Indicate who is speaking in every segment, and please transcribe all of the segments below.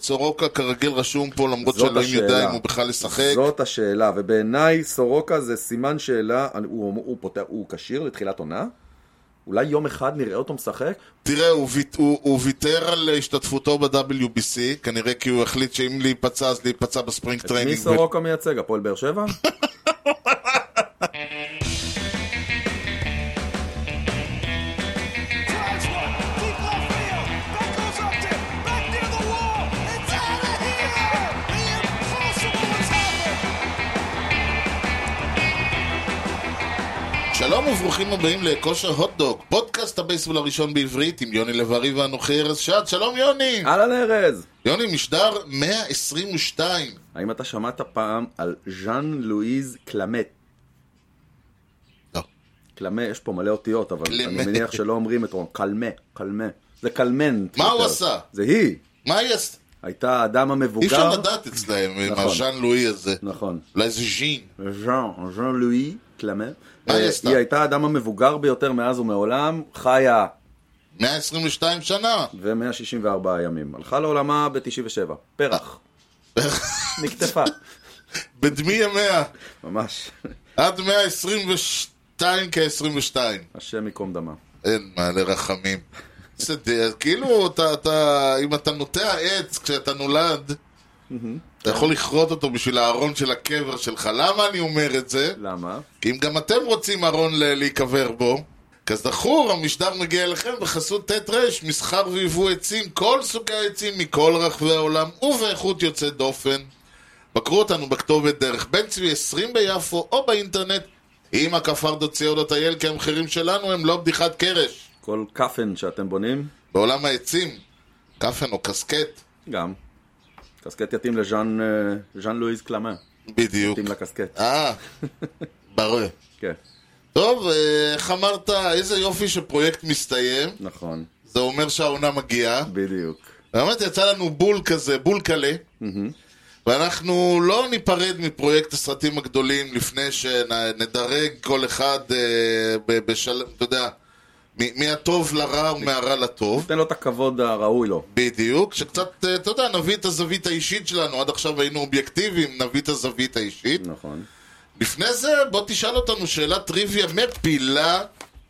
Speaker 1: סורוקה כרגיל רשום פה, למרות
Speaker 2: זאת
Speaker 1: שאלוהים יודע
Speaker 2: השאלה.
Speaker 1: אם הוא בכלל ישחק.
Speaker 2: זאת השאלה, ובעיניי סורוקה זה סימן שאלה, אני- הוא- הוא פותח- הוא כשיר לתחילת עונה? אולי יום אחד נראה אותו משחק?
Speaker 1: תראה, הוא, ויט, הוא, הוא ויתר על השתתפותו ב-WBC, כנראה כי הוא החליט שאם להיפצע אז להיפצע בספרינג
Speaker 2: מי
Speaker 1: טריינינג.
Speaker 2: סורוקה מייצג? הפועל באר שבע?
Speaker 3: Drives one, deep left field. That goes up there, back near the wall. It's out of here. The impossible has happened.
Speaker 1: שלום וברוכים הבאים לכושר הוטדוג, פודקאסט הבייסבול הראשון בעברית עם יוני לב-ארי ואנוכי ארז שעד. שלום יוני!
Speaker 2: אהלן ארז!
Speaker 1: יוני, משדר 122.
Speaker 2: האם אתה שמעת פעם על ז'אן לואיז קלמט?
Speaker 1: לא.
Speaker 2: קלמה, יש פה מלא אותיות, אבל
Speaker 1: קלמה.
Speaker 2: אני מניח שלא אומרים את רון. קלמה, קלמה. זה קלמנט.
Speaker 1: מה הוא
Speaker 2: יותר.
Speaker 1: עשה?
Speaker 2: זה היא.
Speaker 1: מה יש?
Speaker 2: הייתה האדם המבוגר.
Speaker 1: אי אפשר לדעת אצלהם, עם
Speaker 2: נכון.
Speaker 1: הז'אן לואי הזה.
Speaker 2: נכון.
Speaker 1: אולי זה ז'ין.
Speaker 2: ז'אן, ז'אן לואי קלמה.
Speaker 1: מה
Speaker 2: אה,
Speaker 1: היא עשתה?
Speaker 2: היא הייתה האדם המבוגר ביותר מאז ומעולם, חיה
Speaker 1: 122 שנה.
Speaker 2: ו-164 ימים. הלכה לעולמה ב-97. פרח. נקטפה.
Speaker 1: בדמי ימיה.
Speaker 2: ממש.
Speaker 1: עד 122 כ-22.
Speaker 2: השם ייקום דמה. אין
Speaker 1: אין מה לרחמים. זה די- כאילו, אתה, אתה, אם אתה נוטע עץ כשאתה נולד, אתה יכול לכרות אותו בשביל הארון של הקבר שלך. למה אני אומר את זה?
Speaker 2: למה?
Speaker 1: כי אם גם אתם רוצים ארון ל- להיקבר בו, כזכור, המשדר מגיע אליכם בחסות ט' ר', מסחר ויבוא עצים, כל סוגי העצים מכל רחבי העולם, ובאיכות יוצאת דופן. בקרו אותנו בכתובת דרך בן צבי 20 ביפו, או באינטרנט, אם הכפר.co.il, כי המחירים שלנו הם לא בדיחת קרש.
Speaker 2: כל כאפן שאתם בונים,
Speaker 1: בעולם העצים, כאפן או קסקט,
Speaker 2: גם. קסקט יתאים לז'אן אה, ז'אן לואיז קלמה.
Speaker 1: בדיוק.
Speaker 2: יתאים לקסקט.
Speaker 1: אה, ברור.
Speaker 2: כן,
Speaker 1: טוב, אה, איך אמרת, איזה יופי שפרויקט מסתיים,
Speaker 2: נכון.
Speaker 1: זה אומר שהעונה מגיעה.
Speaker 2: בדיוק.
Speaker 1: באמת יצא לנו בול כזה, בול קלה. ואנחנו לא ניפרד מפרויקט הסרטים הגדולים לפני שנדרג כל אחד אה, ב- בשלם, אתה יודע, מ- מהטוב לרע ומהרע לטוב.
Speaker 2: תן לו את הכבוד הראוי לו.
Speaker 1: בדיוק, שקצת, אה, אתה יודע, נביא את הזווית האישית שלנו, עד עכשיו היינו אובייקטיביים, נביא את הזווית האישית.
Speaker 2: נכון.
Speaker 1: לפני זה, בוא תשאל אותנו שאלת טריוויה מפילה,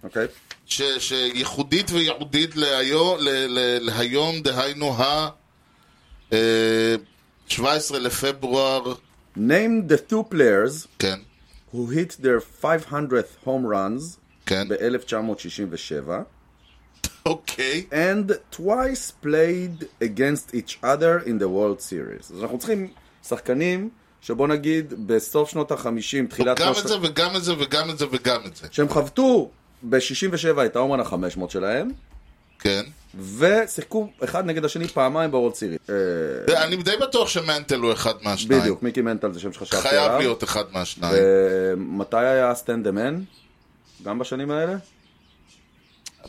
Speaker 2: אוקיי.
Speaker 1: ש- שייחודית וייעודית להיום, ל- ל- להיום דהיינו ה... אה, 17 לפברואר,
Speaker 2: name the two players
Speaker 1: כן,
Speaker 2: who hit their 500th home runs
Speaker 1: כן,
Speaker 2: ב-1967
Speaker 1: אוקיי.
Speaker 2: and twice played against each other in the World Series. אז אנחנו צריכים שחקנים שבוא נגיד בסוף שנות ה-50, תחילת
Speaker 1: גם
Speaker 2: שנות
Speaker 1: את זה וגם את זה וגם את זה וגם את זה,
Speaker 2: שהם חבטו ב-67 את ההומן ה-500 שלהם
Speaker 1: כן.
Speaker 2: ושיחקו אחד נגד השני פעמיים בוורלד סיריס. אה,
Speaker 1: אני די בטוח שמנטל הוא אחד מהשניים.
Speaker 2: בדיוק, מיקי מנטל זה שם שחשבתי עליו.
Speaker 1: חייב להיות אחד מהשניים.
Speaker 2: אה, מתי היה סטנד אמן? גם בשנים האלה?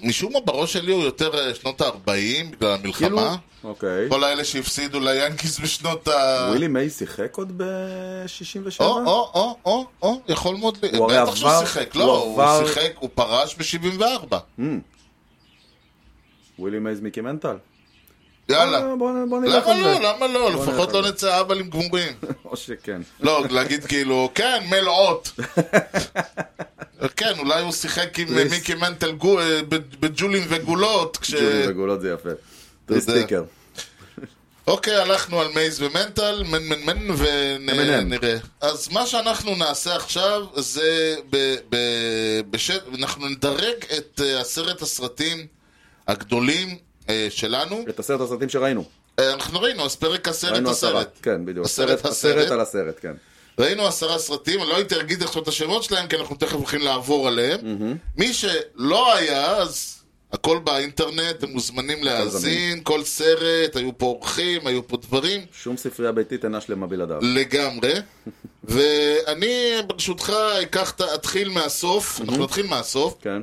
Speaker 1: משום מה בראש שלי הוא יותר אה, שנות ה-40 בגלל המלחמה.
Speaker 2: אוקיי.
Speaker 1: כל האלה שהפסידו ליאנקיס בשנות ה...
Speaker 2: ווילי מיי שיחק עוד ב-67?
Speaker 1: או, או, או, או, או, יכול מאוד להיות.
Speaker 2: הוא הרי
Speaker 1: בטח שהוא
Speaker 2: עבר-
Speaker 1: שיחק,
Speaker 2: הוא
Speaker 1: לא, הוא
Speaker 2: עבר- אה,
Speaker 1: שיחק, הוא פרש ב-74.
Speaker 2: ווילי מייז מיקי מנטל?
Speaker 1: יאללה.
Speaker 2: אה, בוא בוא נלך
Speaker 1: למה
Speaker 2: על זה.
Speaker 1: לא? למה לא? לפחות
Speaker 2: נלך על
Speaker 1: לא נצא אבלים גמורים.
Speaker 2: או שכן.
Speaker 1: לא, להגיד כאילו, כן, מלאות. כן, אולי הוא שיחק עם
Speaker 2: ליס.
Speaker 1: מיקי מנטל גו- אה, ב- בג'ולים וגולות, כש...
Speaker 2: ג'ולים וגולות זה יפה. טריס
Speaker 1: יודע.
Speaker 2: טיקר.
Speaker 1: אוקיי, הלכנו על מייז ומנטל, מן מן מן,
Speaker 2: M&M.
Speaker 1: ונראה. אז מה שאנחנו נעשה עכשיו, זה ב, ב, בש... אנחנו נדרג את אה, עשרת הסרטים הגדולים אה, שלנו.
Speaker 2: את עשרת הסרטים שראינו.
Speaker 1: אה, אנחנו ראינו, אז פרק עשרת
Speaker 2: ראינו עשרה.
Speaker 1: הסרט.
Speaker 2: כן, בדיוק.
Speaker 1: הסרט,
Speaker 2: הסרט
Speaker 1: הסרט.
Speaker 2: הסרט על הסרט, כן.
Speaker 1: ראינו עשרה סרטים, אני לא הייתי אגיד עכשיו את השמות שלהם, כי אנחנו תכף הולכים לעבור עליהם. מי שלא היה, אז הכל באינטרנט, הם מוזמנים להאזין, כל סרט, היו פה אורחים, היו פה דברים.
Speaker 2: שום ספרייה ביתית אינה שלמה בלעדיו.
Speaker 1: לגמרי. ואני, ברשותך, אקח, את ה- אתחיל מהסוף, אנחנו נתחיל מהסוף,
Speaker 2: כן,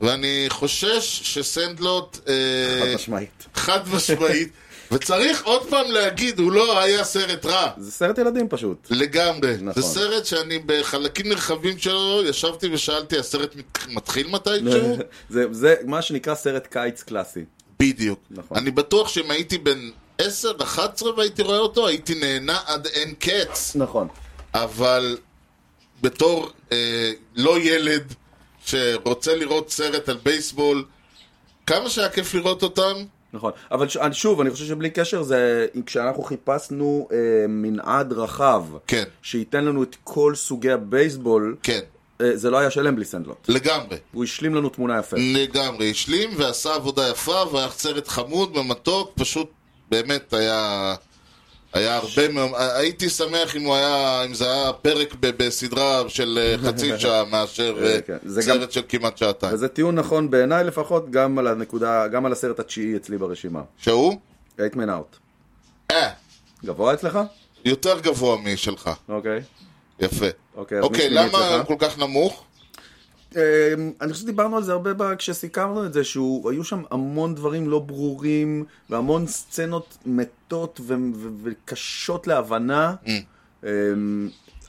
Speaker 1: ואני חושש שסנדלוט... אה,
Speaker 2: חד משמעית.
Speaker 1: חד משמעית. וצריך עוד פעם להגיד, הוא לא היה סרט רע.
Speaker 2: זה סרט ילדים פשוט.
Speaker 1: לגמרי.
Speaker 2: נכון.
Speaker 1: זה סרט שאני בחלקים נרחבים שלו, ישבתי ושאלתי, הסרט מת- מתחיל מתישהו?
Speaker 2: זה- זה מה שנקרא סרט קיץ קלאסי.
Speaker 1: בדיוק.
Speaker 2: נכון.
Speaker 1: אני בטוח שאם הייתי בן 10, 11 והייתי רואה אותו, הייתי נהנה עד אין קץ.
Speaker 2: נכון.
Speaker 1: אבל בתור אה, לא ילד שרוצה לראות סרט על בייסבול, כמה שהיה כיף לראות אותם,
Speaker 2: נכון, אבל ש... שוב, אני חושב שבלי קשר זה כשאנחנו חיפשנו אה, מנעד רחב
Speaker 1: כן.
Speaker 2: שייתן לנו את כל סוגי הבייסבול,
Speaker 1: כן,
Speaker 2: אה, זה לא היה שלם בלי סנדלוט.
Speaker 1: לגמרי.
Speaker 2: הוא השלים לנו תמונה יפה.
Speaker 1: לגמרי השלים, ועשה עבודה יפה, והיה סרט חמוד ומתוק, פשוט באמת היה... היה הרבה מאוד, אה, הייתי שמח אם הוא היה, אם זה היה פרק ב- בסדרה של אה, חצי שעה מאשר
Speaker 2: אה,
Speaker 1: אה,
Speaker 2: כן. זה
Speaker 1: סרט
Speaker 2: גם-
Speaker 1: של כמעט שעתיים.
Speaker 2: וזה טיעון נכון בעיניי לפחות, גם על הנקודה, גם על הסרט התשיעי אצלי ברשימה.
Speaker 1: שהוא?
Speaker 2: 8 מן אאוט.
Speaker 1: אה,
Speaker 2: גבוה אצלך?
Speaker 1: יותר גבוה משלך,
Speaker 2: אוקיי.
Speaker 1: יפה.
Speaker 2: אוקיי, אז
Speaker 1: אוקיי,
Speaker 2: מי
Speaker 1: למה
Speaker 2: אצלך?
Speaker 1: הוא כל כך נמוך?
Speaker 2: אה, אני חושב שדיברנו על זה הרבה ב- כשסיכמנו את זה, שהיו שם המון דברים לא ברורים, והמון סצנות מתות ו- ו- וקשות להבנה. אה,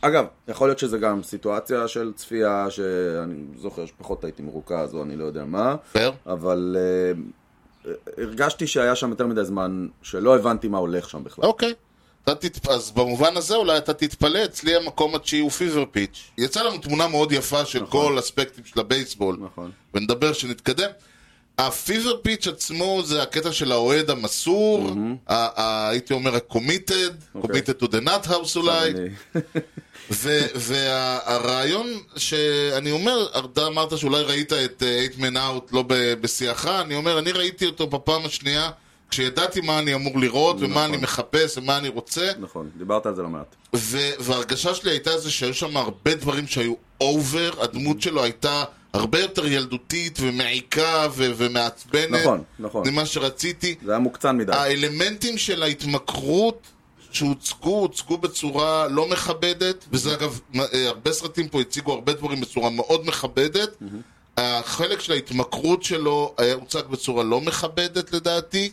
Speaker 2: אגב, יכול להיות שזה גם סיטואציה של צפייה, שאני זוכר שפחות הייתי מרוכז, או אני לא יודע מה,
Speaker 1: פר?
Speaker 2: אבל אה, הרגשתי שהיה שם יותר מדי זמן שלא הבנתי מה הולך שם בכלל.
Speaker 1: אוקיי. אתה תת... אז במובן הזה אולי אתה תתפלא, אצלי המקום התשיעי הוא פיבר פיץ'. יצא לנו תמונה מאוד יפה של כל אספקטים של הבייסבול.
Speaker 2: נכון.
Speaker 1: ונדבר שנתקדם. הפיבר פיץ' עצמו זה הקטע של האוהד המסור, ה- ה- הייתי אומר ה-committed,
Speaker 2: אוקיי.
Speaker 1: committed to the nut house אולי.
Speaker 2: אני-
Speaker 1: והרעיון שאני אומר, אתה אמרת שאולי ראית את אייטמן אאוט לא ב- בשיאך, אני אומר, אני ראיתי אותו בפעם השנייה כשידעתי מה אני אמור לראות ומה אני מחפש ומה אני רוצה,
Speaker 2: נכון, דיברת על זה לא מעט.
Speaker 1: ו- וההרגשה שלי הייתה זה שהיו שם הרבה דברים שהיו אובר, הדמות שלו הייתה הרבה יותר ילדותית ומעיקה ו- ומעצבנת
Speaker 2: נכון, נכון.
Speaker 1: ממה שרציתי.
Speaker 2: זה היה מוקצן מדי.
Speaker 1: אה, האלמנטים של ההתמכרות שהוצגו, הוצגו בצורה לא מכבדת, וזה אגב, מ- אה, הרבה סרטים פה הציגו הרבה דברים בצורה מאוד מכבדת. החלק של ההתמכרות שלו היה הוצג בצורה לא מכבדת לדעתי.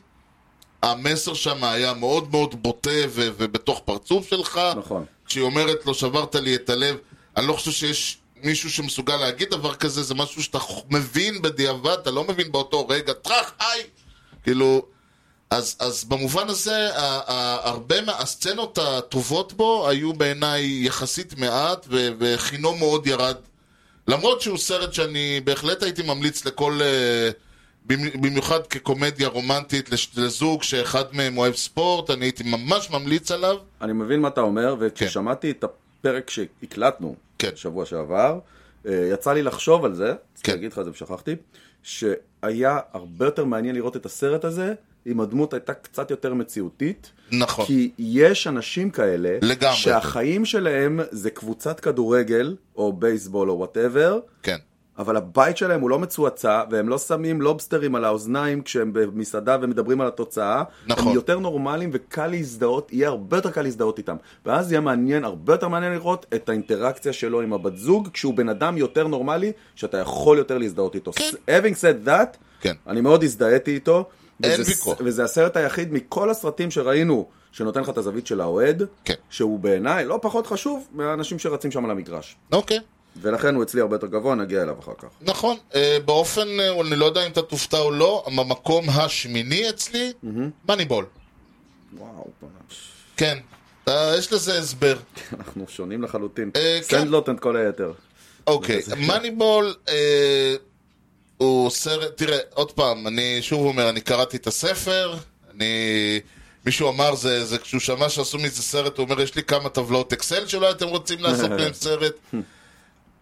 Speaker 1: המסר שם היה מאוד מאוד בוטה ו- ובתוך פרצוף שלך.
Speaker 2: נכון.
Speaker 1: כשהיא אומרת לו, שברת לי את הלב, אני לא חושב שיש מישהו שמסוגל להגיד דבר כזה, זה משהו שאתה ח- מבין בדיעבד, אתה לא מבין באותו רגע, טראח, איי! כאילו, אז, אז במובן הזה, ה- ה- הרבה מהסצנות הטובות בו היו בעיניי יחסית מעט, ו- וחינו מאוד ירד. למרות שהוא סרט שאני בהחלט הייתי ממליץ לכל... אה, במ- במיוחד כקומדיה רומנטית לש- לזוג שאחד מהם אוהב ספורט, אני הייתי ממש ממליץ עליו.
Speaker 2: אני מבין מה אתה אומר, וכששמעתי את הפרק שהקלטנו
Speaker 1: כן.
Speaker 2: שבוע שעבר, אה, יצא לי לחשוב על זה, צריך
Speaker 1: כן.
Speaker 2: להגיד לך את זה ושכחתי, שהיה הרבה יותר מעניין לראות את הסרט הזה, אם הדמות הייתה קצת יותר מציאותית.
Speaker 1: נכון.
Speaker 2: כי יש אנשים כאלה,
Speaker 1: לגמרי.
Speaker 2: שהחיים שלהם זה קבוצת כדורגל, או בייסבול או וואטאבר,
Speaker 1: כן.
Speaker 2: אבל הבית שלהם הוא לא מצועצע, והם לא שמים לובסטרים על האוזניים כשהם במסעדה ומדברים על התוצאה.
Speaker 1: נכון.
Speaker 2: הם יותר נורמליים וקל להזדהות, יהיה הרבה יותר קל להזדהות איתם. ואז יהיה מעניין, הרבה יותר מעניין לראות את האינטראקציה שלו עם הבת זוג, כשהוא בן אדם יותר נורמלי, שאתה יכול יותר להזדהות איתו.
Speaker 1: כן.
Speaker 2: Having said that,
Speaker 1: כן.
Speaker 2: אני מאוד הזדהיתי איתו.
Speaker 1: אין
Speaker 2: וזה-
Speaker 1: ויכוח.
Speaker 2: וזה הסרט היחיד מכל הסרטים שראינו, שנותן לך את הזווית של האוהד,
Speaker 1: כן.
Speaker 2: שהוא בעיניי לא פחות חשוב מהאנשים שרצים שם על המגרש.
Speaker 1: אוקיי,
Speaker 2: ולכן הוא אצלי הרבה יותר גבוה, נגיע אליו אחר כך.
Speaker 1: נכון. אה, באופן, אה, אני לא יודע אם אתה תופתע או לא, במקום השמיני אצלי, מניבול.
Speaker 2: וואו, בוא'נה.
Speaker 1: כן. אה, יש לזה הסבר.
Speaker 2: אנחנו שונים לחלוטין.
Speaker 1: אה, כן.
Speaker 2: סנדלוט את כל היתר.
Speaker 1: אוקיי, מניבול אה, הוא סרט, תראה, עוד פעם, אני שוב אומר, אני קראתי את הספר, אני... מישהו אמר, זה, זה כשהוא שמע שעשו מזה סרט, הוא אומר, יש לי כמה טבלאות אקסל שאולי אתם רוצים לעשות מהם סרט.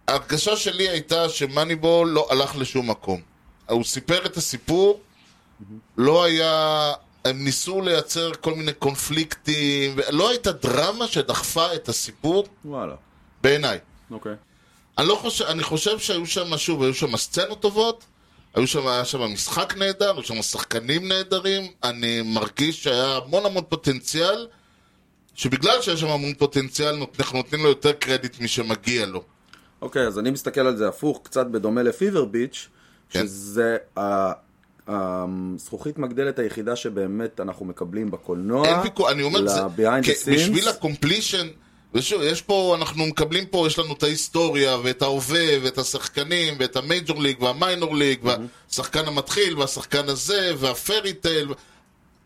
Speaker 1: ההרגשה שלי הייתה שמאניבול לא הלך לשום מקום. הוא סיפר את הסיפור, לא היה... הם ניסו לייצר כל מיני קונפליקטים, לא הייתה דרמה שדחפה את הסיפור,
Speaker 2: וואלה,
Speaker 1: בעיניי.
Speaker 2: אוקיי.
Speaker 1: אני, לא חושב, אני חושב שהיו שם, שוב, היו שם סצנות טובות, היו שם, היה שם משחק נהדר, היו שם שחקנים נהדרים, אני מרגיש שהיה המון המון פוטנציאל, שבגלל שיש שם המון פוטנציאל, נות- אנחנו נותנים לו יותר קרדיט משמגיע לו.
Speaker 2: אוקיי, אז אני מסתכל על זה הפוך, קצת בדומה לפיבר ביץ',
Speaker 1: כן.
Speaker 2: שזה ה- הזכוכית מגדלת היחידה שבאמת אנחנו מקבלים בקולנוע.
Speaker 1: אין ויכוח, אני אומר, זה,
Speaker 2: ל-behind the
Speaker 1: כ- בשביל
Speaker 2: scenes.
Speaker 1: הקומפלישן, ושוב, יש פה, אנחנו מקבלים פה, יש לנו את ההיסטוריה, ואת ההווה, ואת השחקנים, ואת המייג'ור ליג, והמיינור ליג, והשחקן המתחיל, והשחקן הזה, והפרי טייל,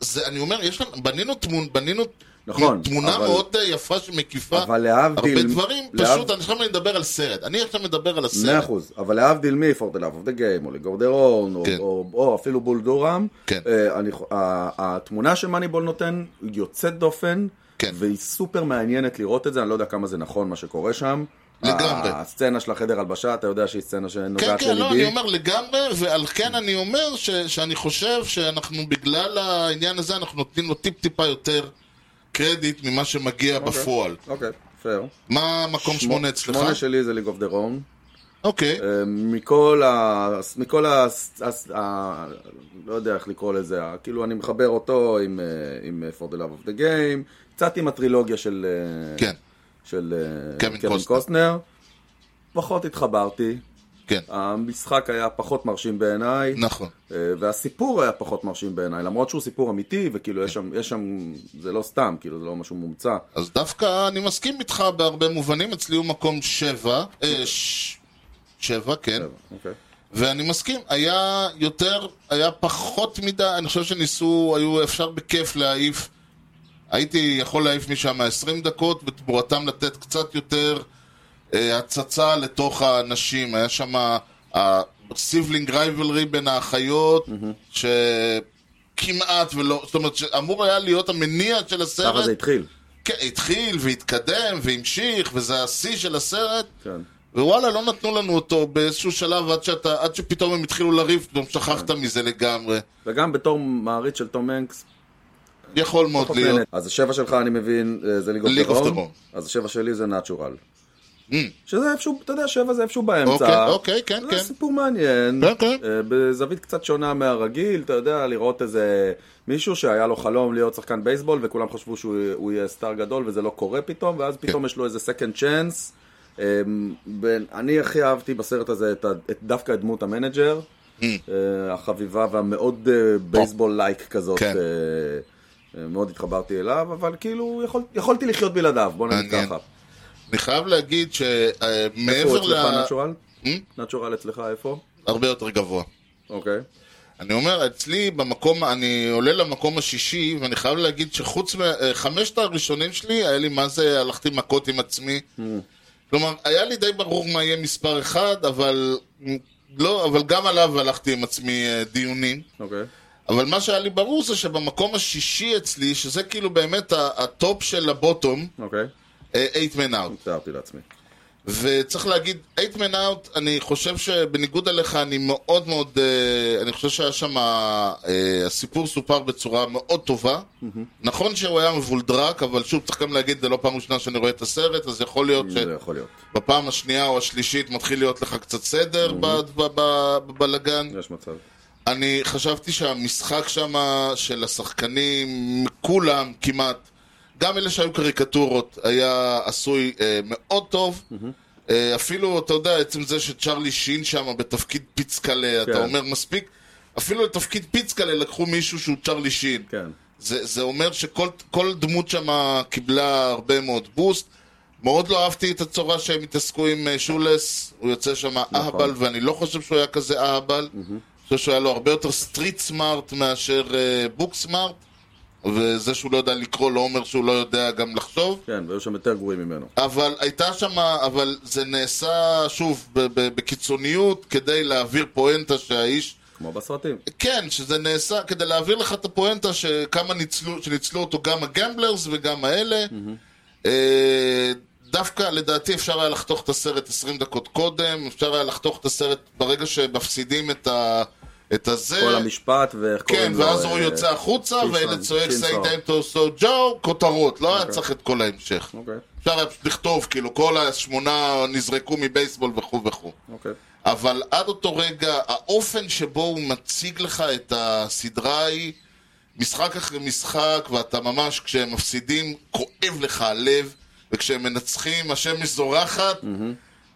Speaker 1: זה, אני אומר, יש לנו, בנינו, תמונ, בנינו
Speaker 2: נכון,
Speaker 1: תמונה
Speaker 2: אבל-
Speaker 1: מאוד אה, יפה שמקיפה
Speaker 2: אבל להבדיל-
Speaker 1: הרבה דברים,
Speaker 2: להב-
Speaker 1: פשוט אני עכשיו מדבר על סרט, אני עכשיו מדבר על הסרט,
Speaker 2: מאה אחוז, אבל להבדיל מ-For the Love of the Game, או לגורדרון, או,
Speaker 1: כן.
Speaker 2: או, או אפילו בול דורם,
Speaker 1: כן.
Speaker 2: אה, אני, ח- ה- התמונה שמאניבול נותן היא יוצאת דופן,
Speaker 1: כן.
Speaker 2: והיא סופר מעניינת לראות את זה, אני לא יודע כמה זה נכון מה שקורה שם.
Speaker 1: לגמרי.
Speaker 2: הסצנה של החדר הלבשה, אתה יודע שהיא סצנה
Speaker 1: כן,
Speaker 2: שנוגעת
Speaker 1: כן, לא, אני
Speaker 2: לליבי.
Speaker 1: אומר לגמרי, ועל כן אני אומר ש, שאני חושב שאנחנו, בגלל העניין הזה, אנחנו נותנים לו טיפ-טיפה יותר קרדיט ממה שמגיע בפועל.
Speaker 2: אוקיי, פייר.
Speaker 1: מה מקום שמונה אצלך?
Speaker 2: שמונה שלי זה ליג אוף דה רום.
Speaker 1: אוקיי,
Speaker 2: אה, מכל ה... מכל ה... הס- ה... לא יודע איך לקרוא לזה, ה- כאילו אני מחבר אותו עם, אה, עם אה, For the Love of the Game, קצת עם הטרילוגיה של, אה,
Speaker 1: כן,
Speaker 2: של אה,
Speaker 1: קווין
Speaker 2: קווין
Speaker 1: קוסטנר.
Speaker 2: קוסטנר. פחות התחברתי,
Speaker 1: כן,
Speaker 2: המשחק היה פחות מרשים בעיניי,
Speaker 1: נכון.
Speaker 2: אה, והסיפור היה פחות מרשים בעיניי, למרות שהוא סיפור אמיתי, וכאילו
Speaker 1: כן.
Speaker 2: יש שם, יש שם, זה לא סתם, כאילו זה לא משהו מומצא.
Speaker 1: אז דווקא אני מסכים איתך בהרבה מובנים, אצלי הוא מקום שבע, אה, ש... שבע, כן,
Speaker 2: אוקיי.
Speaker 1: ואני מסכים, היה יותר, היה פחות מדי, אני חושב שניסו, היו אפשר בכיף להעיף, הייתי יכול להעיף משם 20 דקות, ותמורתם לתת קצת יותר אה, הצצה לתוך האנשים, היה שם ה-sibling rivalry בין האחיות, שכמעט ולא, זאת אומרת, שאמור היה להיות המניע של הסרט.
Speaker 2: ככה זה התחיל.
Speaker 1: כן, התחיל והתקדם והמשיך, וזה השיא של הסרט,
Speaker 2: כן.
Speaker 1: ווואלה, לא נתנו לנו אותו באיזשהו שלב עד, שאתה, עד שפתאום הם התחילו לריב, פתאום
Speaker 2: כן.
Speaker 1: שכחת מזה לגמרי.
Speaker 2: וגם בתור מעריץ של תום הנקס,
Speaker 1: יכול מאוד להיות.
Speaker 2: אז השבע שלך, אני מבין, אה, זה ליג אוף
Speaker 1: League of the
Speaker 2: דה רום.
Speaker 1: Rome.
Speaker 2: אז השבע שלי זה נאצ'ורל. שזה איפשהו, אתה יודע, שבע זה איפשהו באמצע.
Speaker 1: Mm. אוקיי, אוקיי, כן, כן.
Speaker 2: זה סיפור מעניין.
Speaker 1: כן, כן.
Speaker 2: אה, בזווית קצת שונה מהרגיל, אתה יודע, לראות איזה מישהו שהיה לו חלום להיות שחקן בייסבול, וכולם חשבו שהוא הוא יהיה סטאר גדול, וזה לא קורה פתאום, ואז
Speaker 1: כן.
Speaker 2: פתאום יש לו איזה second chance. אה, בין- אני הכי אהבתי בסרט הזה את ה- את- דווקא את דמות המנג'ר.
Speaker 1: Hmm.
Speaker 2: אה, החביבה והמאוד בייסבול לייק כזאת.
Speaker 1: כן.
Speaker 2: אה, אה, מאוד התחברתי אליו, אבל כאילו יכול, יכולתי לחיות בלעדיו, בוא נגיד
Speaker 1: מעניין.
Speaker 2: ככה.
Speaker 1: אני חייב להגיד
Speaker 2: איפה הוא
Speaker 1: שמעבר
Speaker 2: אצלך
Speaker 1: ל... Hmm?
Speaker 2: נטשורל? נטשורל אצלך איפה?
Speaker 1: הרבה יותר גבוה.
Speaker 2: אוקיי.
Speaker 1: אני אומר, אצלי במקום, אני עולה למקום השישי, ואני חייב להגיד שחוץ מחמשת הראשונים שלי, היה לי מה זה, הלכתי מכות עם עצמי.
Speaker 2: Mm.
Speaker 1: כלומר, היה לי די ברור מה יהיה מספר אחד, אבל לא, אבל גם עליו הלכתי עם עצמי אה, דיונים.
Speaker 2: אוקיי.
Speaker 1: אבל מה שהיה לי ברור זה שבמקום השישי אצלי, שזה כאילו באמת ה- הטופ של הבוטום,
Speaker 2: אוקיי.
Speaker 1: אה, 8 man out.
Speaker 2: תיארתי לעצמי.
Speaker 1: וצריך להגיד, 8 man out, אני חושב שבניגוד אליך, אני מאוד מאוד, אה, אני חושב שהיה שם, אה, הסיפור סופר בצורה מאוד טובה. נכון שהוא היה מבולדרק, אבל שוב, צריך גם להגיד, זה לא פעם ראשונה שאני רואה את הסרט, אז יכול להיות
Speaker 2: זה יכול להיות.
Speaker 1: שבפעם השנייה או השלישית מתחיל להיות לך קצת סדר ב- ב- ב- בבלגן.
Speaker 2: יש מצב.
Speaker 1: אני חשבתי שהמשחק שם של השחקנים, כולם כמעט, גם אלה שהיו קריקטורות, היה עשוי אה, מאוד טוב. אה, אפילו, אתה יודע, עצם זה שצ'רלי שין שם בתפקיד פיצקלה,
Speaker 2: כן.
Speaker 1: אתה אומר מספיק, אפילו לתפקיד פיצקלה לקחו מישהו שהוא צ'רלי שין.
Speaker 2: כן.
Speaker 1: זה, זה אומר שכל כל דמות שם קיבלה הרבה מאוד בוסט. מאוד לא אהבתי את הצורה שהם התעסקו עם אה, שולס, הוא יוצא שם אהבל, ואני לא חושב שהוא היה כזה אהבל. אני חושב שהוא היה לו הרבה יותר סטריט סמארט מאשר בוק סמארט, וזה שהוא לא יודע לקרוא לא אומר שהוא לא יודע גם לחשוב.
Speaker 2: כן, והיו שם יותר גרועים ממנו.
Speaker 1: אבל הייתה שם, אבל זה נעשה, שוב, ב- ב- בקיצוניות, כדי להעביר פואנטה שהאיש
Speaker 2: כמו בסרטים.
Speaker 1: כן, שזה נעשה כדי להעביר לך את הפואנטה שכמה ניצלו, שניצלו אותו גם הגמבלרס וגם האלה. אה, דווקא לדעתי אפשר היה לחתוך את הסרט 20 דקות קודם, אפשר היה לחתוך את הסרט ברגע שמפסידים את, ה, את הזה.
Speaker 2: כל המשפט ואיך
Speaker 1: כן,
Speaker 2: קוראים לו.
Speaker 1: ואז הוא
Speaker 2: אה,
Speaker 1: יוצא החוצה,
Speaker 2: שינסון,
Speaker 1: והילד צועק say
Speaker 2: שינסון.
Speaker 1: time to so Joe, כותרות, לא היה צריך את כל ההמשך.
Speaker 2: אוקיי.
Speaker 1: אפשר היה פשוט לכתוב, כאילו, כל השמונה נזרקו מבייסבול וכו' וכו'.
Speaker 2: אוקיי.
Speaker 1: אבל עד אותו רגע, האופן שבו הוא מציג לך את הסדרה היא משחק אחרי משחק, ואתה ממש, כשהם מפסידים, כואב לך הלב, וכשהם מנצחים, השמש זורחת.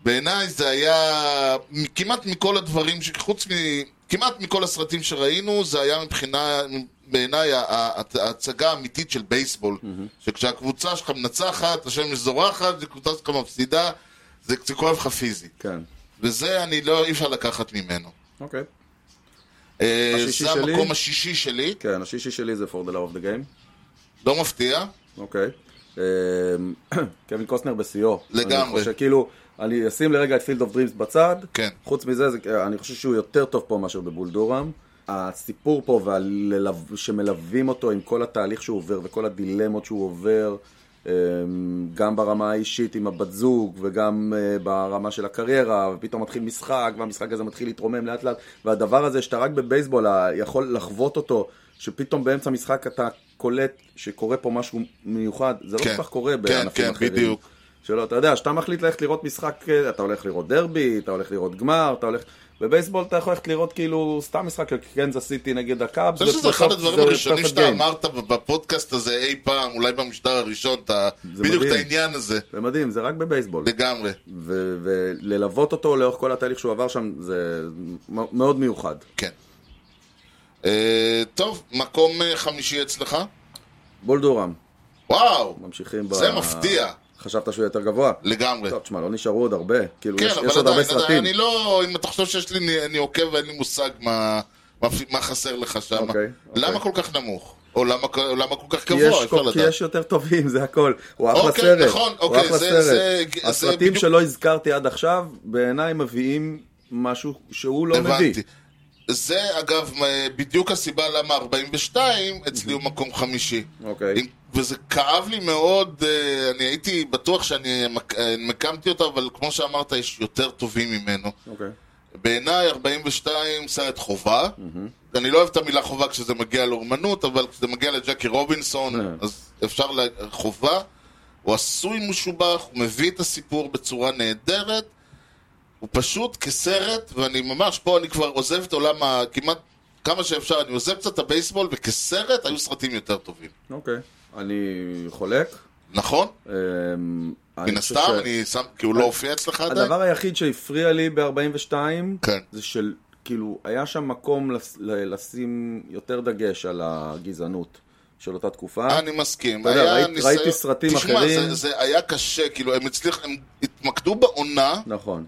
Speaker 1: בעיניי זה היה מ- כמעט מכל הדברים, ש- חוץ מ... כמעט מכל הסרטים שראינו, זה היה מבחינה, בעיניי, ה- ה- ההצגה האמיתית של בייסבול. שכשהקבוצה שלך מנצחת, השמש זורחת, כשהקבוצה שלך מפסידה, זה זה כואב לך פיזית.
Speaker 2: כן.
Speaker 1: וזה אני לא, אי אפשר לקחת ממנו.
Speaker 2: אוקיי.
Speaker 1: אה, אה,
Speaker 2: השישי
Speaker 1: זה
Speaker 2: שלי?
Speaker 1: המקום השישי שלי,
Speaker 2: כן, השישי שלי זה for the love of the game,
Speaker 1: לא מפתיע.
Speaker 2: אוקיי. אמ, קווין קוסטנר בשיאו.
Speaker 1: לגמרי.
Speaker 2: אני חושב, כאילו, אני אשים לרגע את פילד אוף דרימס בצד.
Speaker 1: כן.
Speaker 2: חוץ מזה, זה- אני חושב שהוא יותר טוב פה מאשר בבולדורם. הסיפור פה שמלווים אותו עם כל התהליך שהוא עובר וכל הדילמות שהוא עובר, אמ, גם ברמה האישית עם הבת זוג וגם אה, ברמה של הקריירה, ופתאום מתחיל משחק, והמשחק הזה מתחיל להתרומם לאט לאט, והדבר הזה שאתה רק בבייסבול אה, יכול לחוות אותו, שפתאום באמצע משחק אתה קולט שקורה פה משהו מיוחד, זה לא
Speaker 1: כן.
Speaker 2: כל כך קורה
Speaker 1: כן,
Speaker 2: בענפים
Speaker 1: כן,
Speaker 2: אחרים.
Speaker 1: בדיוק.
Speaker 2: שלא, אתה יודע, כשאתה מחליט ללכת לראות משחק, אה, אתה הולך לראות דרבי, אתה הולך לראות גמר, אתה הולך... בבייסבול אתה יכול ללכת לראות כאילו סתם משחק של קנזס סיטי נגד הקאבס.
Speaker 1: אני חושב שזה אחד
Speaker 2: ובסוף
Speaker 1: הדברים
Speaker 2: זה
Speaker 1: הראשונים
Speaker 2: perfect
Speaker 1: שאתה
Speaker 2: game.
Speaker 1: אמרת בפודקאסט הזה אי פעם, אולי במשדר הראשון, אתה-
Speaker 2: זה
Speaker 1: בדיוק את
Speaker 2: מדהים.
Speaker 1: העניין הזה,
Speaker 2: זה מדהים, זה רק בבייסבול.
Speaker 1: לגמרי.
Speaker 2: ו- וללוות אותו לאורך כל התהליך שהוא עבר שם, זה מ- מאוד מיוחד.
Speaker 1: כן. אה, טוב, מקום אה, חמישי אצלך?
Speaker 2: בולדורם,
Speaker 1: וואו,
Speaker 2: ממשיכים ב...
Speaker 1: זה מפתיע.
Speaker 2: חשבת שהוא יותר גבוה?
Speaker 1: לגמרי.
Speaker 2: טוב, תשמע, לא נשארו עוד הרבה. כאילו,
Speaker 1: כן,
Speaker 2: יש יש
Speaker 1: אבל
Speaker 2: עוד הרבה
Speaker 1: עדיין, עדיין,
Speaker 2: סרטים.
Speaker 1: אני לא, אם אתה חושב שיש לי, אני- אני עוקב ואין לי מושג מה מה- מה חסר לך שם.
Speaker 2: אוקיי, אוקיי.
Speaker 1: למה כל כך נמוך? או למה או למה כל כך
Speaker 2: כי
Speaker 1: גבוה,
Speaker 2: יש כל-
Speaker 1: אפשר
Speaker 2: כי
Speaker 1: לדעת.
Speaker 2: יש יותר טובים, זה הכל. הוא אחלה
Speaker 1: אוקיי,
Speaker 2: סרט.
Speaker 1: נכון,
Speaker 2: הוא
Speaker 1: אוקיי,
Speaker 2: אחלה
Speaker 1: זה-
Speaker 2: סרט.
Speaker 1: זה- זה
Speaker 2: הסרטים
Speaker 1: בדיוק-
Speaker 2: שלא הזכרתי עד עכשיו, בעיניי מביאים משהו שהוא לא מביא.
Speaker 1: הבנתי. זה אגב מ- בדיוק הסיבה למה 42 אצלי הוא מקום חמישי.
Speaker 2: אוקיי.
Speaker 1: אם- וזה כאב לי מאוד, אה, אני הייתי בטוח שאני מק- אה, מקמתי אותו, אבל כמו שאמרת, יש יותר טובים ממנו.
Speaker 2: אוקיי.
Speaker 1: בעיניי 42 סרט חובה. אני לא אוהב את המילה חובה כשזה מגיע לאומנות, אבל כשזה מגיע לג'קי רובינסון,
Speaker 2: כן.
Speaker 1: אז אפשר ל... חובה. הוא עשוי משובח, הוא מביא את הסיפור בצורה נהדרת. הוא פשוט כסרט, ואני ממש, פה אני כבר עוזב את עולם ה... כמעט כמה שאפשר, אני עוזב קצת את הבייסבול, וכסרט היו סרטים יותר טובים.
Speaker 2: אוקיי. אני חולק.
Speaker 1: נכון?
Speaker 2: אמ,
Speaker 1: מן
Speaker 2: אני חושב
Speaker 1: הסתם,
Speaker 2: ש-
Speaker 1: אני שם, כי הוא לא הופיע אצלך עדיין.
Speaker 2: הדבר היחיד שהפריע לי ב-42,
Speaker 1: כן.
Speaker 2: זה של, כאילו, היה שם מקום לס- ל- לשים יותר דגש על הגזענות של אותה תקופה.
Speaker 1: אני מסכים.
Speaker 2: אתה יודע,
Speaker 1: היה
Speaker 2: ראיתי-
Speaker 1: ניסיון-
Speaker 2: ראיתי סרטים
Speaker 1: תשמע,
Speaker 2: אחרים.
Speaker 1: זה- זה היה קשה, כאילו, הם הצליחו, הם התמקדו בעונה,
Speaker 2: נכון.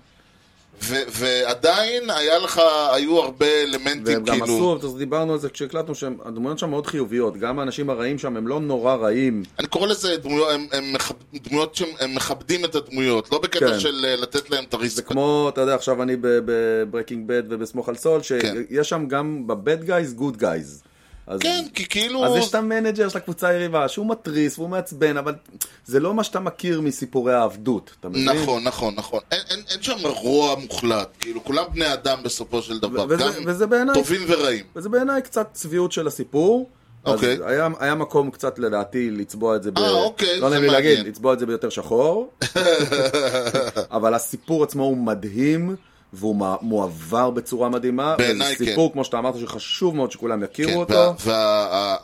Speaker 1: ו- ועדיין היה לך, היו הרבה אלמנטים,
Speaker 2: והם גם
Speaker 1: כאילו...
Speaker 2: עשו, אז דיברנו על זה כשהקלטנו, שהדמויות שם מאוד חיוביות, גם האנשים הרעים שם הם לא נורא רעים.
Speaker 1: אני קורא לזה דמויות, הם- הם מכב- דמויות שהם מכבדים את הדמויות, לא בקטע
Speaker 2: כן.
Speaker 1: של אה, לתת להם את
Speaker 2: זה
Speaker 1: הריסק.
Speaker 2: כמו, אתה יודע, עכשיו אני בברקינג בד ובסמוך על סול, שיש שם גם בבד גייז, גוד גייז.
Speaker 1: כן, כי כאילו...
Speaker 2: אז יש את המנג'ר של הקבוצה היריבה, שהוא מתריס והוא מעצבן, אבל זה לא מה שאתה מכיר מסיפורי העבדות, אתה מבין?
Speaker 1: נכון, נכון, נכון. אין, אין, אין שם רוע מוחלט, כאילו, כולם בני אדם בסופו של דבר,
Speaker 2: ו- וזה-
Speaker 1: גם
Speaker 2: וזה בעיניי-
Speaker 1: טובים ורעים.
Speaker 2: וזה בעיניי קצת צביעות של הסיפור. אז
Speaker 1: אוקיי.
Speaker 2: היה, היה מקום קצת לדעתי לצבוע את זה ב...
Speaker 1: אה, אוקיי,
Speaker 2: לא
Speaker 1: זה
Speaker 2: נעים לי
Speaker 1: מעניין.
Speaker 2: להגיד, לצבוע את זה ביותר שחור. אבל הסיפור עצמו הוא מדהים, והוא מ- מועבר בצורה מדהימה.
Speaker 1: בעיניי,
Speaker 2: וזה סיפור, כמו שאתה אמרת, שחשוב מאוד שכולם יכירו
Speaker 1: כן,
Speaker 2: אותו.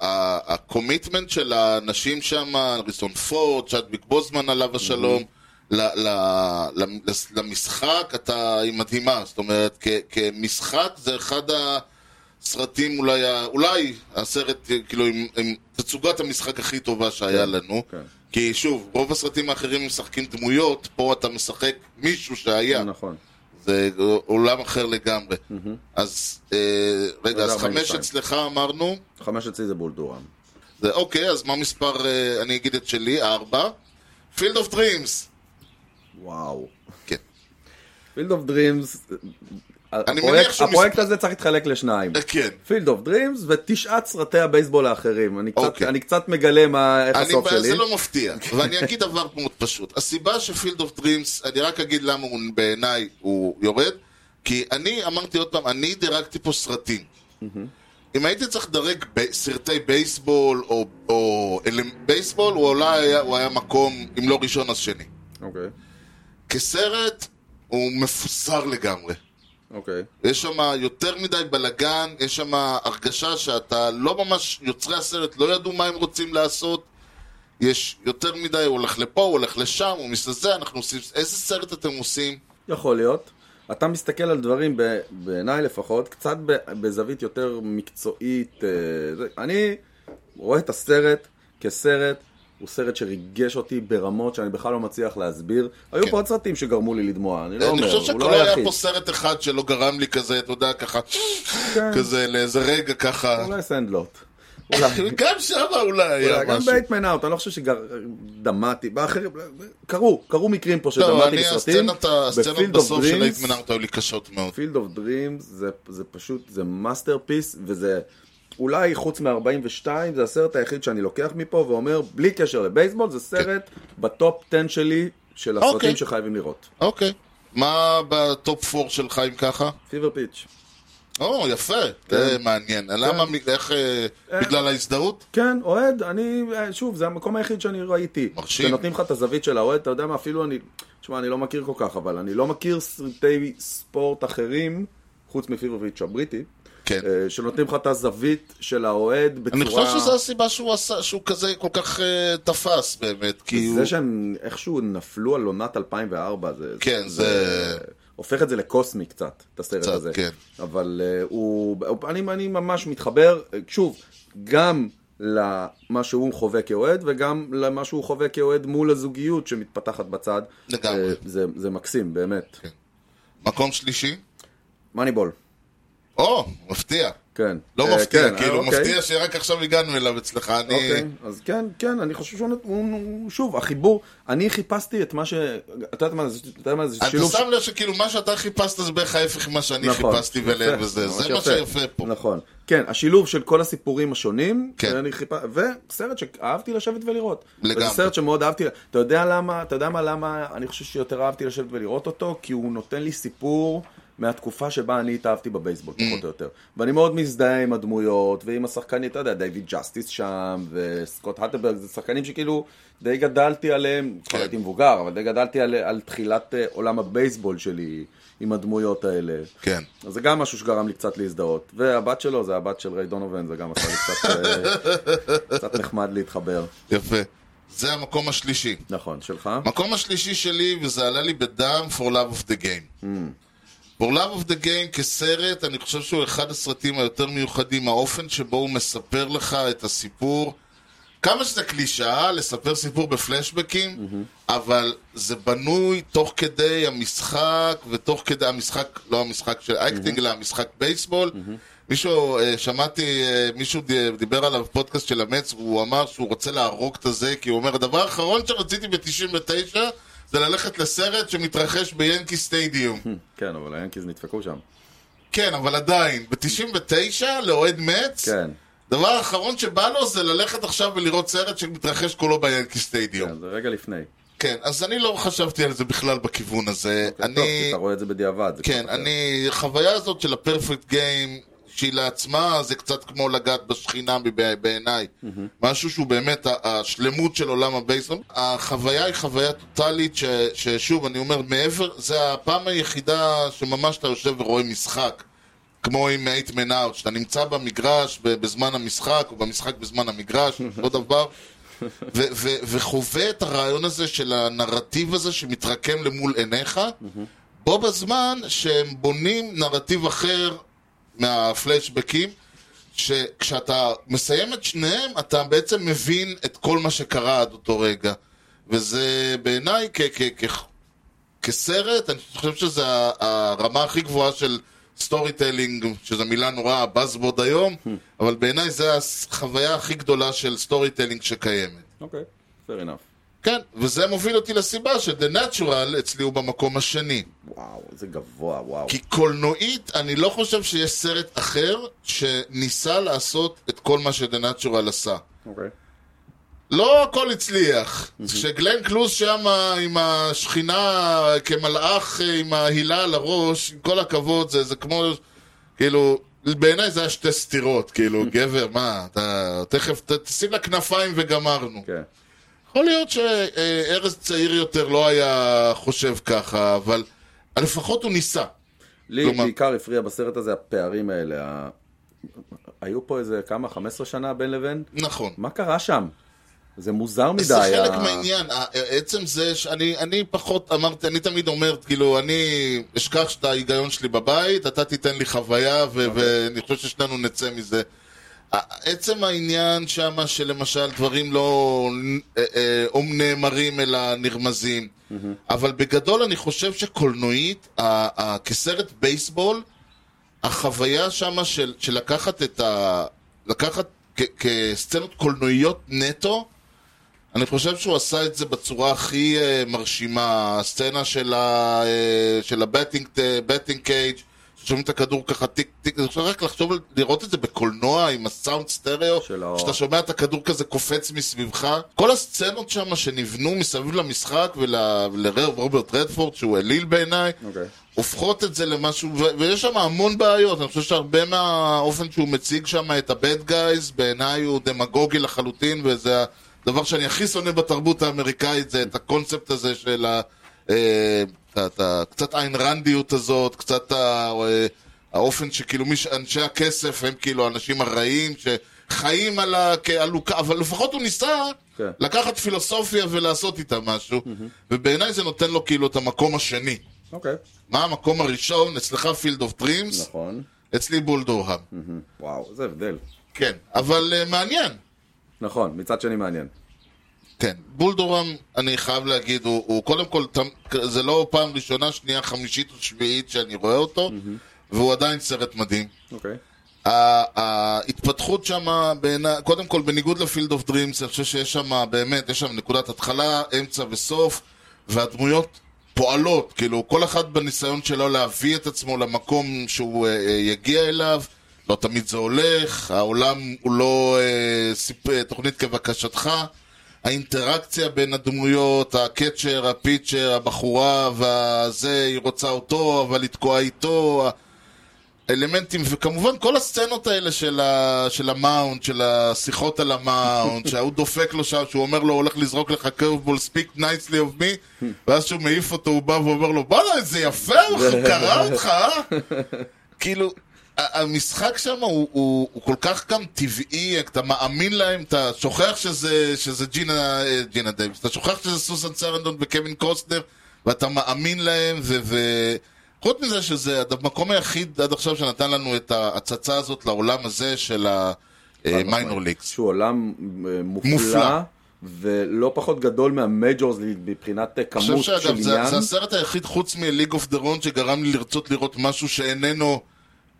Speaker 1: והקומיטמנט של האנשים שם, ריסון פורד, צ'אדביק בוזמן עליו השלום,
Speaker 2: Mm-hmm.
Speaker 1: ל- ל- ל- למשחק, אתה, היא מדהימה. זאת אומרת, כ- כמשחק זה אחד הסרטים, אולי, ה- אולי הסרט, אה, כאילו, עם, עם תצוגת המשחק הכי טובה שהיה לנו.
Speaker 2: כן.
Speaker 1: כי שוב, רוב הסרטים האחרים משחקים דמויות, פה אתה משחק מישהו שהיה.
Speaker 2: נכון.
Speaker 1: זה עולם אחר לגמרי. אז אה, רגע, אז
Speaker 2: זה 42.
Speaker 1: חמש אצלך אמרנו.
Speaker 2: חמש אצלי זה בולדורם.
Speaker 1: זה אוקיי, אז מה מספר, אה, אני אגיד את שלי, ארבע. פילד אוף דרימס.
Speaker 2: וואו.
Speaker 1: כן.
Speaker 2: פילד אוף דרימס,
Speaker 1: מניח שהוא
Speaker 2: אה, הפרויקט הזה צריך להתחלק לשניים.
Speaker 1: אה, כן.
Speaker 2: פילד אוף דרימס ותשעת סרטי הבייסבול האחרים. אני קצת,
Speaker 1: אוקיי.
Speaker 2: אני קצת מגלה מה, איך
Speaker 1: אני,
Speaker 2: הסוף שלי.
Speaker 1: זה לא מפתיע, ואני אגיד דבר מאוד פשוט. הסיבה שפילד אוף דרימס, אני רק אגיד למה הוא בעיניי הוא יורד, כי אני אמרתי עוד פעם, אני דירקתי פה סרטים. אם הייתי צריך לדרג ב- סרטי בייסבול או, או אלמ- בייסבול, הוא אולי היה, הוא היה מקום, אם לא ראשון אז שני.
Speaker 2: אוקיי,
Speaker 1: כסרט, הוא מפוסר לגמרי.
Speaker 2: אוקיי.
Speaker 1: יש שם יותר מדי בלגן, יש שם הרגשה שאתה לא ממש, יוצרי הסרט לא ידעו מה הם רוצים לעשות. יש יותר מדי, הוא הולך לפה, הוא הולך לשם, הוא מסתזה, אנחנו עושים... איזה סרט אתם עושים?
Speaker 2: יכול להיות. אתה מסתכל על דברים, ב- בעיניי לפחות, קצת ב- בזווית יותר מקצועית. אה, זה- אני רואה את הסרט כסרט הוא סרט שריגש אותי ברמות שאני בכלל לא מצליח להסביר. היו פה עוד סרטים שגרמו לי לדמוע, אני לא
Speaker 1: כן. אני
Speaker 2: אומר,
Speaker 1: חושב
Speaker 2: הוא
Speaker 1: שכל
Speaker 2: לא
Speaker 1: היה
Speaker 2: היחיד.
Speaker 1: פה סרט אחד שלא גרם לי כזה, אתה יודע, ככה,
Speaker 2: כן.
Speaker 1: כזה לאיזה רגע ככה.
Speaker 2: אולי סנדלוט. אולי.
Speaker 1: גם שם אולי היה
Speaker 2: אולי גם
Speaker 1: משהו.
Speaker 2: בייטמן אאוט, אני לא חושב שדמעתי, באחרים, קרו, קרו מקרים פה
Speaker 1: טוב,
Speaker 2: שדמעתי
Speaker 1: לא, אני,
Speaker 2: בסרטים.
Speaker 1: הסצנות הסצנות
Speaker 2: ב-Field of
Speaker 1: בסוף של
Speaker 2: Dreams-
Speaker 1: אייטמן ארט היו לי קשות מאוד.
Speaker 2: Field of Dreams זה, זה פשוט, זה מאסטרפיס, וזה אולי חוץ מ-42, זה הסרט היחיד שאני לוקח מפה ואומר, בלי קשר לבייסבול, זה סרט בטופ 10 שלי של הסרטים
Speaker 1: אוקיי.
Speaker 2: שחייבים לראות.
Speaker 1: אוקיי. מה בטופ 4 שלך אם ככה? כן.
Speaker 2: פיבר פיץ'.
Speaker 1: או, יפה. זה מעניין. למה, מ- איך, אה, בגלל ההזדהות?
Speaker 2: כן, אוהד, אני, אה, שוב, זה המקום היחיד שאני ראיתי.
Speaker 1: מרשים.
Speaker 2: שנותנים לך את הזווית של האוהד, אתה יודע מה, אפילו אני, תשמע, אני לא מכיר כל כך, אבל אני לא מכיר סרטי ספורט אחרים, חוץ מפיברוביץ' הבריטי,
Speaker 1: כן.
Speaker 2: אה, שנותנים לך את הזווית של האוהד בצורה...
Speaker 1: אני חושב שזו הסיבה שהוא עשה, שהוא כזה כל כך אה, תפס באמת, כי הוא...
Speaker 2: זה שהם איכשהו נפלו על עונת 2004, זה...
Speaker 1: כן, זה-
Speaker 2: הופך את זה לקוסמי קצת, את הסרט
Speaker 1: קצת,
Speaker 2: הזה.
Speaker 1: כן.
Speaker 2: אבל אה, הוא... הוא- אני, אני ממש מתחבר, אה, שוב, גם למה שהוא חווה כאוהד, וגם למה שהוא חווה כאוהד מול הזוגיות שמתפתחת בצד.
Speaker 1: לגמרי.
Speaker 2: אה, זה, זה מקסים, באמת.
Speaker 1: מקום שלישי?
Speaker 2: מאניבול,
Speaker 1: או, מפתיע.
Speaker 2: כן.
Speaker 1: לא
Speaker 2: אה,
Speaker 1: מפתיע,
Speaker 2: כן,
Speaker 1: כאילו,
Speaker 2: אה, אוקיי.
Speaker 1: מפתיע שרק עכשיו הגענו אליו אצלך. אני...
Speaker 2: אוקיי, אז כן, כן, אני חושב שהוא, הוא, הוא, שוב, החיבור, אני חיפשתי את מה ש... אתה יודע מה זה, אתה יודע מה זה,
Speaker 1: אתה
Speaker 2: שילוב
Speaker 1: שם לב שכאילו מה שאתה חיפשת זה בערך ההפך ממה שאני
Speaker 2: נכון,
Speaker 1: חיפשתי ולב
Speaker 2: יפה,
Speaker 1: וזה. זה
Speaker 2: ממש
Speaker 1: מה
Speaker 2: יפה.
Speaker 1: שיפה פה.
Speaker 2: נכון. כן, השילוב של כל הסיפורים השונים,
Speaker 1: כן.
Speaker 2: שאני חיפ... וסרט שאהבתי לשבת ולראות.
Speaker 1: לגמרי.
Speaker 2: זה סרט שמאוד אהבתי, אתה יודע למה, אתה יודע מה, למה אני חושב שיותר אהבתי לשבת ולראות אותו? כי הוא נותן לי סיפור מהתקופה שבה אני התאהבתי בבייסבול,
Speaker 1: Mm.
Speaker 2: פחות או יותר. ואני מאוד מזדהה עם הדמויות, ועם השחקנית, אתה יודע, דיוויד ג'סטיס שם, וסקוט האטברג, זה שחקנים שכאילו די גדלתי עליהם,
Speaker 1: כן.
Speaker 2: כבר הייתי מבוגר, אבל די גדלתי על, על תחילת אה, עולם הבייסבול שלי עם הדמויות האלה.
Speaker 1: כן.
Speaker 2: אז זה גם משהו שגרם לי קצת להזדהות. והבת שלו זה הבת של ריי דונובן, זה גם עשה לי קצת, אה, קצת נחמד להתחבר.
Speaker 1: יפה. זה המקום השלישי.
Speaker 2: נכון, שלך?
Speaker 1: המקום השלישי שלי, וזה עלה לי בדם, For Love of the Game. For Love of the Game כסרט, אני חושב שהוא אחד הסרטים היותר מיוחדים, האופן שבו הוא מספר לך את הסיפור. כמה שזה קלישאה לספר סיפור בפלשבקים, אבל זה בנוי תוך כדי המשחק, ותוך כדי המשחק, לא המשחק של אייקטינג, אלא המשחק בייסבול. מישהו, אה, שמעתי, אה, מישהו ד- דיבר עליו בפודקאסט של המץ, והוא אמר שהוא רוצה להרוג את הזה, כי הוא אומר, הדבר האחרון שרציתי ב-99 זה ללכת לסרט שמתרחש ביאנקי סטיידיום.
Speaker 2: כן, אבל היאנקיז נדפקו שם.
Speaker 1: כן, אבל עדיין, ב-99 לאוהד מץ,
Speaker 2: כן,
Speaker 1: דבר האחרון שבא לו זה ללכת עכשיו ולראות סרט שמתרחש כולו ביאנקי סטיידיום.
Speaker 2: כן, זה רגע לפני.
Speaker 1: כן, אז אני לא חשבתי על זה בכלל בכיוון הזה.
Speaker 2: אני... אוקיי, טוב, כי
Speaker 1: אני...
Speaker 2: אתה רואה את זה בדיעבד. זה
Speaker 1: כן,
Speaker 2: קצת אחר.
Speaker 1: אני... החוויה הזאת של הפרפקט גיים, שהיא לעצמה, זה קצת כמו לגעת בשכינה מבע- בעיניי. משהו שהוא באמת ה- השלמות של עולם הבייסבול. החוויה היא חוויה טוטאלית, ש... ששוב, אני אומר, מעבר... זה הפעם היחידה שממש אתה יושב ורואה משחק. כמו עם אייטמן אאוט, שאתה נמצא במגרש ב- בזמן המשחק, או במשחק בזמן המגרש, אותו דבר. ו- ו- וחווה את הרעיון הזה של הנרטיב הזה שמתרקם למול עיניך, בו בזמן שהם בונים נרטיב אחר מהפלשבקים, שכשאתה מסיים את שניהם, אתה בעצם מבין את כל מה שקרה עד אותו רגע. וזה בעיניי כ- כ- כ- כסרט, אני חושב שזה ה- הרמה הכי גבוהה של סטורי טלינג, שזו מילה נורא הבאזבורד היום, אבל בעיניי זו החוויה הכי גדולה של סטורי טלינג שקיימת.
Speaker 2: אוקיי, fair enough.
Speaker 1: כן, וזה מוביל אותי לסיבה ש-The Natural אצלי הוא במקום השני.
Speaker 2: וואו, זה גבוה, וואו.
Speaker 1: כי קולנועית, אני לא חושב שיש סרט אחר שניסה לעשות את כל מה ש-The Natural עשה.
Speaker 2: אוקיי.
Speaker 1: לא הכל הצליח. כשגלן קלוז שם עם השכינה כמלאך אה, עם ההילה על הראש, עם כל הכבוד, זה, זה כמו, כאילו, בעיניי זה היה שתי סתירות, כאילו, גבר, מה, אתה תכף, ת- תשים לה כנפיים וגמרנו.
Speaker 2: כן.
Speaker 1: יכול להיות שארז צעיר יותר לא היה חושב ככה, אבל לפחות הוא ניסה.
Speaker 2: לי
Speaker 1: כלומר-
Speaker 2: בעיקר הפריע בסרט הזה הפערים האלה. ה- היו פה איזה כמה, 15 שנה בין לבין?
Speaker 1: נכון.
Speaker 2: מה קרה שם? זה מוזר מדי.
Speaker 1: זה חלק
Speaker 2: ה-
Speaker 1: מהעניין, ה- עצם זה שאני אני פחות אמרתי, אני תמיד אומר, כאילו, אני אשכח
Speaker 2: אוקיי.
Speaker 1: שאת ההיגיון שלי בבית, אתה תיתן לי חוויה, ו- ואני חושב ששנינו נצא מזה. עצם העניין שמה שלמשל דברים לא אה, אה, או נאמרים אלא נרמזים, אבל בגדול אני חושב שקולנועית, ה- ה- כסרט בייסבול, החוויה שמה של, של לקחת את ה... לקחת כ, כסצנות קולנועיות נטו, אני חושב שהוא עשה את זה בצורה הכי uh, מרשימה. הסצנה של, ה, uh, של הבטינג, בטינג קייג', ששומעים את הכדור ככה טיק טיק, אני חושב רק לחשוב, על- לראות את זה בקולנוע עם הסאונד סטריאו,
Speaker 2: של ה-
Speaker 1: שאתה שומע את הכדור כזה קופץ מסביבך. כל הסצנות שם שנבנו מסביב למשחק ולרוברט רדפורד, שהוא אליל בעיניי,
Speaker 2: אוקיי.
Speaker 1: הופכות את זה למשהו, ו- ויש שם המון בעיות, אני חושב שהרבה מהאופן שהוא מציג שם את הבד גייז, בעיניי הוא דמגוגי לחלוטין, וזה הדבר שאני הכי שונא בתרבות האמריקאית, זה את הקונספט הזה של ה... אה, את ה- את ה- קצת עין רנדיות הזאת, קצת ה- אה, האופן שכאילו מי ש- אנשי הכסף הם כאילו האנשים הרעים שחיים על ה... כעלוקה, אבל לפחות הוא ניסה
Speaker 2: כן.
Speaker 1: לקחת פילוסופיה ולעשות איתה משהו, ובעיניי זה נותן לו כאילו את המקום השני.
Speaker 2: אוקיי.
Speaker 1: מה המקום הראשון? אצלך פילד אוף דרימס,
Speaker 2: נכון.
Speaker 1: אצלי בולדורהם.
Speaker 2: Mm. וואו, זה הבדל.
Speaker 1: כן, אבל אה, מעניין.
Speaker 2: נכון, מצד שני מעניין.
Speaker 1: כן, בולדורם, אני חייב להגיד, הוא, הוא קודם כל, תם- זה לא פעם ראשונה, שנייה, חמישית או שביעית שאני רואה אותו, והוא עדיין סרט מדהים.
Speaker 2: אוקיי.
Speaker 1: ה- ההתפתחות שם, קודם כל, בניגוד לפילד אוף דרימס, אני חושב שיש שם, באמת, יש שם נקודת התחלה, אמצע וסוף, והדמויות פועלות, כאילו, כל אחד בניסיון שלו להביא את עצמו למקום שהוא אה, אה, יגיע אליו, לא תמיד זה הולך, העולם הוא לא אה, סיפ... אה, תוכנית כבקשתך, האינטראקציה בין הדמויות, הקצ'ר, הפיצ'ר, הבחורה, והזה, היא רוצה אותו, אבל היא תקועה איתו, אלמנטים, וכמובן כל הסצנות האלה של, ה, של המאונד, של השיחות על המאונד, שההוא דופק לו שם, שהוא אומר לו, הוא הולך לזרוק לך curveball, speak nicely of me, ואז כשהוא מעיף אותו, הוא בא ואומר לו, בואנה, איזה יפה, הוא קרא אותך, אה? כאילו, ה- המשחק שם הוא, הוא, הוא כל כך גם טבעי, אתה מאמין להם, אתה שוכח שזה, שזה ג'ינה, אה, ג'ינה דייוויס, אתה שוכח שזה סוסן סרנדון וקווין קוסטנר, ואתה מאמין להם, ו... ו... חוץ מזה שזה הד- המקום היחיד עד עכשיו שנתן לנו את ההצצה הזאת לעולם הזה של אה,
Speaker 2: נכון.
Speaker 1: המיינור ליקס.
Speaker 2: שהוא עולם אה,
Speaker 1: מופלא.
Speaker 2: מופלא, ולא פחות גדול מהמייג'ורס מבחינת אה,
Speaker 1: אני
Speaker 2: כמות של
Speaker 1: חושב שאגב, זה, זה
Speaker 2: עניין.
Speaker 1: הסרט היחיד חוץ מליג אוף דה רון שגרם לי לרצות לראות משהו שאיננו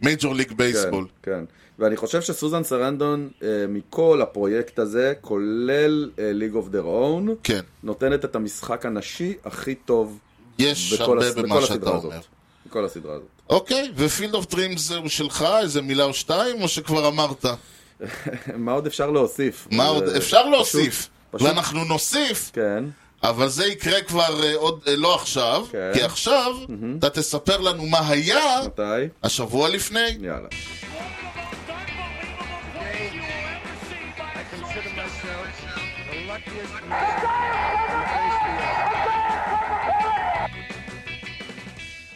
Speaker 1: מייג'ור ליג בייסבול.
Speaker 2: כן, כן. ואני חושב שסוזן סרנדון, אה, מכל הפרויקט הזה, כולל אה, ליג אוף דר און,
Speaker 1: כן.
Speaker 2: נותנת את המשחק הנשי הכי טוב
Speaker 1: יש
Speaker 2: בכל,
Speaker 1: הרבה
Speaker 2: הס...
Speaker 1: במה
Speaker 2: בכל
Speaker 1: שאתה
Speaker 2: הסדרה הזאת.
Speaker 1: אומר.
Speaker 2: בכל הסדרה הזאת.
Speaker 1: אוקיי, ופילד אוף דרימס זהו שלך, איזה מילה או שתיים, או שכבר אמרת?
Speaker 2: מה עוד אפשר להוסיף?
Speaker 1: מה
Speaker 2: אה,
Speaker 1: עוד? אפשר
Speaker 2: פשוט-
Speaker 1: להוסיף,
Speaker 2: פשוט-
Speaker 1: ואנחנו נוסיף,
Speaker 2: כן,
Speaker 1: אבל זה יקרה כבר אה, עוד, אה, לא עכשיו,
Speaker 2: כן.
Speaker 1: כי עכשיו אתה תספר לנו מה היה
Speaker 2: מתי?
Speaker 1: השבוע לפני.
Speaker 2: יאללה.
Speaker 4: I consider myself the luckiest man.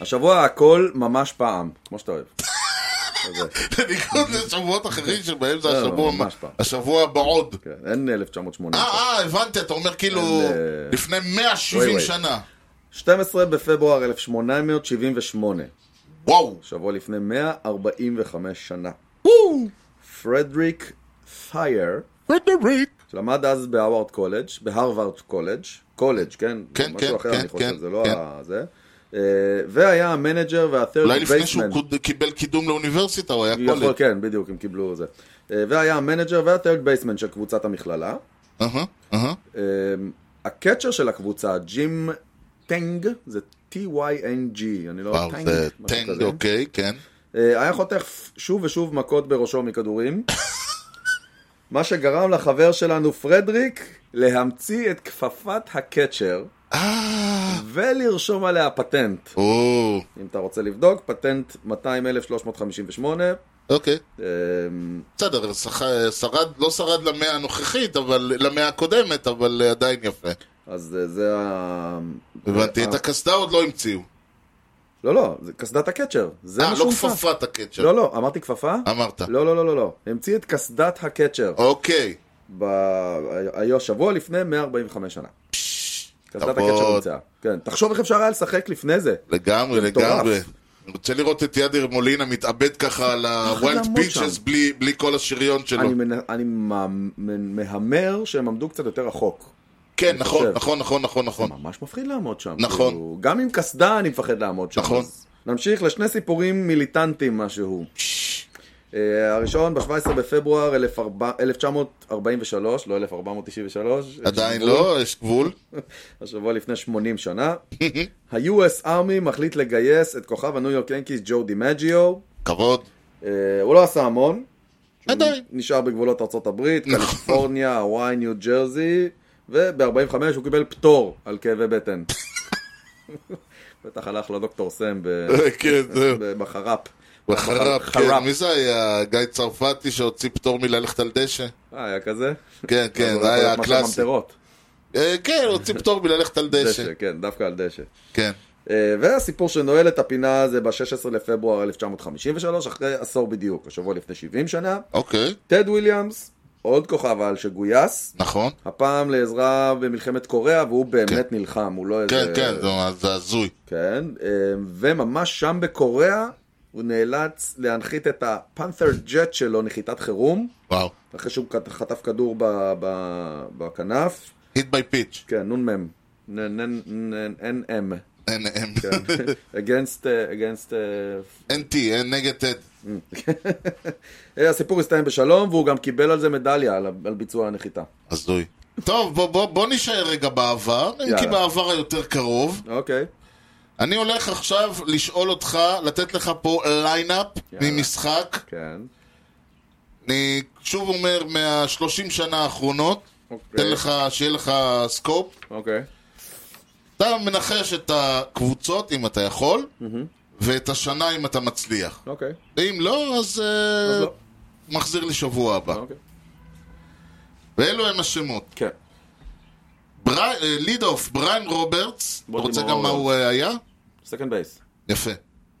Speaker 2: השבוע הכל ממש פעם, כמו שאתה אוהב. כזה.
Speaker 1: בניגוד לשבועות אחרים שבהם זה
Speaker 2: לא,
Speaker 1: השבוע,
Speaker 2: ממש פעם.
Speaker 1: השבוע בעוד.
Speaker 2: כן, אין 1980.
Speaker 1: אה, אה, הבנתי, אתה אומר כאילו
Speaker 2: אה,
Speaker 1: לפני
Speaker 2: וואי,
Speaker 1: 170
Speaker 2: וואי.
Speaker 1: שנה.
Speaker 2: 12 בפברואר 1878,
Speaker 1: וואו.
Speaker 2: שבוע לפני 145 שנה. פרדריק פייר, שלמד אז בהאווארד קולג', בהרווארד קולג', קולג', כן?
Speaker 1: כן,
Speaker 2: משהו
Speaker 1: כן,
Speaker 2: אחר,
Speaker 1: כן,
Speaker 2: אני חושב,
Speaker 1: כן,
Speaker 2: זה לא
Speaker 1: כן.
Speaker 2: ה... זה. אה, והיה המנג'ר והת'רד
Speaker 1: אולי לפני שהוא
Speaker 2: בייסמן.
Speaker 1: קוד- קיבל קידום לאוניברסיטה, הוא היה
Speaker 2: יכול,
Speaker 1: קולט.
Speaker 2: כן, בדיוק, הם קיבלו זה. אה, והיה המנג'ר והת'רד בייסמן של קבוצת המכללה.
Speaker 1: אהה, אהה.
Speaker 2: אה, הקצ'ר של הקבוצה, ג'ים טנג, זה T-Y-N-G, אני לא...
Speaker 1: וואו,
Speaker 2: טנג,
Speaker 1: זה
Speaker 2: משהו
Speaker 1: טנג,
Speaker 2: כזה.
Speaker 1: אוקיי, כן.
Speaker 2: אה, היה חוטף שוב ושוב מכות בראשו מכדורים, מה שגרם לחבר שלנו פרדריק להמציא את כפפת הקצ'ר
Speaker 1: אה,
Speaker 2: ולרשום עליה פטנט.
Speaker 1: או,
Speaker 2: אם אתה רוצה לבדוק, פטנט 200,358,
Speaker 1: אוקיי.
Speaker 2: אמ,
Speaker 1: בסדר, שח- שרד, לא שרד למאה הנוכחית, אבל למאה הקודמת, אבל אה, עדיין יפה.
Speaker 2: אז אה, זה ה...
Speaker 1: הבנתי,
Speaker 2: אה,
Speaker 1: את הקסדה עוד לא המציאו.
Speaker 2: לא, לא, זה קסדת הקצ'ר, זה
Speaker 1: אה,
Speaker 2: מה
Speaker 1: לא
Speaker 2: שהוא המצא.
Speaker 1: כפפת הקצ'ר.
Speaker 2: לא, לא, אמרתי כפפה?
Speaker 1: אמרת.
Speaker 2: לא, לא, לא, לא, לא. המציא את קסדת הקצ'ר.
Speaker 1: אוקיי.
Speaker 2: ב... היה שבוע לפני 145 שנה. קסדת
Speaker 1: כבוד.
Speaker 2: הקצ'ר הומצאה. כן, תחשוב איך אפשר היה לשחק לפני זה.
Speaker 1: לגמרי,
Speaker 2: מטורף.
Speaker 1: לגמרי. אני רוצה לראות את יאדיר מולינה מתאבד ככה על ה-wild
Speaker 2: לעמוד
Speaker 1: pitches
Speaker 2: שם.
Speaker 1: בלי, בלי כל השריון שלו.
Speaker 2: אני, מנ... אני מה- מ- מהמר שהם עמדו קצת יותר רחוק.
Speaker 1: כן,
Speaker 2: אני
Speaker 1: נכון,
Speaker 2: חושב.
Speaker 1: נכון, נכון, נכון, נכון.
Speaker 2: ממש מפחיד לעמוד שם.
Speaker 1: נכון.
Speaker 2: כאילו, גם עם קסדה אני מפחד לעמוד שם.
Speaker 1: נכון.
Speaker 2: אז נמשיך לשני סיפורים מיליטנטיים משהו. אה, הראשון ב-17 בפברואר 1943, לא 1493.
Speaker 1: עדיין
Speaker 2: השבוע-
Speaker 1: לא, יש גבול.
Speaker 2: השבוע לפני 80 שנה. ה-US Army מחליט לגייס את כוכב הניו יורק ינקיס ג'ו דימג'יו.
Speaker 1: כבוד.
Speaker 2: אה, הוא לא עשה המון.
Speaker 1: עדיין.
Speaker 2: נשאר בגבולות ארה"ב,
Speaker 1: נכון.
Speaker 2: קליפורניה, הוואי, ניו ג'רזי, וב-45 הוא קיבל פטור על כאבי בטן. בטח הלך לדוקטור סם ב-
Speaker 1: כן, זהו.
Speaker 2: ב- בחרפ.
Speaker 1: בחרב,
Speaker 2: חרפ.
Speaker 1: כן. מי זה היה? גיא צרפתי שהוציא פטור מללכת על דשא?
Speaker 2: אה, היה כזה?
Speaker 1: כן,
Speaker 2: אז
Speaker 1: כן,
Speaker 2: הוא
Speaker 1: זה
Speaker 2: יכול
Speaker 1: היה
Speaker 2: להיות מצב
Speaker 1: הקלאסי.
Speaker 2: ממטרות.
Speaker 1: אה, כן, הוציא פטור מללכת על דשא.
Speaker 2: דשא, כן, דווקא על דשא.
Speaker 1: כן.
Speaker 2: אה, והסיפור שנועל את הפינה זה ב-16 לפברואר 1953, אחרי עשור בדיוק, השבוע לפני 70 שנה.
Speaker 1: אוקיי,
Speaker 2: טד וויליאמס, עוד כוכב על שגויס,
Speaker 1: נכון.
Speaker 2: הפעם לעזרה במלחמת קוריאה, והוא באמת
Speaker 1: כן.
Speaker 2: נלחם, הוא לא איזה...
Speaker 1: כן, כן, זה- זה הזוי.
Speaker 2: כן, אה, וממש שם בקוריאה, הוא נאלץ להנחית את הפנת'ר ג'ט שלו, נחיתת חירום,
Speaker 1: וואו.
Speaker 2: אחרי שהוא כת- חטף כדור ב- ב- בכנף.
Speaker 1: hit by pitch.
Speaker 2: כן, נ"מ. נ"מ.
Speaker 1: אין, אין.
Speaker 2: כן. against, אה, against... אה,
Speaker 1: NT, אין נגד טד.
Speaker 2: אה, הסיפור הסתיים בשלום, והוא גם קיבל על זה מדליה, על על ביצוע הנחיתה.
Speaker 1: הזוי. טוב, בוא, בוא, בוא נישאר רגע בעבר, אם כי
Speaker 2: יאללה.
Speaker 1: בעבר היותר קרוב.
Speaker 2: אוקיי.
Speaker 1: אני הולך עכשיו לשאול אותך, לתת לך פה ליינאפ
Speaker 2: יאללה.
Speaker 1: ממשחק.
Speaker 2: כן.
Speaker 1: אני שוב אומר, מה-30 שנה האחרונות,
Speaker 2: אוקיי.
Speaker 1: תן לך, שיהיה לך סקופ.
Speaker 2: אוקיי.
Speaker 1: אתה מנחש את הקבוצות, אם אתה יכול, ואת השנה, אם אתה מצליח.
Speaker 2: אוקיי.
Speaker 1: אם לא, אז...
Speaker 2: אז
Speaker 1: אה,
Speaker 2: לא.
Speaker 1: מחזיר לי שבוע הבא.
Speaker 2: אוקיי.
Speaker 1: ואלו הם השמות.
Speaker 2: כן.
Speaker 1: ברי- אה, ליד אוף, בריין רוברטס. אתה
Speaker 2: בולטימור
Speaker 1: רוצה גם מה
Speaker 2: רוברטס.
Speaker 1: הוא אה, היה?
Speaker 2: סקנד בייס.
Speaker 1: יפה.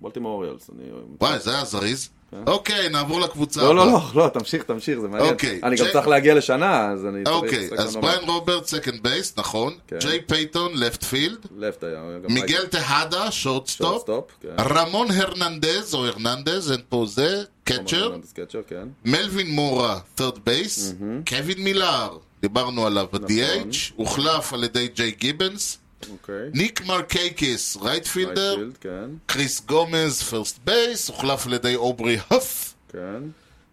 Speaker 2: בולטימור אוריולס. אני...
Speaker 1: וואי, זה היה זריז. אוקיי, נעבור לקבוצה
Speaker 2: כן. לא, לא,
Speaker 1: הבאה.
Speaker 2: לא, לא, תמשיך, תמשיך, זה מעניין.
Speaker 1: אוקיי,
Speaker 2: אני גם
Speaker 1: ג'ק-
Speaker 2: צריך להגיע לשנה, אז אני צריך...
Speaker 1: אוקיי, אז בריין רוברט, סקנד בייס, נכון.
Speaker 2: לא. כן.
Speaker 1: ג'יי פייתון, לפט פילד.
Speaker 2: לפט היה, הוא היה גם...
Speaker 1: מיגל תהדה, שורטסטופ.
Speaker 2: סטופ. כן.
Speaker 1: רמון הרננדז, או הרננדז, אין פה זה, קצ'ר.
Speaker 2: רמון סקצ'ר, כן.
Speaker 1: מלווין מורה, third base, קווין מילאר, דיברנו עליו ב-DH, הוחלף על ידי ג'יי גיבנס,
Speaker 2: אוקיי.
Speaker 1: ניק מרקייקס, רייטפילדר,
Speaker 2: רייטפילד, כן.
Speaker 1: קריס גומז, פרסט בייס, הוחלף על ידי אוברי הוף,
Speaker 2: כן.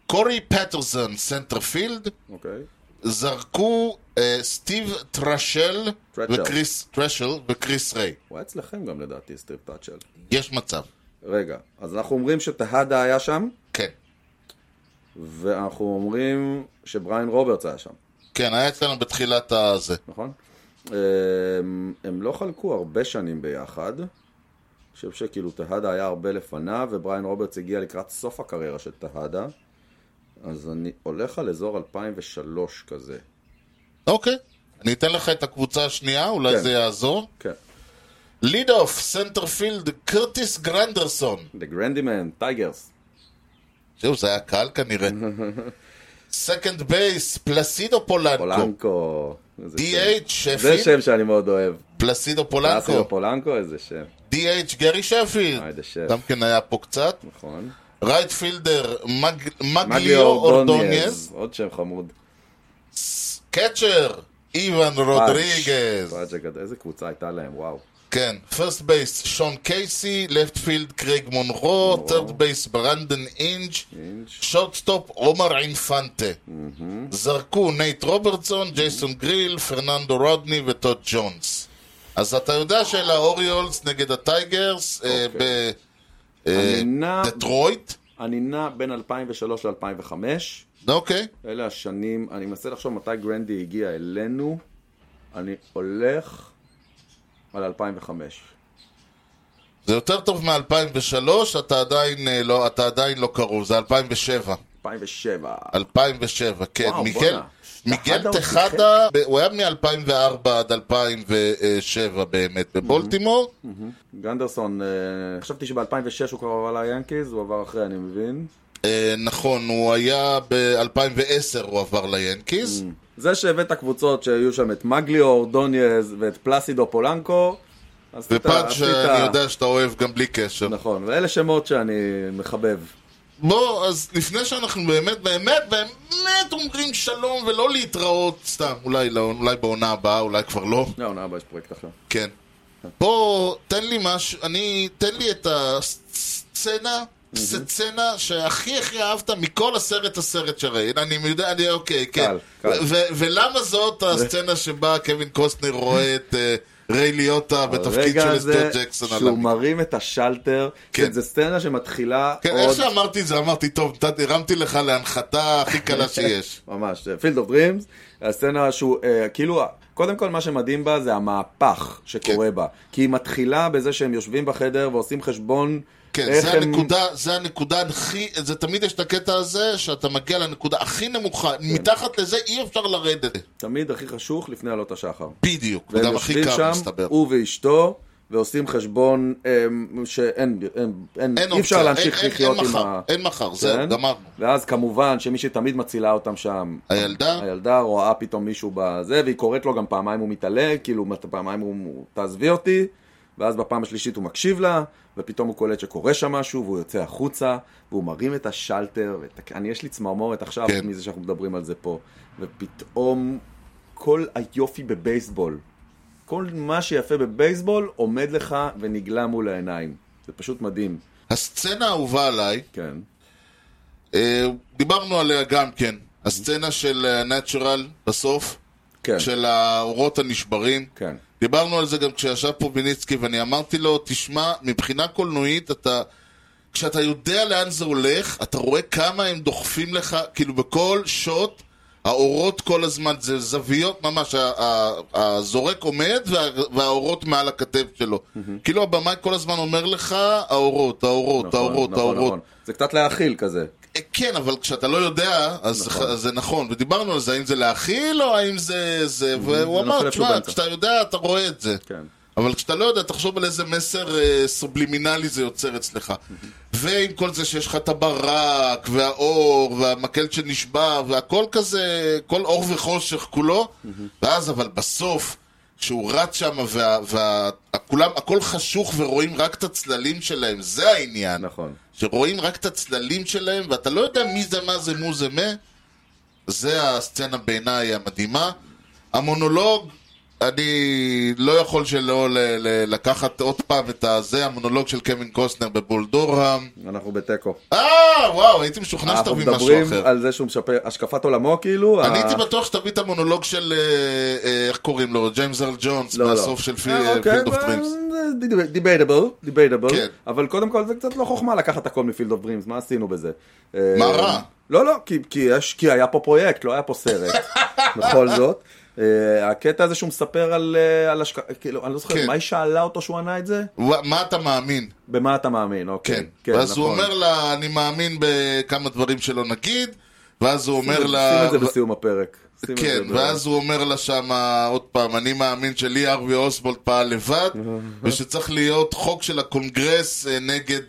Speaker 1: קורי פטרסון, סנטרפילד,
Speaker 2: אוקיי.
Speaker 1: זרקו אה, סטיב טרשל
Speaker 2: טרשל.
Speaker 1: וקריס טרשל וקריס ריי.
Speaker 2: הוא היה אצלכם גם לדעתי, סטריפ טאצ'ל.
Speaker 1: יש מצב,
Speaker 2: רגע, אז אנחנו אומרים שטהדה היה שם,
Speaker 1: כן.
Speaker 2: ואנחנו אומרים שבריין רוברטס היה שם,
Speaker 1: כן, היה אצלנו בתחילת הזה.
Speaker 2: נכון? אמ, הם לא חלקו הרבה שנים ביחד. אני חושב שכאילו טהדה היה הרבה לפניו, ובריין רוברטס הגיע לקראת סוף הקריירה של טהדה. אז אני הולך על אזור 2003 כזה.
Speaker 1: אוקיי, אני אתן לך את הקבוצה השנייה, אולי
Speaker 2: כן.
Speaker 1: זה יעזור.
Speaker 2: כן.
Speaker 1: ליד אוף, סנטרפילד, קרטיס גרנדרסון.
Speaker 2: The Grandyman, טייגרס.
Speaker 1: זהו, זה היה קל כנראה. סקנד בייס, פלסידו פולנקו.
Speaker 2: פולנקו. איזה שם.
Speaker 1: DH,
Speaker 2: זה
Speaker 1: שפילד.
Speaker 2: שם שאני מאוד אוהב.
Speaker 1: פלסידו
Speaker 2: פולנקו.
Speaker 1: פולנקו.
Speaker 2: פולנקו, איזה שם.
Speaker 1: DH, גרי
Speaker 2: אה,
Speaker 1: שפילד.
Speaker 2: איזה שם.
Speaker 1: גם כן היה פה קצת.
Speaker 2: נכון.
Speaker 1: רייט פילדר, מג-
Speaker 2: מגליו
Speaker 1: מגליו
Speaker 2: אורדוניאז.
Speaker 1: אורדוניאז.
Speaker 2: עוד שם חמוד.
Speaker 1: קצ'ר, איוון רודריגז.
Speaker 2: פאג' הגדול. איזה קבוצה הייתה להם, וואו.
Speaker 1: כן. פרסט בייס, שון קייסי. לפט פילד, קרייג מונרו. טרד בייס, ברנדן אינג'.
Speaker 2: אינג'.
Speaker 1: שורטסטופ עומר אינפנטה. זרקו נייט רוברטסון, ג'ייסון גריל, פרננדו רודני וטוד ג'ונס. אז אתה יודע שאלה האוריולס נגד הטייגרס אה,
Speaker 2: אני נע-
Speaker 1: בדטרויט?
Speaker 2: אני נע בין 2003 ל-2005.
Speaker 1: אוקיי.
Speaker 2: אלה השנים, אני מנסה לחשוב מתי גרנדי הגיע אלינו. אני הולך על 2005.
Speaker 1: זה יותר טוב מ-2003, אתה עדיין אה, לא, אתה עדיין לא קרוב, זה 2007.
Speaker 2: 2007.
Speaker 1: 2007, כן.
Speaker 2: וואו,
Speaker 1: מיגל,
Speaker 2: בואנה.
Speaker 1: מיגל
Speaker 2: אחד הוא
Speaker 1: תחדה,
Speaker 2: כן.
Speaker 1: ב- הוא היה מ-2004 עד 2007 באמת בבולטימור.
Speaker 2: Mm. גנדרסון, אה, חשבתי שב-2006 הוא כבר עבר ליאנקיז, הוא עבר אחרי, אני מבין.
Speaker 1: אה, נכון, הוא היה ב-2010 הוא עבר
Speaker 2: Mm.
Speaker 1: ליאנקיז.
Speaker 2: זה שהבאת קבוצות שהיו שם את מגליו אורדוניאז ואת פלסידו פולנקו, עשית-
Speaker 1: ופאנץ'
Speaker 2: עשית-
Speaker 1: שאני יודע שאתה אוהב גם בלי קשר.
Speaker 2: נכון, ואלה שמות שאני מחבב.
Speaker 1: בוא, אז לפני שאנחנו באמת, באמת, באמת אומרים שלום ולא להתראות סתם, אולי, לא, אולי בעונה הבאה, אולי כבר לא,
Speaker 2: לא, עונה הבאה יש פרויקט אחר.
Speaker 1: כן. בוא, תן לי משהו, אני, תן לי את הסצנה, סצנה שהכי הכי אהבת מכל הסרט הסרט שראית, אני יודע, אני אוקיי, כן.
Speaker 2: קל, קל.
Speaker 1: ו- ולמה זאת הסצנה שבה קווין קוסטנר רואה את אה, ריי ליוטה בתפקיד
Speaker 2: הרגע
Speaker 1: של
Speaker 2: הזה
Speaker 1: אסטור ג'קסון על
Speaker 2: שהוא
Speaker 1: המיטה?
Speaker 2: מרים את השלטר,
Speaker 1: כן.
Speaker 2: זו סצנה שמתחילה
Speaker 1: כן, איך
Speaker 2: עוד...
Speaker 1: שאמרתי את זה, אמרתי, טוב, נת- הרמתי לך להנחתה הכי קלה שיש.
Speaker 2: ממש, פילד אוף דרימס, הסצנה שהוא, אה, כאילו, קודם כל מה שמדהים בה זה המהפך שקורה
Speaker 1: כן.
Speaker 2: בה. כי היא מתחילה בזה שהם יושבים בחדר ועושים חשבון
Speaker 1: כן,
Speaker 2: איך
Speaker 1: זה
Speaker 2: הם...
Speaker 1: הנקודה, זה הנקודה הכי, זה תמיד יש את הקטע הזה, שאתה מגיע לנקודה הכי נמוכה,
Speaker 2: כן.
Speaker 1: מתחת לזה אי אפשר לרדת.
Speaker 2: תמיד הכי חשוך לפני עלות השחר.
Speaker 1: בדיוק,
Speaker 2: והם
Speaker 1: וגם הכי
Speaker 2: יושבים
Speaker 1: קר
Speaker 2: שם,
Speaker 1: מסתבר.
Speaker 2: הוא ואשתו, ועושים חשבון אמ, שאין, אין- אין-
Speaker 1: אין
Speaker 2: אי אפשר
Speaker 1: אופציה,
Speaker 2: להמשיך
Speaker 1: אין- אין-
Speaker 2: לחיות
Speaker 1: אין
Speaker 2: עם
Speaker 1: מחר,
Speaker 2: ה...
Speaker 1: אין מחר, זהו,
Speaker 2: כן?
Speaker 1: גמרנו.
Speaker 2: ואז כמובן שמי שתמיד מצילה אותם שם,
Speaker 1: הילדה,
Speaker 2: הילדה רואה פתאום מישהו בזה, והיא קוראת לו גם פעמיים הוא מתעלה, כאילו מת- פעמיים הוא- הוא תעזבי אותי, ואז בפעם השלישית הוא מקשיב לה, ופתאום הוא קולט שקורה שם משהו, והוא יוצא החוצה, והוא מרים את השלטר, ואת... אני יש לי צמרמורת עכשיו
Speaker 1: כן.
Speaker 2: כן. מזה שאנחנו מדברים על זה פה, ופתאום כל היופי בבייסבול, כל מה שיפה בבייסבול עומד לך ונגלה מול העיניים. זה פשוט מדהים,
Speaker 1: הסצנה האהובה עליי,
Speaker 2: כן.
Speaker 1: אה, דיברנו עליה גם כן, הסצנה של נטרל בסוף,
Speaker 2: כן,
Speaker 1: של האורות הנשברים.
Speaker 2: כן.
Speaker 1: דיברנו על זה גם כשישב פה ביניצקי, ואני אמרתי לו, תשמע, מבחינה קולנועית אתה... כשאתה יודע לאן זה הולך, אתה רואה כמה הם דוחפים לך, כאילו בכל שוט, האורות כל הזמן, זה זוויות ממש, ה- ה- הזורק עומד וה- והאורות מעל הכתף שלו. כאילו הבמאי כל הזמן אומר לך, האורות, האורות,
Speaker 2: נכון,
Speaker 1: האורות,
Speaker 2: נכון,
Speaker 1: האורות.
Speaker 2: נכון. זה קצת להאכיל כזה.
Speaker 1: כן, אבל כשאתה לא יודע, אז, נכון. אז זה נכון, ודיברנו על זה, האם זה להכיל או האם זה זה, והוא
Speaker 2: זה נופל
Speaker 1: אמר,
Speaker 2: איפשהו
Speaker 1: תשמע,
Speaker 2: באמצע."
Speaker 1: כשאתה יודע, אתה רואה את זה.
Speaker 2: כן.
Speaker 1: אבל כשאתה לא יודע, תחשוב על איזה מסר אה, סובלימינלי זה יוצר אצלך. ועם כל זה שיש לך את הברק, והאור, והמקל שנשבר, והכל כזה, כל אור וחושך כולו, ואז אבל בסוף, כשהוא רץ שם, וכולם, הכל חשוך ורואים רק את הצללים שלהם, זה העניין.
Speaker 2: נכון.
Speaker 1: שרואים רק את הצללים שלהם, ואתה לא יודע מי זה מה זה מו זה מה, זה הסצנה בעיניי המדהימה. המונולוג, אני לא יכול שלא ל- ל- לקחת עוד פעם את הזה, המונולוג של קווין קוסטנר בבולדורהם.
Speaker 2: אנחנו בתיקו.
Speaker 1: אה, וואו, הייתי משוכנע
Speaker 2: אנחנו
Speaker 1: שתביא משהו
Speaker 2: מדברים
Speaker 1: אחר.
Speaker 2: על זה שהוא משפר, השקפת עולמו כאילו?
Speaker 1: אני
Speaker 2: ה-
Speaker 1: הייתי בטוח שתביא את המונולוג של, אה, אה, איך קוראים לו, ג'יימס ארל ג'ונס,
Speaker 2: לא, לא.
Speaker 1: מהסוף של
Speaker 2: אה, אוקיי,
Speaker 1: פילד אוף
Speaker 2: אבל
Speaker 1: דרימס.
Speaker 2: זה דיב- debatable, debatable,
Speaker 1: כן.
Speaker 2: אבל קודם כל זה קצת לא חוכמה לקחת הכל מפילד אוף דרימס, מה עשינו בזה?
Speaker 1: מה
Speaker 2: אה,
Speaker 1: רע?
Speaker 2: לא, לא, כי- כי יש- כי היה פה פרויקט, לא היה פה סרט, בכל זאת. אה, הקטע הזה שהוא מספר על אה, על השקעה, כאילו, אני לא זוכר,
Speaker 1: כן.
Speaker 2: מה היא שאלה אותו שהוא ענה את זה?
Speaker 1: מה אתה מאמין?
Speaker 2: במה אתה מאמין, אוקיי.
Speaker 1: כן, ואז הוא אומר לה, אני מאמין בכמה דברים שלא נגיד, ואז הוא אומר לה...
Speaker 2: שים את זה בסיום הפרק. שים את
Speaker 1: כן,
Speaker 2: זה ב-
Speaker 1: ואז הוא אומר לה שמה, עוד פעם, אני מאמין שלי ארווי אוסבולד פעל לבד, ושצריך להיות חוק של הקונגרס אה, נגד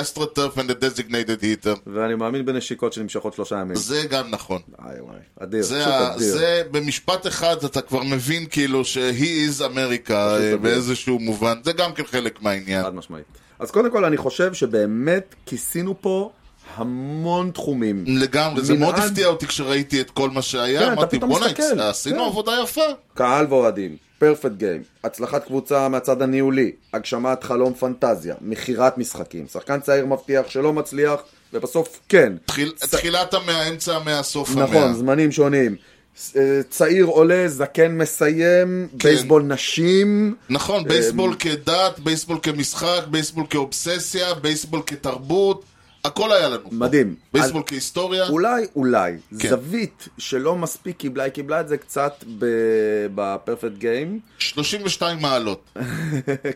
Speaker 1: אסטרוטרף and the designated heater.
Speaker 2: ואני מאמין בנשיקות שנמשכות שלושה ימים.
Speaker 1: זה גם נכון.
Speaker 2: איי, וואי, אדיר,
Speaker 1: זה,
Speaker 2: פשוט
Speaker 1: ה-
Speaker 2: אדיר.
Speaker 1: זה במשפט אחד אתה כבר מבין כאילו ש-he is America אה,
Speaker 2: אדיר.
Speaker 1: באיזשהו מובן, זה גם כן חלק מהעניין.
Speaker 2: חד משמעית. אז קודם כל אני חושב שבאמת כיסינו פה המון תחומים.
Speaker 1: לגמרי, זה מאוד
Speaker 2: מנעד-
Speaker 1: הפתיע אותי כשראיתי את כל מה
Speaker 2: כן,
Speaker 1: שהיה,
Speaker 2: אתה
Speaker 1: אמרתי
Speaker 2: פתאום
Speaker 1: בואנה,
Speaker 2: מסתכל."
Speaker 1: עשינו
Speaker 2: כן.
Speaker 1: עבודה יפה.
Speaker 2: קהל ואוהדים, פרפקט גיים, הצלחת קבוצה מהצד הניהולי, הגשמת חלום פנטזיה, מכירת משחקים, שחקן צעיר מבטיח שלא מצליח, ובסוף כן.
Speaker 1: תחיל-
Speaker 2: צ-
Speaker 1: תחילת המאה, אמצע המאה, סוף המאה.
Speaker 2: נכון, זמנים שונים. ס- אה, צעיר עולה, זקן מסיים,
Speaker 1: כן.
Speaker 2: בייסבול נשים.
Speaker 1: נכון, בייסבול כדת, בייסבול כמשחק, בייסבול כאובססיה, בייסבול כתרבות, הכל היה לנו.
Speaker 2: מדהים.
Speaker 1: בייסבול כהיסטוריה.
Speaker 2: אולי, אולי,
Speaker 1: אה? כן.
Speaker 2: כן. זווית שלא מספיק קיבלה, היא קיבלה את זה קצת ב- בפרפקט גיים,
Speaker 1: 32 מעלות.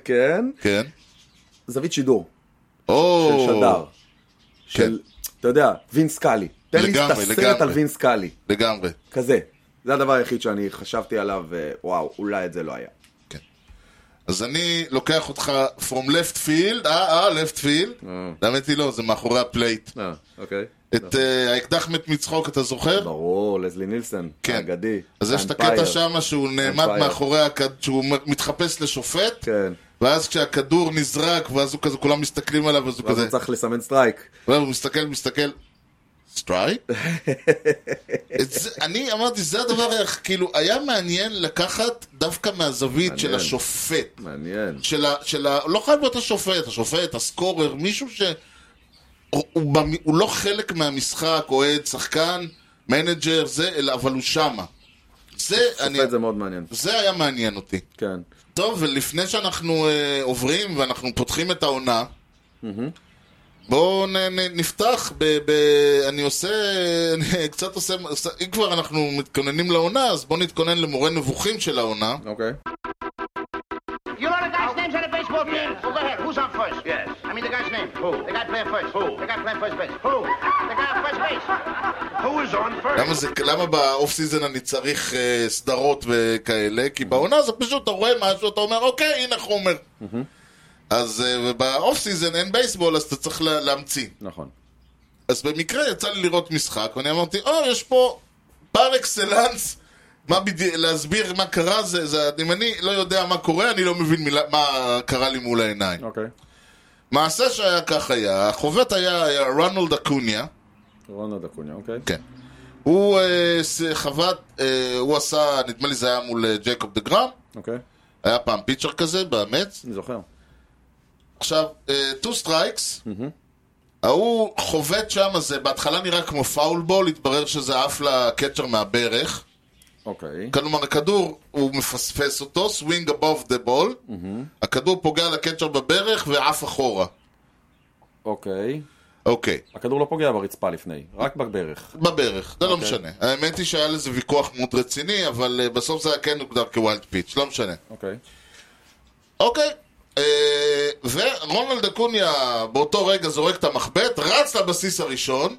Speaker 2: כן?
Speaker 1: כן.
Speaker 2: זווית שידור
Speaker 1: או... כן.
Speaker 2: של שדר. של, אתה יודע, וין סקאלי. תן לי את
Speaker 1: לגמרי,
Speaker 2: הסרט
Speaker 1: לגמרי.
Speaker 2: על וין סקאלי,
Speaker 1: לגמרי.
Speaker 2: כזה. זה הדבר היחיד שאני חשבתי עליו, אה, וואו, אולי את זה לא היה.
Speaker 1: אז אני לוקח אותך from left field, אה, אה, left field. האמת היא לא, זה מאחורי הפלייט.
Speaker 2: אה, אוקיי.
Speaker 1: את אה, האקדח מת מצחוק, אתה זוכר?
Speaker 2: ברור, לזלי נילסון,
Speaker 1: כן.
Speaker 2: האגדי.
Speaker 1: אז יש את
Speaker 2: האמפייר.
Speaker 1: הקטע שם שהוא נעמד
Speaker 2: Empire.
Speaker 1: מאחורי, הכד- שהוא מתחפש לשופט.
Speaker 2: כן.
Speaker 1: ואז כשהכדור נזרק, ואז הוא כזה, כולם מסתכלים עליו, אז הוא
Speaker 2: ואז
Speaker 1: כזה,
Speaker 2: הוא צריך לסמן סטרייק.
Speaker 1: והוא מסתכל, מסתכל, סטרייק? את זה- אני אמרתי, זה הדבר, היח- כאילו, היה מעניין לקחת דווקא מהזווית של
Speaker 2: מעניין.
Speaker 1: השופט.
Speaker 2: מעניין.
Speaker 1: של ה... של ה... לא חייב להיות השופט, השופט, הסקורר, מישהו ש... הוא, הוא, במ... הוא לא חלק מהמשחק, אוהד, שחקן, מנג'ר, זה, אלא, אבל הוא שמה. זה, אני...
Speaker 2: שופט זה מאוד מעניין.
Speaker 1: זה היה מעניין אותי.
Speaker 2: כן.
Speaker 1: טוב, ולפני שאנחנו אה, עוברים ואנחנו פותחים את העונה, בואו נ- נ- נפתח ב... ב אני עושה... אני קצת עושה... עושה- אם כבר אנחנו מתכוננים לעונה, אז בואו נתכונן למורה נבוכים של העונה.
Speaker 2: אוקיי.
Speaker 5: You know the guy's names on the baseball team? Well, go ahead. Who's on first? Yes. I mean the guy's name. Who? The guy playing first. Who? The guy playing first base. Who? The guy on first base.
Speaker 4: Who is on first?
Speaker 1: למה, זה, למה באוף סיזן אני צריך אה, סדרות וכאלה? כי בעונה זה פשוט, אתה רואה משהו, אתה אומר, אוקיי, הנה חומר. אז אה, ובאוף סיזן אין בייסבול, אז אתה צריך לה, להמציא.
Speaker 2: נכון.
Speaker 1: אז במקרה יצא לי לראות משחק, ואני אמרתי, או, יש פה פר אקסלנס, מה בדיוק, להסביר מה קרה, זה, זה, אם אני לא יודע מה קורה, אני לא מבין מילה, מה קרה לי מול העיניים.
Speaker 2: אוקיי.
Speaker 1: מעשה שהיה כך היה, החובט היה, היה רונלד אקוניה,
Speaker 2: רונלד אקוניה, אוקיי.
Speaker 1: כן. הוא אה, ס- חבט, אה, הוא עשה, נדמה לי זה היה מול אה, ג'ייקוב דה גראם,
Speaker 2: אוקיי.
Speaker 1: היה פעם פיצ'ר כזה, באמץ.
Speaker 2: אני זוכר.
Speaker 1: עכשיו, טו סטרייקס, ההוא חובט שם, אז זה בהתחלה נראה כמו פאול בול, התברר שזה עף לקצ'ר מהברך.
Speaker 2: אוקיי.
Speaker 1: כלומר, הכדור, הוא מפספס אותו, swing above the ball, הכדור פוגע לקצ'ר בברך ועף אחורה.
Speaker 2: אוקיי.
Speaker 1: אוקיי,
Speaker 2: הכדור לא פוגע ברצפה לפני, רק בברך.
Speaker 1: בברך, זה לא משנה. האמת היא שהיה לזה ויכוח מאוד רציני, אבל אה, בסוף זה היה כן הוגדר כווילד פיץ', לא משנה.
Speaker 2: אוקיי.
Speaker 1: אוקיי. אה, ורונלד אקוניה באותו רגע זורק את המחבט, רץ לבסיס הראשון,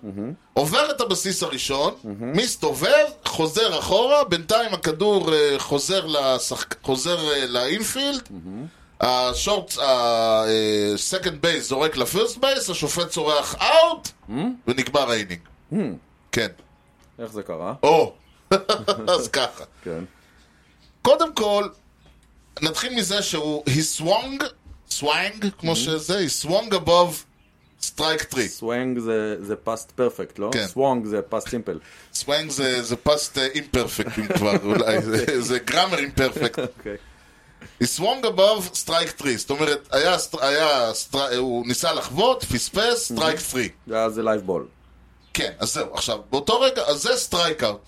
Speaker 1: עובר את הבסיס הראשון, מסתובב, חוזר אחורה, בינתיים הכדור אה, חוזר, לשחק... חוזר אה, לאינפילד, השורט, הסקנד בייס זורק לפירסט בייס, השופט צורח אאוט, ונגמר האינינג. כן.
Speaker 2: איך זה קרה?
Speaker 1: או, אז ככה.
Speaker 2: כן.
Speaker 1: קודם כל, נתחיל מזה שהוא, he swung, swang, כמו שזה, he swung above strike three.
Speaker 2: סוואנג זה- זה פאסט פרפקט, לא?
Speaker 1: כן.
Speaker 2: סוואנג זה פאסט סימפל.
Speaker 1: swang זה, זה past אה, imperfect אם כבר, אולי, זה- זה grammar imperfect.
Speaker 2: אוקיי.
Speaker 1: he swung above strike three, זאת אומרת, היה, סטר- היה, סטר- הוא ניסה לחבוט, פספס, strike three.
Speaker 2: ואז זה לייב בול.
Speaker 1: כן, אז זהו, עכשיו, באותו רגע, אז זה סטרייק אאוט.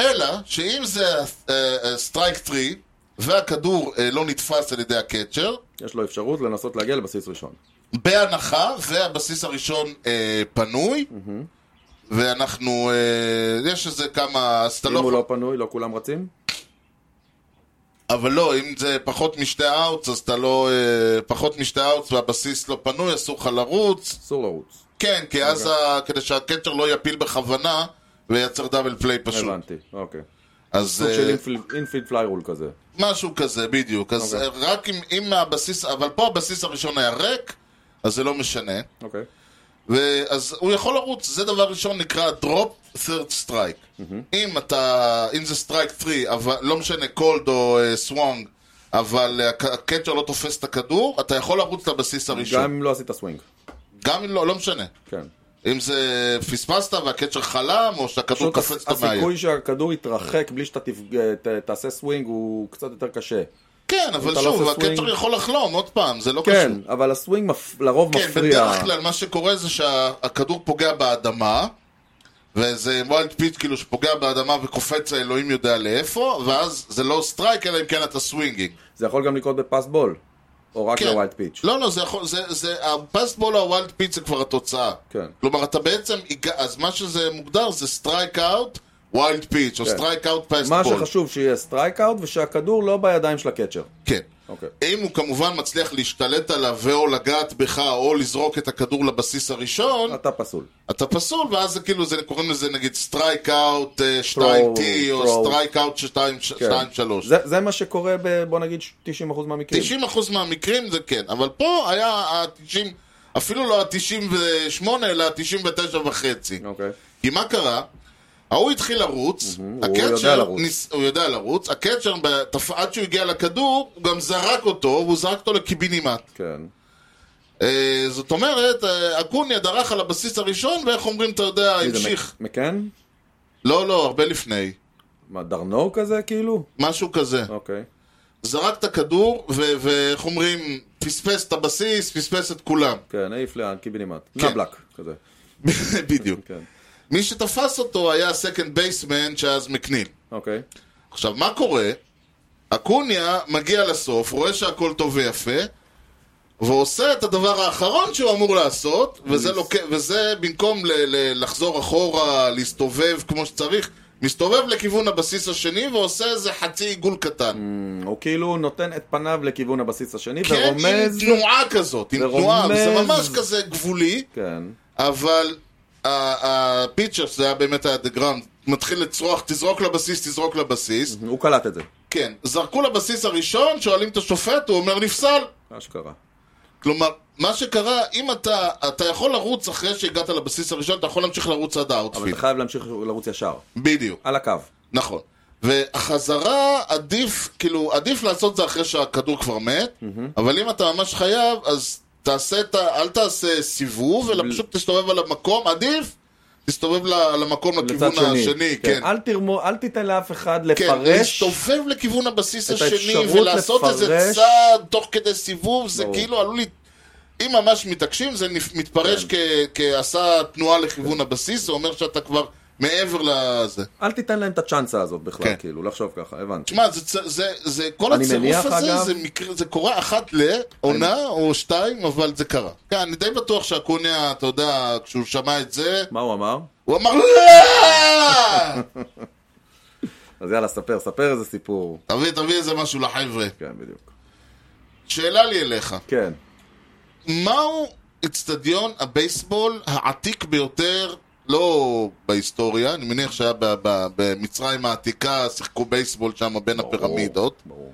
Speaker 1: אלא, שאם זה אה, סטרייק טרי, והכדור אה, לא נתפס על ידי הקצ'ר,
Speaker 2: יש לו אפשרות לנסות להגיע לבסיס ראשון.
Speaker 1: בהנחה, והבסיס הראשון אה, פנוי, ואנחנו, אה, יש איזה כמה, אז אתה
Speaker 2: אם הוא
Speaker 1: לא...
Speaker 2: לא פנוי, לא כולם רצים?
Speaker 1: אבל לא, אם זה פחות משתי אאוטס, אז אתה לא... אה, פחות משתי אאוטס והבסיס לא פנוי, אסור לך לרוץ.
Speaker 2: אסור לרוץ.
Speaker 1: כן, כי אז,
Speaker 2: אוקיי.
Speaker 1: ה- כדי שהקצ'ר לא יפיל בכוונה, וייצר דאבל פליי פשוט.
Speaker 2: הבנתי, אוקיי.
Speaker 1: אז...
Speaker 2: סוג
Speaker 1: אה,
Speaker 2: של אינפיל- אינפילד פליי רול כזה.
Speaker 1: משהו כזה, בדיוק. אז
Speaker 2: אוקיי.
Speaker 1: okay. רק אם, אם הבסיס, אבל פה הבסיס הראשון היה ריק, אז זה לא משנה.
Speaker 2: אוקיי.
Speaker 1: ואז הוא יכול לרוץ, זה דבר ראשון נקרא drop third strike. אם אתה, אם זה סטרייק 3, אבל לא משנה, קולד או סוואנג, אבל אה, הק- הקצ'ר לא תופס את הכדור, אתה יכול לרוץ לבסיס הראשון.
Speaker 2: גם
Speaker 1: גם,
Speaker 2: אם לא עשית סווינג.
Speaker 1: אם לא, לא משנה.
Speaker 2: כן.
Speaker 1: אם זה פספסת והקצ'ר חלם, או שהכדור
Speaker 2: פשוט
Speaker 1: קפץ את המאייר.
Speaker 2: הסיכוי שהכדור יתרחק בלי שאתה תפג- ת- תעשה סווינג הוא קצת יותר קשה.
Speaker 1: כן, אבל
Speaker 2: אתה לא
Speaker 1: שוב,
Speaker 2: עושה swing.
Speaker 1: הקצ'ר יכול לחלום, עוד פעם, זה לא
Speaker 2: כן,
Speaker 1: קשור.
Speaker 2: אבל הסווינג מפ- לרוב
Speaker 1: כן,
Speaker 2: מפריע.
Speaker 1: בדרך כלל מה שקורה זה שהכדור פוגע באדמה, וזה ווילד פיט כאילו שפוגע באדמה וקופץ האלוהים יודע לאיפה, ואז זה לא סטרייק אלא אם כן אתה סווינגינג.
Speaker 2: זה יכול גם לקרות בפס בול. או רק
Speaker 1: כן.
Speaker 2: לווילד פיץ'.
Speaker 1: לא, לא, זה יכול, זה, זה, הפסט בול או הווילד פיט זה כבר התוצאה.
Speaker 2: כן.
Speaker 1: כלומר, אתה בעצם, הגע- אז מה שזה מוגדר זה סטרייק אאוט, ווילד פיץ', או
Speaker 2: כן.
Speaker 1: סטרייק אאוט פסט
Speaker 2: מה
Speaker 1: בול.
Speaker 2: שחשוב שיהיה סטרייק אאוט ושהכדור לא בידיים של הקצ'ר.
Speaker 1: כן.
Speaker 2: אוקיי.
Speaker 1: אם הוא כמובן מצליח להשתלט עליו ואו לגעת בך או לזרוק את הכדור לבסיס הראשון,
Speaker 2: אתה פסול.
Speaker 1: אתה פסול, ואז זה כאילו, זה, קוראים לזה נגיד סטרייק אאוט 2T,
Speaker 2: throw.
Speaker 1: או סטרייק אאוט 2-3.
Speaker 2: כן. זה- זה מה שקורה ב... בוא נגיד 90% מהמקרים.
Speaker 1: 90% מהמקרים זה כן, אבל פה היה ה-90, אפילו לא ה-98, אלא ה-99 וחצי.
Speaker 2: אוקיי.
Speaker 1: כי מה קרה? ההוא התחיל לרוץ,
Speaker 2: הוא יודע
Speaker 1: הקצ'ר,
Speaker 2: לרוץ.
Speaker 1: ניס- הוא יודע לרוץ, הקצ'ר, בתפ- עד שהוא הגיע לכדור, הוא גם זרק אותו, והוא זרק אותו לקיבינימט.
Speaker 2: כן.
Speaker 1: אה, זאת אומרת, אה, אקוניה דרך על הבסיס הראשון, ואיך אומרים, אתה יודע,
Speaker 2: מי זה, מק-
Speaker 1: המשיך.
Speaker 2: מקן?
Speaker 1: לא, לא, הרבה לפני.
Speaker 2: מה, דרנו כזה כאילו?
Speaker 1: משהו כזה.
Speaker 2: אוקיי.
Speaker 1: זרק את הכדור, ו- ואיך אומרים, פספס את הבסיס, פספס את כולם.
Speaker 2: כן, העיף לאן, קיבינימט.
Speaker 1: כן.
Speaker 2: נבלק, כזה.
Speaker 1: בדיוק.
Speaker 2: כן.
Speaker 1: מי שתפס אותו היה הסקנד בייסמן שאז מקניל.
Speaker 2: אוקיי.
Speaker 1: עכשיו, מה קורה? אקוניה מגיע לסוף, רואה שהכל טוב ויפה, ועושה את הדבר האחרון שהוא אמור לעשות, וזה, לוק... וזה במקום ל... ל... לחזור אחורה, להסתובב כמו שצריך, מסתובב לכיוון הבסיס השני ועושה איזה חצי עיגול קטן.
Speaker 2: הוא כאילו נותן את פניו לכיוון הבסיס השני
Speaker 1: כן, עם
Speaker 2: ורומז...
Speaker 1: תנועה כזאת, עם תנועה,
Speaker 2: ורומז.
Speaker 1: וזה ממש כזה גבולי.
Speaker 2: כן.
Speaker 1: אבל ה- הפיצ'ר, שזה היה באמת היה דה גראונד, מתחיל לצרוח, תזרוק לבסיס, תזרוק לבסיס.
Speaker 2: הוא קלט את זה.
Speaker 1: כן, זרקו לבסיס הראשון, שואלים את השופט, הוא אומר נפסל.
Speaker 2: אשכרה.
Speaker 1: כלומר, מה שקרה, אם אתה, אתה יכול לרוץ אחרי שהגעת לבסיס הראשון, אתה יכול להמשיך לרוץ עד
Speaker 2: אבל
Speaker 1: האוטפיל.
Speaker 2: אתה חייב להמשיך לרוץ ישר.
Speaker 1: בדיוק,
Speaker 2: על הקו.
Speaker 1: נכון. והחזרה עדיף, כאילו, עדיף לעשות זה אחרי שהכדור כבר מת, אבל אם אתה ממש חייב, אז תעשה את ה... אל תעשה סיבוב, אלא פשוט תסתובב על המקום, עדיף תסתובב ל- למקום,
Speaker 2: לצד
Speaker 1: לכיוון
Speaker 2: שני.
Speaker 1: השני, כן.
Speaker 2: אל תרמו- אל תיתן לאף אחד
Speaker 1: כן,
Speaker 2: לפרש.
Speaker 1: להסתובב לכיוון הבסיס
Speaker 2: את
Speaker 1: השני
Speaker 2: האפשרות
Speaker 1: ולעשות איזה
Speaker 2: לפרש.
Speaker 1: צעד תוך כדי סיבוב, זה
Speaker 2: ברור.
Speaker 1: כאילו עלול ל... אם ממש מתעקשים, זה נפ- מתפרש
Speaker 2: כן.
Speaker 1: כ- כעשה תנועה לכיוון הבסיס, זה אומר שאתה כבר מעבר לזה.
Speaker 2: אל תיתן להם את הצ'אנסה הזאת בכלל,
Speaker 1: כן.
Speaker 2: כאילו, לחשוב ככה, הבנתי.
Speaker 1: תשמע, זה, צ- זה, זה, כל
Speaker 2: אני מניח,
Speaker 1: הצירוף הזה,
Speaker 2: אגב-
Speaker 1: זה, מקרה, זה קורה אחת לעונה או שתיים, אבל זה קרה. כן, אני די בטוח שאקוניה, אתה יודע, כשהוא שמע את זה,
Speaker 2: מה הוא אמר?
Speaker 1: הוא אמר לא!
Speaker 2: אז יאללה, ספר, ספר איזה סיפור.
Speaker 1: תביא, תביא איזה משהו לחבר'ה.
Speaker 2: כן, בדיוק.
Speaker 1: שאלה לי אליך.
Speaker 2: כן.
Speaker 1: מהו אצטדיון הבייסבול העתיק ביותר, לא בהיסטוריה, אני מניח שהיה ב- ב- במצרים העתיקה, שיחקו בייסבול שם בין הפירמידות,
Speaker 2: ברור, ברור.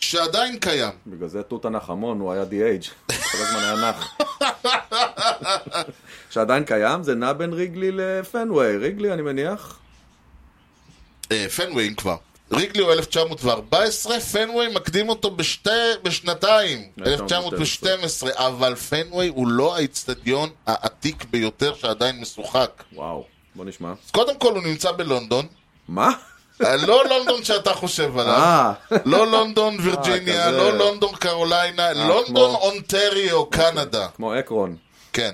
Speaker 1: שעדיין קיים.
Speaker 2: בגלל זה תות הנחמון, הוא היה DH. כל הזמן היה נח. שעדיין קיים, זה נע בין ריגלי לפנוויי. ריגלי, אני מניח.
Speaker 1: אה, פנוויים כבר. ריגלי הוא 1914, פנוויי מקדים אותו בשתי, בשנתיים,
Speaker 2: 1912.
Speaker 1: 1912, אבל פנוויי הוא לא האיצטדיון העתיק ביותר שעדיין משוחק.
Speaker 2: וואו, בוא נשמע.
Speaker 1: אז קודם כל הוא נמצא בלונדון,
Speaker 2: מה?
Speaker 1: אה, לא לונדון שאתה חושב עליו.
Speaker 2: אה,
Speaker 1: לא לונדון וירג'יניה,
Speaker 2: כזה. אה,
Speaker 1: לא לונדון קרוליינה, לונדון
Speaker 2: כמו-
Speaker 1: אונטריו, קנדה.
Speaker 2: כמו אקרון.
Speaker 1: כן.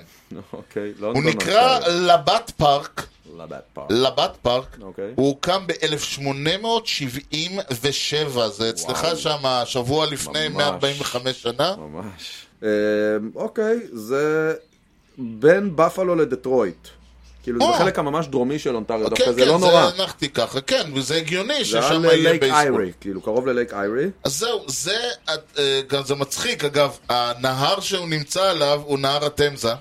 Speaker 2: אוקיי, לא
Speaker 1: הוא נקרא לבת פארק,
Speaker 2: לבט פארק.
Speaker 1: לבת פארק.
Speaker 2: אוקיי.
Speaker 1: הוא הוקם ב-1877, זה אצלך
Speaker 2: וואו.
Speaker 1: שם השבוע לפני
Speaker 2: ממש.
Speaker 1: 145 שנה.
Speaker 2: ממש. אה, אוקיי, זה בין בפלו לדטרויט. כאילו,
Speaker 1: או.
Speaker 2: זה חלק הממש דרומי של אונטריו,
Speaker 1: כן,
Speaker 2: דווקא זה
Speaker 1: כן,
Speaker 2: לא נורא.
Speaker 1: זה הנחתי ככה, כן, וזה הגיוני
Speaker 2: זה
Speaker 1: ששם
Speaker 2: על
Speaker 1: יהיה
Speaker 2: לייק
Speaker 1: בייסבול.
Speaker 2: איירי, כאילו, קרוב ללייק איירי.
Speaker 1: אז זהו, זה, את, אה, גם זה מצחיק, אגב, הנהר שהוא נמצא עליו הוא נהר התמזה.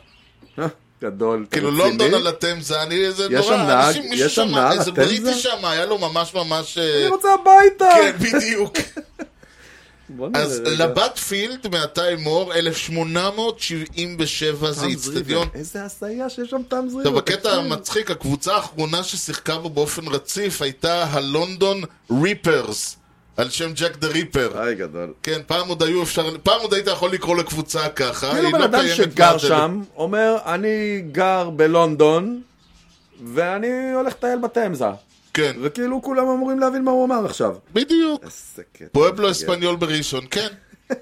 Speaker 2: אה, גדול.
Speaker 1: כאילו
Speaker 2: רציני?
Speaker 1: לונדון על התמזה, אני זה
Speaker 2: יש
Speaker 1: נורא,
Speaker 2: שם נהג-
Speaker 1: אנשים, מישהו
Speaker 2: יש שם
Speaker 1: שם,
Speaker 2: נהר
Speaker 1: איזה
Speaker 2: התמזה?
Speaker 1: בריטי שם, היה לו ממש ממש... אה,
Speaker 2: אני רוצה הביתה!
Speaker 1: כן, בדיוק.
Speaker 2: בוא נראה
Speaker 1: אז
Speaker 2: רגע.
Speaker 1: לבת פילד מעתה אמור, 1877 זה
Speaker 2: טעם
Speaker 1: איצטדיון.
Speaker 2: זריבר. איזה הזיה שיש שם טעם אה, זריבר.
Speaker 1: עכשיו, הקטע
Speaker 2: תקשיב.
Speaker 1: המצחיק, הקבוצה האחרונה ששיחקה בו באופן רציף הייתה הלונדון ריפרס, על שם ג'ק דה ריפר.
Speaker 2: היי, גדול.
Speaker 1: כן, פעם עוד היו אפשר, פעם עוד היית יכול לקרוא לקבוצה ככה,
Speaker 2: כאילו
Speaker 1: היא לא
Speaker 2: בן אדם
Speaker 1: קיימת
Speaker 2: שגר
Speaker 1: בעד אלף.
Speaker 2: שם, אומר, אני גר בלונדון, ואני הולך לטייל בתמזה.
Speaker 1: כן,
Speaker 2: וכאילו כולם אמורים להבין מה הוא אמר עכשיו.
Speaker 1: בדיוק.
Speaker 2: איזה קטע.
Speaker 1: פואבלו
Speaker 2: מפגר.
Speaker 1: אספניול בראשון, כן.
Speaker 2: אה,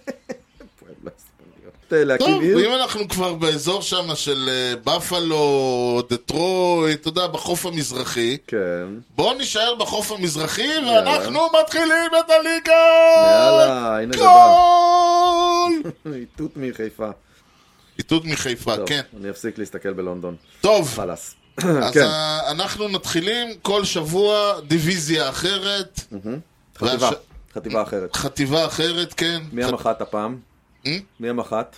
Speaker 2: פואבלו אספניול. אה, להקים
Speaker 1: טוב, אם
Speaker 2: עיר?
Speaker 1: אנחנו כבר באזור שם של אה, בפלו, דטרויט, אתה יודע, בחוף המזרחי,
Speaker 2: כן.
Speaker 1: בואו נישאר בחוף המזרחי,
Speaker 2: יאללה.
Speaker 1: ואנחנו מתחילים את הליגה!
Speaker 2: יאללה, הנה זה בא.
Speaker 1: גול!
Speaker 2: איתות מחיפה.
Speaker 1: איתות מחיפה,
Speaker 2: טוב,
Speaker 1: אה, כן.
Speaker 2: אני אפסיק להסתכל בלונדון.
Speaker 1: טוב,
Speaker 2: חלאס.
Speaker 1: אז
Speaker 2: כן.
Speaker 1: אה, אנחנו מתחילים כל שבוע דיוויזיה אחרת,
Speaker 2: חטיבה.
Speaker 1: והש-
Speaker 2: חטיבה אחרת.
Speaker 1: חטיבה אחרת, כן.
Speaker 2: מי המח"ט הפעם? מי המח"ט?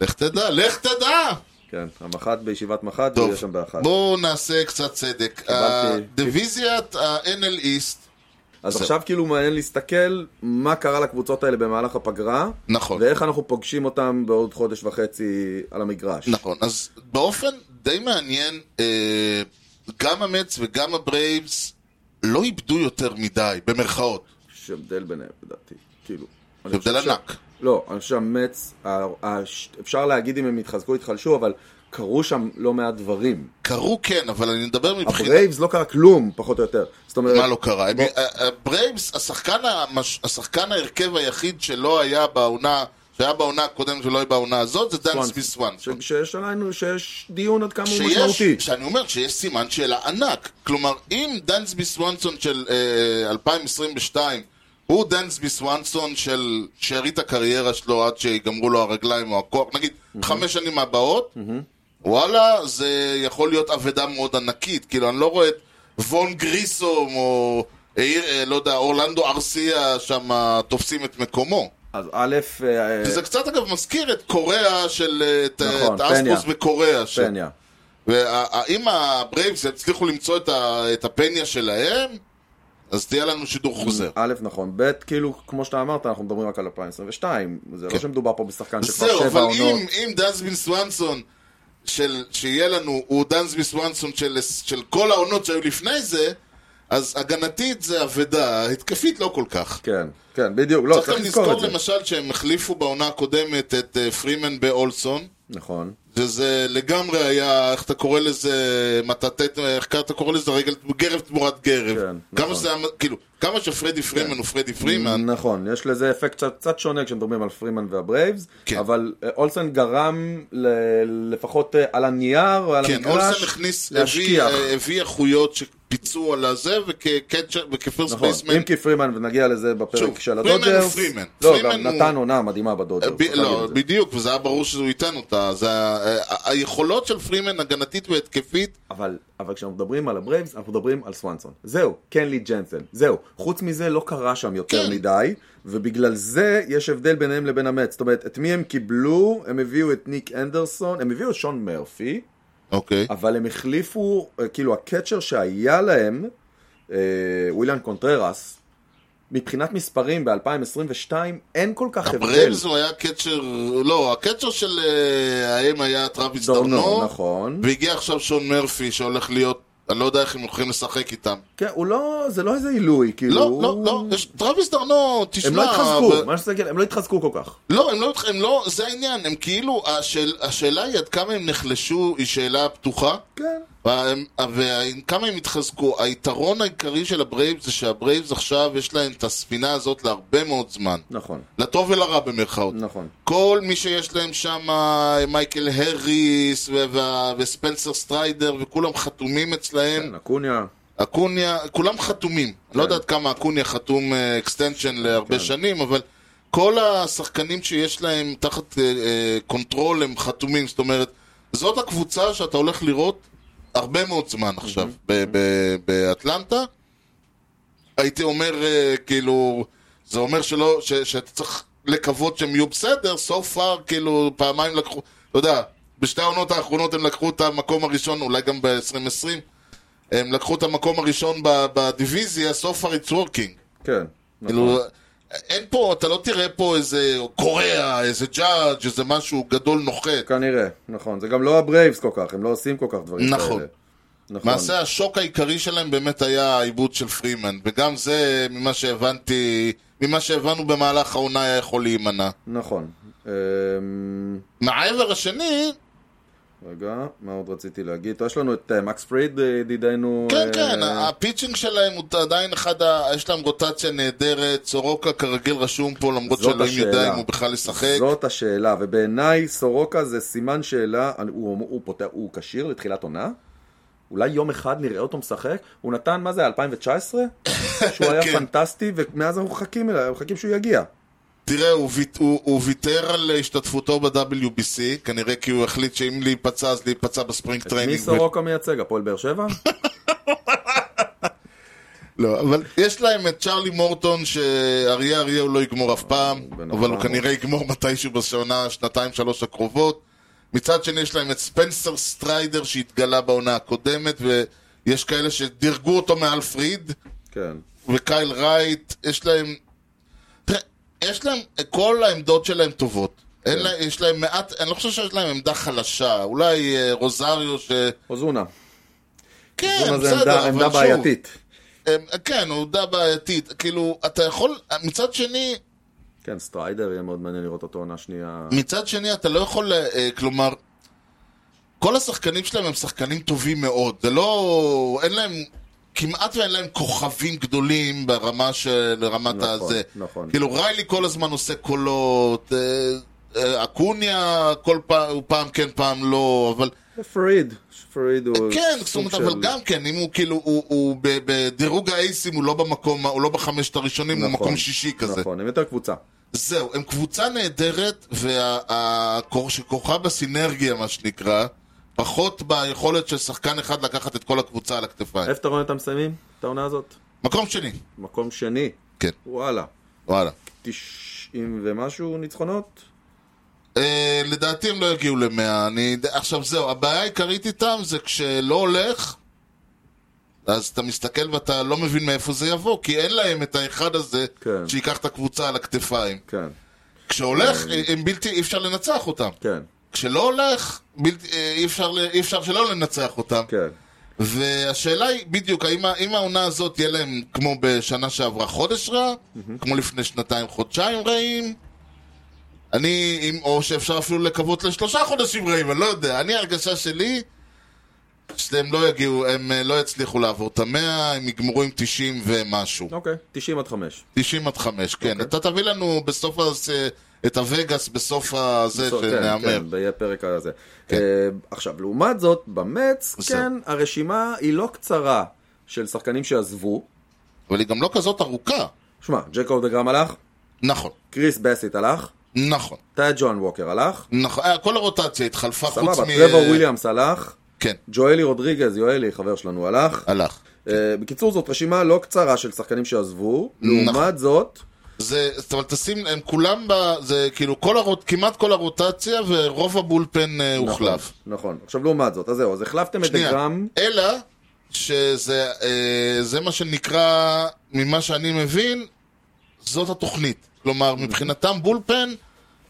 Speaker 1: לך תדע, לך תדע!
Speaker 2: כן, המח"ט בישיבת מח"ט, הוא
Speaker 1: טוב,
Speaker 2: יהיה שם באחת.
Speaker 1: בואו נעשה קצת צדק.
Speaker 2: קיבלתי-
Speaker 1: דיוויזיית ה-NL East,
Speaker 2: אז עכשיו כאילו מעניין להסתכל מה קרה לקבוצות האלה במהלך הפגרה,
Speaker 1: נכון.
Speaker 2: ואיך אנחנו פוגשים אותם בעוד חודש וחצי על המגרש.
Speaker 1: נכון, אז באופן די מעניין, אה, גם המץ וגם הברייבס לא איבדו יותר מדי, במרכאות.
Speaker 2: יש הבדל ביניהם, לדעתי. כאילו. אני
Speaker 1: הבדל
Speaker 2: חושב שה-
Speaker 1: ענק.
Speaker 2: לא, אני חושב שהמץ, ה- ה- ש- אפשר להגיד אם הם התחזקו, התחלשו, אבל קרו שם לא מעט דברים.
Speaker 1: קרו כן, אבל אני מדבר מבחינת...
Speaker 2: הברייבס לא קרה כלום, פחות או יותר. זאת אומרת...
Speaker 1: מה לא קרה? הם-
Speaker 2: בוא-
Speaker 1: הברייבס, השחקן, המש... השחקן ההרכב היחיד שלא היה בעונה, שהיה בעונה הקודמת ולא היה בעונה הזאת, זה דן סמית
Speaker 2: ש-
Speaker 1: סוואנסון.
Speaker 2: שיש עלינו, שיש דיון עד כמה הוא
Speaker 1: שיש,
Speaker 2: משמעותי.
Speaker 1: שאני אומר שיש סימן שאלה ענק. כלומר, אם דן סבי סוואנסון של אה, 2022 הוא דן סבי סוואנסון של שארית הקריירה שלו עד שיגמרו לו הרגליים או הכוח, נגיד חמש שנים הבאות, וואלה, זה יכול להיות אבדה מאוד ענקית. כאילו, אני לא רואה את וון גריסום או, אה, אה, לא יודע, אורלנדו ארסיה שם תופסים את מקומו.
Speaker 2: אז א', אה,
Speaker 1: זה קצת, אגב, מזכיר את קוריאה של... אה, את, אה,
Speaker 2: נכון,
Speaker 1: את אספוס
Speaker 2: פניה.
Speaker 1: וקוריאה. של-
Speaker 2: פניה.
Speaker 1: ואם הברייבס יצליחו למצוא את, ה, את הפניה שלהם, אז תהיה לנו שידור חוזר.
Speaker 2: א', נכון. ב', כאילו, כמו שאתה אמרת, אנחנו מדברים רק על 2022. זה לא שמדובר פה בשחקן שכבר
Speaker 1: כן. זהו,
Speaker 2: שבע
Speaker 1: אבל
Speaker 2: עונות.
Speaker 1: אם, אם דנסבין סוואנסון, של, שיהיה לנו, הוא דנסבין סוואנסון של, של כל העונות שהיו לפני זה, אז הגנתית זה אבדה, התקפית לא כל כך.
Speaker 2: כן, כן, בדיוק. לא,
Speaker 1: צריך
Speaker 2: צריך
Speaker 1: גם
Speaker 2: לזכור את
Speaker 1: לזכור
Speaker 2: זה.
Speaker 1: למשל שהם החליפו בעונה הקודמת את אה, פרימן באולסון,
Speaker 2: נכון.
Speaker 1: וזה לגמרי היה, איך אתה קורא לזה, מטאטט, איך אתה קורא לזה, רגל, גרב תמורת גרב.
Speaker 2: כן,
Speaker 1: כמה
Speaker 2: נכון.
Speaker 1: שזה היה, כאילו, כמה שפרדי פרימן הוא פרדי פרימן,
Speaker 2: נכון, יש לזה אפקט קצת, קצת שונה כשמדברים על פרימן והברייבס,
Speaker 1: כן.
Speaker 2: אבל אה, אולסן גרם ל- לפחות אה, על הנייר או על
Speaker 1: כן, אולסן
Speaker 2: המגרש
Speaker 1: הכניס,
Speaker 2: להשכיח.
Speaker 1: הביא, אה, הביא איכויות שפיצו על הזה, וכקצ'ר, וכפרסט
Speaker 2: נכון,
Speaker 1: בייסמן,
Speaker 2: אם כי פרימן, ונגיע לזה בפרק
Speaker 1: שוב,
Speaker 2: של
Speaker 1: פרימן
Speaker 2: הדודג'רס.
Speaker 1: הוא פרימן.
Speaker 2: לא,
Speaker 1: פרימן
Speaker 2: גם
Speaker 1: הוא-
Speaker 2: נתן עונה מדהימה
Speaker 1: אה,
Speaker 2: בדודג'רס.
Speaker 1: ב-
Speaker 2: צריך להגיד
Speaker 1: לא,
Speaker 2: את זה.
Speaker 1: בדיוק, וזה היה ברור שהוא ייתן אותה, זה ה- ה- ה- היכולות של פרימן הגנתית והתקפית,
Speaker 2: אבל, אבל כשאנחנו מדברים על הברייבס, אנחנו מדברים על סוונסון. זהו, קנלי ג'נסן. זהו. חוץ מזה לא קרה שם יותר
Speaker 1: כן.
Speaker 2: מדי, ובגלל זה יש הבדל ביניהם לבין המץ. זאת אומרת, את מי הם קיבלו? הם הביאו את ניק אנדרסון, הם הביאו את שון מרפי,
Speaker 1: אוקיי,
Speaker 2: אבל הם החליפו, אה, כאילו הקצ'ר שהיה להם, אה, וויליאן קונטררס, מבחינת מספרים ב-2022 אין כל כך הבדל.
Speaker 1: הברייבס הוא היה קצ'ר, לא, הקצ'ר של אה, האם היה טראביס
Speaker 2: דורנו,
Speaker 1: דורנו,
Speaker 2: נכון.
Speaker 1: והגיע עכשיו שון מרפי שהולך להיות, אני לא יודע איך הם הולכים לשחק איתם.
Speaker 2: כן, הוא לא, זה לא איזה עילוי, כאילו...
Speaker 1: לא, לא, לא, יש- טראביס דרנו, תשמע...
Speaker 2: הם לא התחזקו,
Speaker 1: ב-
Speaker 2: מה שזה, כן, הם לא התחזקו כל כך.
Speaker 1: לא, הם לא, התח- הם לא, זה העניין, הם כאילו, השאל- השאלה היא עד כמה הם נחלשו, היא שאלה פתוחה,
Speaker 2: כן.
Speaker 1: והם- וכמה הם התחזקו. היתרון העיקרי של הברייבס זה שהברייבס עכשיו, יש להם את הספינה הזאת להרבה מאוד זמן.
Speaker 2: נכון,
Speaker 1: לטוב ולרע במרכאות.
Speaker 2: נכון.
Speaker 1: כל מי שיש להם שם, מייקל הריס ו- ו- וספנסר סטריידר, וכולם חתומים אצלהם.
Speaker 2: כן, אקוניה,
Speaker 1: אקוניה, כולם חתומים. כן. לא יודע עד כמה אקוניה חתום אקסטנשן להרבה
Speaker 2: כן.
Speaker 1: שנים, אבל כל השחקנים שיש להם תחת אה, אה, קונטרול הם חתומים. זאת אומרת, זאת הקבוצה שאתה הולך לראות הרבה מאוד זמן עכשיו ב- ב- באטלנטה. הייתי אומר, אה, כאילו, זה אומר שלא, ש- שאתה צריך לקוות שהם יהיו בסדר, so far, כאילו, פעמיים לקחו, אתה יודע, בשתי העונות האחרונות הם לקחו את המקום הראשון, אולי גם ב-2020, הם לקחו את המקום הראשון ב- בדיוויזיה, so far it's working.
Speaker 2: כן. נכון.
Speaker 1: כאילו, אין פה, אתה לא תראה פה איזה קוריאה, איזה ג'אדג', איזה משהו גדול נוחת.
Speaker 2: כנראה, כן, נכון. זה גם לא הברייבס כל כך, הם לא עושים כל כך דברים כאלה.
Speaker 1: נכון.
Speaker 2: נכון.
Speaker 1: מעשה השוק העיקרי שלהם באמת היה העיבוד של פרימן, וגם זה, ממה שהבנתי, ממה שהבנו במהלך העונה היה יכול להימנע.
Speaker 2: נכון. אמ,
Speaker 1: מהעבר השני,
Speaker 2: רגע, מה עוד רציתי להגיד? טוב, יש לנו את אה, מקס פריד, אה, ידידנו.
Speaker 1: כן,
Speaker 2: אה,
Speaker 1: כן, הפיצ'ינג שלהם הוא עדיין אחד ה... יש להם רוטציה נהדרת, סורוקה כרגיל רשום פה, למרות
Speaker 2: זאת
Speaker 1: שאלוהים
Speaker 2: השאלה.
Speaker 1: יודע אם הוא בכלל ישחק.
Speaker 2: זאת השאלה, ובעיניי סורוקה זה סימן שאלה, אני- הוא, הוא, פותח, הוא כשיר לתחילת עונה? אולי יום אחד נראה אותו משחק? הוא נתן, מה זה, 2019? שהוא היה
Speaker 1: כן.
Speaker 2: פנטסטי, ומאז אנחנו מחכים אליו, מחכים שהוא יגיע.
Speaker 1: תראה, הוא, ויט, הוא, הוא ויתר על השתתפותו ב-WBC, כנראה כי הוא החליט שאם להיפצע, אז להיפצע בספרינג
Speaker 2: מי
Speaker 1: טריינינג.
Speaker 2: סורוקה מייצג? הפועל באר שבע?
Speaker 1: לא, אבל יש להם את צ'רלי מורטון, שאריה אריה הוא לא יגמור אף פעם,
Speaker 2: בן
Speaker 1: אבל הוא
Speaker 2: ארבע
Speaker 1: כנראה יגמור מתישהו בשעונה, שנתיים, שלוש הקרובות. מצד שני, יש להם את ספנסר סטריידר, שהתגלה בעונה הקודמת, ויש כאלה שדירגו אותו מעל פריד.
Speaker 2: כן.
Speaker 1: וקייל רייט, יש להם... תראה, יש להם, כל העמדות שלהם טובות. אין
Speaker 2: כן.
Speaker 1: לה, יש להם מעט, אני לא חושב שיש להם עמדה חלשה. אולי אה, רוזריו ש...
Speaker 2: אוזונה.
Speaker 1: כן,
Speaker 2: אוזונה כן, זה
Speaker 1: בסדר,
Speaker 2: עמדה,
Speaker 1: אבל
Speaker 2: עמדה
Speaker 1: שוב,
Speaker 2: בעייתית.
Speaker 1: הם, כן, הוא עמדה בעייתית. כאילו, אתה יכול, מצד שני,
Speaker 2: כן, סטריידר יהיה מאוד מעניין לראות אותו עונה שנייה.
Speaker 1: מצד שני, אתה לא יכול, אה, כלומר, כל השחקנים שלהם הם שחקנים טובים מאוד. זה לא... אין להם... כמעט ואין להם כוכבים גדולים ברמה של... לרמת
Speaker 2: נכון,
Speaker 1: הזה.
Speaker 2: נכון.
Speaker 1: כאילו, ריילי כל הזמן עושה קולות, אה, אה, אקוניה כל פעם, הוא פעם כן, פעם לא, אבל...
Speaker 2: פריד, פריד הוא...
Speaker 1: כן,
Speaker 2: סוג
Speaker 1: זאת אומרת,
Speaker 2: של-
Speaker 1: אבל גם כן, אם הוא כאילו, הוא- הוא ב- בדירוג האייסים הוא לא במקום, הוא לא בחמשת הראשונים, הוא
Speaker 2: נכון,
Speaker 1: במקום שישי כזה.
Speaker 2: נכון, הם יותר קבוצה.
Speaker 1: זהו, הם קבוצה נהדרת, וכוחה בסינרגיה, מה שנקרא, פחות ביכולת של שחקן אחד לקחת את כל הקבוצה על הכתפיים.
Speaker 2: איפה אתה רואה את המסיימים? את העונה הזאת?
Speaker 1: מקום שני,
Speaker 2: מקום שני.
Speaker 1: כן,
Speaker 2: וואלה.
Speaker 1: וואלה.
Speaker 2: 90 ומשהו ניצחונות?
Speaker 1: אה, לדעתי הם לא יגיעו למאה. אני... עכשיו זהו, הבעיה העיקרית איתם זה כשלא הולך, אז אתה מסתכל ואתה לא מבין מאיפה זה יבוא, כי אין להם את האחד הזה
Speaker 2: כן.
Speaker 1: שייקח את הקבוצה על הכתפיים.
Speaker 2: כן,
Speaker 1: כשהולך, הם בלתי, אי אפשר לנצח אותם.
Speaker 2: כן,
Speaker 1: כשלא הולך, בלתי, אה, אי, אפשר, ל- אי אפשר שלא לנצח אותם.
Speaker 2: כן.
Speaker 1: והשאלה היא, בדיוק, האם, ה- אם העונה הזאת תהיה להם כמו בשנה שעברה חודש רע, כמו לפני שנתיים חודשיים רעים, אני, אם, או שאפשר אפילו לקוות לשלושה חודשים רעים, אני לא יודע. אני, ההרגשה שלי, שהם לא יגיעו, הם אה, לא יצליחו לעבור את המאה, הם יגמרו עם 90 ומשהו.
Speaker 2: אוקיי, 90 עד 5.
Speaker 1: 90 עד 5, כן.
Speaker 2: אוקיי.
Speaker 1: אתה תביא לנו בסוף הס... את הווגאס בסוף הזה שנהמר.
Speaker 2: כן, יהיה פרק הזה. אה, עכשיו, לעומת זאת, במץ,
Speaker 1: כן. בסדר.
Speaker 2: כן, הרשימה היא לא קצרה של שחקנים שעזבו.
Speaker 1: אבל היא גם לא כזאת ארוכה.
Speaker 2: שמע, ג'קוב דגרם הלך,
Speaker 1: נכון,
Speaker 2: קריס בסיט הלך,
Speaker 1: נכון,
Speaker 2: טאי ג'ון ווקר הלך,
Speaker 1: נכון. אה, כל הרוטציה התחלפה חוץ
Speaker 2: סבבה,
Speaker 1: מ...
Speaker 2: טרוור וויליאמס הך,
Speaker 1: כן,
Speaker 2: ג'ואלי רודריגז, יואלי, חבר שלנו, הלך.
Speaker 1: הלך.
Speaker 2: אה, בקיצור, זאת רשימה לא קצרה של שחקנים שעזבו.
Speaker 1: נכון.
Speaker 2: לעומת זאת,
Speaker 1: זה, זאת אומרת, תשים, הם כולם ב... זה כאילו כל הרוט... כמעט כל הרוטציה ורוב הבולפן אה, הוחלף.
Speaker 2: נכון. עכשיו, לעומת זאת, אז זהו, אז החלפתם את
Speaker 1: שנייה.
Speaker 2: דגרם.
Speaker 1: אלא שזה אה, זה מה שנקרא, ממה שאני מבין, זאת התוכנית. כלומר, מבחינתם בולפן,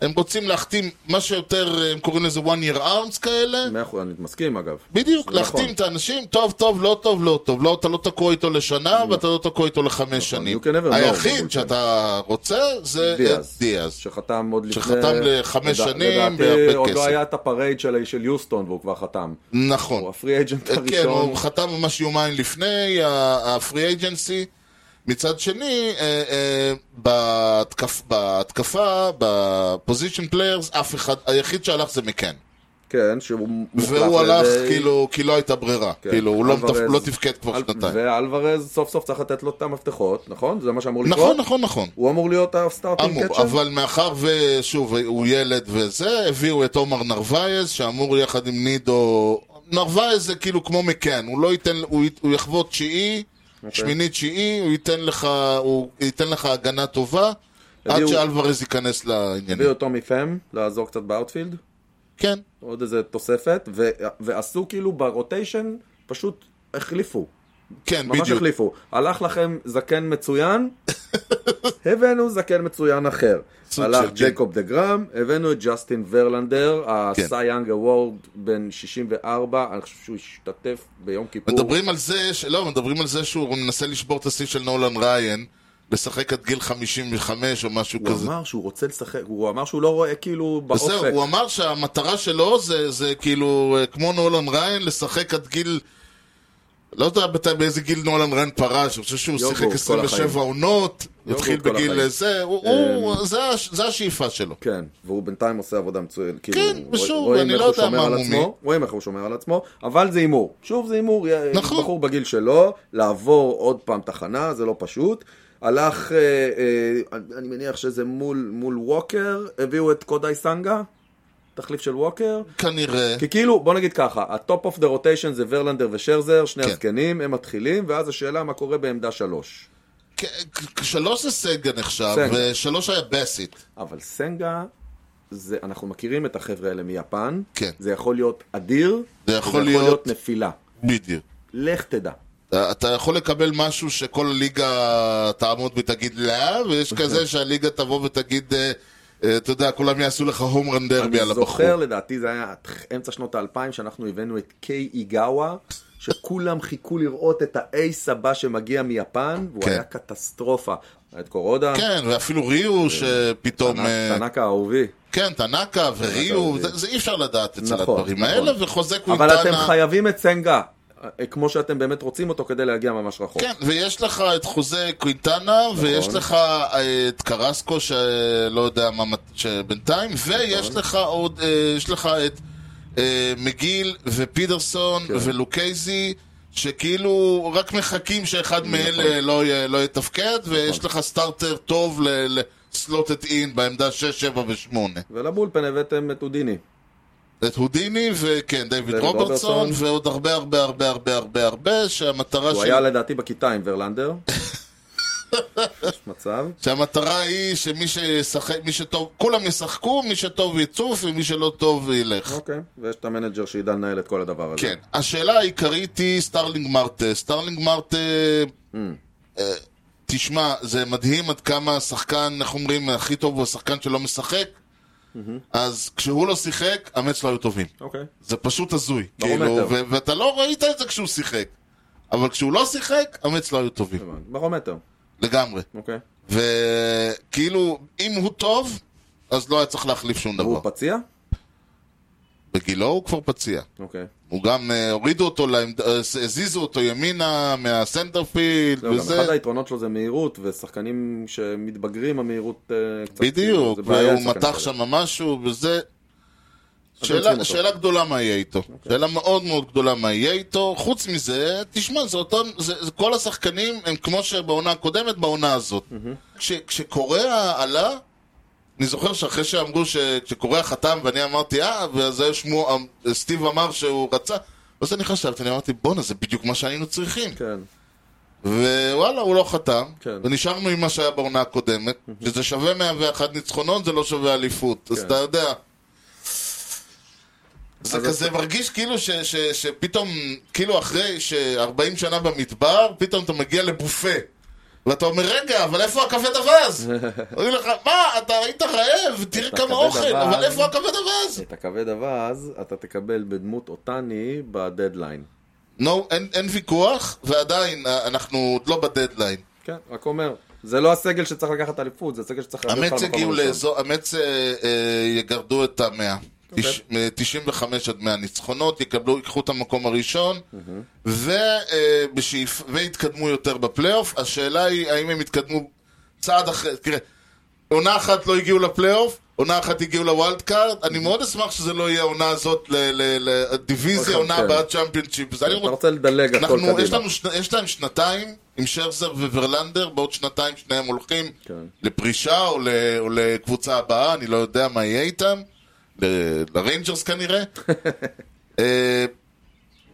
Speaker 1: הם רוצים להחתים מה שיותר, אה, הם קוראים לזה one year arms כאלה.
Speaker 2: מאה אחוז, אני מסכים אגב.
Speaker 1: בדיוק,
Speaker 2: נכון.
Speaker 1: להחתים את האנשים, טוב, טוב, לא טוב, לא טוב. לא, אתה לא תקוע איתו לשנה, ואתה לא תקוע איתו לחמש שנים.
Speaker 2: נכון, you can never know,
Speaker 1: היחיד
Speaker 2: בולפן.
Speaker 1: שאתה רוצה זה את
Speaker 2: דיאז.
Speaker 1: אה, דיאז.
Speaker 2: שחתם עוד לפני...
Speaker 1: שחתם לחמש
Speaker 2: לדע-
Speaker 1: שנים
Speaker 2: לדעתי
Speaker 1: בהרבה
Speaker 2: עוד
Speaker 1: כסף.
Speaker 2: לא היה את הפרייד של של יוסטון והוא כבר חתם. הוא
Speaker 1: נכון.
Speaker 2: הפרי אג'נט
Speaker 1: כן,
Speaker 2: הראשון.
Speaker 1: הוא חתם ממש יומיים לפני ה- הפרי אייג'נסי. מצד שני, אה, אה, בהתקפ- בהתקפה, בפוזיישן פליירס, אף אחד, היחיד שהלך זה מכן.
Speaker 2: כן, שהוא מוחלף
Speaker 1: והוא
Speaker 2: על
Speaker 1: הלך
Speaker 2: ידי-
Speaker 1: כאילו, כי לא הייתה ברירה.
Speaker 2: כן,
Speaker 1: כאילו, הוא לא
Speaker 2: אלוורז.
Speaker 1: מתפ- לא תפקד כבר
Speaker 2: אל-
Speaker 1: שנתיים.
Speaker 2: ואלוורז סוף סוף צריך לתת לו את המפתחות, נכון? זה מה שאמור לקרות?
Speaker 1: נכון, נכון, נכון.
Speaker 2: הוא אמור להיות הסטארטינג
Speaker 1: אמור,
Speaker 2: קצ'ר?
Speaker 1: אבל מאחר ושוב, הוא ילד וזה, הביאו את עומר נרווייז, שאמור יחד עם נידו... נרווייז זה כאילו כמו מקן, הוא לא ייתן, הוא, י- הוא יחבוט תשיעי,
Speaker 2: אוקיי.
Speaker 1: שמיני תשיעי, הוא ייתן לך, הוא ייתן לך הגנה טובה, עד
Speaker 2: הביאו-
Speaker 1: שאלוורז ייכנס לעניינים.
Speaker 2: הביאו אותו מפאם לעזור קצת באאוטפילד,
Speaker 1: כן,
Speaker 2: עוד איזה תוספת, ו- ועשו כאילו ברוטיישן, פשוט החליפו.
Speaker 1: כן,
Speaker 2: ממש
Speaker 1: בדיוק.
Speaker 2: החליפו. הלך לכם זקן מצוין, הבאנו זקן מצוין אחר.
Speaker 1: סוג של,
Speaker 2: הלך
Speaker 1: כן.
Speaker 2: ג'ייקוב דה גראם, הבאנו את ג'סטין ורלנדר, הסייאנג הוורד בן 64, אני חושב שהוא השתתף ביום כיפור.
Speaker 1: מדברים על זה, ש... לא, מדברים על זה שהוא מנסה לשבור את השיא של נולן ריין, לשחק עד גיל 55 או משהו
Speaker 2: הוא
Speaker 1: כזה.
Speaker 2: אמר שהוא רוצה לשחק, הוא אמר שהוא לא רואה כאילו באופק.
Speaker 1: זהו, הוא אמר שהמטרה שלו זה, זה כאילו, אה, כמו נולן ריין, לשחק עד גיל... לא יודע בת- באיזה גיל נולן ריין פרש, אני חושב שהוא
Speaker 2: יוגורט
Speaker 1: שיחק
Speaker 2: כל
Speaker 1: 27
Speaker 2: החיים.
Speaker 1: עונות, התחיל
Speaker 2: כל
Speaker 1: בגיל
Speaker 2: החיים. אה,
Speaker 1: זה, הוא- הוא- זה הש- זה השאיפה שלו.
Speaker 2: כן, והוא בינתיים עושה עבודה מצוינת. כאילו,
Speaker 1: כן,
Speaker 2: רוא-
Speaker 1: ושוב,
Speaker 2: רואים
Speaker 1: אני
Speaker 2: איך
Speaker 1: לא
Speaker 2: הוא
Speaker 1: יודע
Speaker 2: שומר
Speaker 1: מה
Speaker 2: על
Speaker 1: הוא
Speaker 2: עצמו,
Speaker 1: מי.
Speaker 2: רואים איך הוא שומר על עצמו, אבל זה הימור. שוב, זה הימור. יא-
Speaker 1: נכון.
Speaker 2: בחור בגיל שלו, לעבור עוד פעם תחנה, זה לא פשוט. הלך, אה, אה, אני מניח שזה מול, מול ווקר, הביאו את קודאי סנגה, תחליף של ווקר.
Speaker 1: כנראה,
Speaker 2: כי כאילו, בוא נגיד ככה, הטופ אוף דה רוטיישן זה ורלנדר ושרזר, שני
Speaker 1: כן.
Speaker 2: הזקנים, הם מתחילים, ואז השאלה מה קורה בעמדה שלוש. כן.
Speaker 1: כ- כ- שלוש זה סגה נחשב,
Speaker 2: סגה.
Speaker 1: ושלוש היה בסיט.
Speaker 2: אבל סנגה, זה, אנחנו מכירים את החבר'ה האלה מיפן.
Speaker 1: כן.
Speaker 2: זה יכול להיות אדיר.
Speaker 1: זה
Speaker 2: וזה
Speaker 1: יכול
Speaker 2: יכול
Speaker 1: להיות
Speaker 2: להיות נפילה.
Speaker 1: בדיוק.
Speaker 2: לך תדע.
Speaker 1: אתה אתה יכול לקבל משהו
Speaker 2: אוקיי.
Speaker 1: שכל הליגה תעמוד ותגיד לא, ויש כזה שהליגה תבוא ותגיד, אה, אה, אתה יודע, כולם יעשו לך הום רן דרבי על
Speaker 2: אני
Speaker 1: הבחור.
Speaker 2: זוכר, לדעתי זה היה אמצע שנות האלפיים, שאנחנו הבאנו את קיי איגאווה, שכולם חיכו לראות את האייס הבא שמגיע מיפן, והוא
Speaker 1: כן.
Speaker 2: היה קטסטרופה. את קורודה,
Speaker 1: כן, ואפילו ריו שפתאום... אה,
Speaker 2: תנקה האהובי.
Speaker 1: כן, טנקה וריו,
Speaker 2: טנאקה,
Speaker 1: זה זה אי אפשר לדעת אצל
Speaker 2: נכון,
Speaker 1: הדברים
Speaker 2: נכון.
Speaker 1: האלה, וחוזה קווינטנה...
Speaker 2: אבל אתם חייבים את סנגה, אה, כמו שאתם באמת רוצים אותו כדי להגיע ממש רחוק.
Speaker 1: כן, ויש לך את חוזה קווינטנה,
Speaker 2: נכון.
Speaker 1: ויש לך אה, את קרסקו, שלא יודע מה, מת- שבינתיים,
Speaker 2: נכון.
Speaker 1: ויש לך עוד, אה, יש לך את אה, מגיל ופידרסון
Speaker 2: כן.
Speaker 1: ולוקייזי, שכאילו רק מחכים
Speaker 2: נכון.
Speaker 1: שאחד מאלה לא י- לא יתפקד, ויש לך סטארטר טוב לסלוטט אין בעמדה 6, 7 ו-8.
Speaker 2: ולבולפן הבאתם את אודיני.
Speaker 1: את הודיני, וכן, דיוויד
Speaker 2: דיוויד
Speaker 1: רוברטסון,
Speaker 2: רוברטסון.
Speaker 1: ועוד הרבה הרבה הרבה הרבה הרבה הרבה, שהמטרה
Speaker 2: הוא
Speaker 1: של...
Speaker 2: היה לדעתי בכיתה עם ורלנדר. יש מצב.
Speaker 1: שהמטרה היא שמי שישחק, מי שטוב, כולם ישחקו, מי שטוב יצוף ומי שלא טוב ילך.
Speaker 2: אוקיי, ויש את המנג'ר שידע לנהל את כל הדבר הזה.
Speaker 1: כן. השאלה העיקרית היא סטארלינג מרטה. סטארלינג מרטה,
Speaker 2: Mm.
Speaker 1: אה, תשמע, זה מדהים עד כמה השחקן, איך אומרים, הכי טוב הוא השחקן שלא משחק.
Speaker 2: Mm-hmm.
Speaker 1: אז כשהוא לא שיחק, המץ לא היו טובים.
Speaker 2: אוקיי.
Speaker 1: זה פשוט הזוי.
Speaker 2: ברומטר.
Speaker 1: כאילו, ו- ואתה לא ראית את זה כשהוא שיחק. אבל כשהוא לא שיחק, המץ לא היו טובים.
Speaker 2: ברומטר,
Speaker 1: לגמרי.
Speaker 2: אוקיי.
Speaker 1: וכאילו, אם הוא טוב, אז לא היה צריך להחליף שום דבר.
Speaker 2: הוא פציע?
Speaker 1: בגילו הוא כבר פציע.
Speaker 2: אוקיי.
Speaker 1: הוא גם אה, הורידו אותו, לעמד- אה, הזיזו אותו ימינה מהסנטרפילד
Speaker 2: לא, גם
Speaker 1: וזה.
Speaker 2: אחד היתרונות שלו זה מהירות, ושחקנים שמתבגרים המהירות אה, קצת...
Speaker 1: בדיוק,
Speaker 2: זה בעיה
Speaker 1: והוא
Speaker 2: לשחקנים
Speaker 1: מתח
Speaker 2: כאלה.
Speaker 1: שם משהו וזה.
Speaker 2: צריכים
Speaker 1: שאלה,
Speaker 2: אותו.
Speaker 1: שאלה גדולה מה יהיה איתו.
Speaker 2: אוקיי.
Speaker 1: שאלה מאוד מאוד גדולה מה יהיה איתו. חוץ מזה, תשמע, זה אותם, זה, זה, כל השחקנים הם כמו שבעונה הקודמת, בעונה הזאת. כש, כשקוריאה עלה, אני זוכר שאחרי שאמרו שכשקוריאה חתם ואני אמרתי, אה, ואז היה שמו, אה, סטיב אמר שהוא רצה, אז אני חשבתי, אני אמרתי, בואנה, זה בדיוק מה שהיינו צריכים.
Speaker 2: כן,
Speaker 1: ווואלה, הוא לא חתם,
Speaker 2: כן.
Speaker 1: ונשארנו עם מה שהיה בעונה הקודמת, שזה שווה 101 ניצחונות, זה לא שווה אליפות, אז
Speaker 2: כן.
Speaker 1: אתה יודע. זה
Speaker 2: אז
Speaker 1: כזה
Speaker 2: אתה-
Speaker 1: מרגיש כאילו ש, ש, שפתאום, כאילו אחרי ש-40 שנה במדבר, פתאום אתה מגיע לבופה. ואתה אומר, רגע, אבל איפה הכבד אווז? אומרים לך, מה, אתה היית רעב, תראה
Speaker 2: אתה
Speaker 1: כמה
Speaker 2: כבד
Speaker 1: אוכל,
Speaker 2: אווז."
Speaker 1: אבל איפה הכבד אווז?
Speaker 2: את הכבד אווז אתה תקבל בדמות אותני בדדליין. כן.
Speaker 1: נו, אין- אין ויכוח, ועדיין, אה, אנחנו עוד לא בדדליין.
Speaker 2: כן, רק אומר. זה לא הסגל שצריך לקחת אליפות, זה הסגל שצריך... להביא אותך
Speaker 1: אמץ
Speaker 2: למקום
Speaker 1: הגיעו
Speaker 2: הראשון.
Speaker 1: לאזור, אמץ אה, אה, יגרדו את המאה. תש- מ- 95 עד 100 ניצחונות, יקבלו, ייקחו את המקום הראשון, ו- אה, בשאיפ- ויתקדמו יותר בפלייאוף. השאלה היא האם הם יתקדמו צעד אחרי, תראה, עונה אחת לא הגיעו לפלייאוף, עונה אחת הגיעו לווילד קארד, אני מאוד אשמח שזה לא יהיה העונה הזאת ל- ל- לדיוויזיה,
Speaker 2: עוד
Speaker 1: עונה
Speaker 2: כן.
Speaker 1: הבאה צ'מפיונצ'יפ. אז אני
Speaker 2: אתה
Speaker 1: רוצ-
Speaker 2: רוצה לדלג הכל
Speaker 1: אנחנו, יש,
Speaker 2: קדימה.
Speaker 1: לנו, שני- יש להם שנתיים עם שרזר וורלנדר, בעוד שנתיים שניהם הולכים
Speaker 2: כן.
Speaker 1: לפרישה או, ל, או לקבוצה הבאה, אני לא יודע מה יהיה איתם, ל, לריינג'רס כנראה. אה,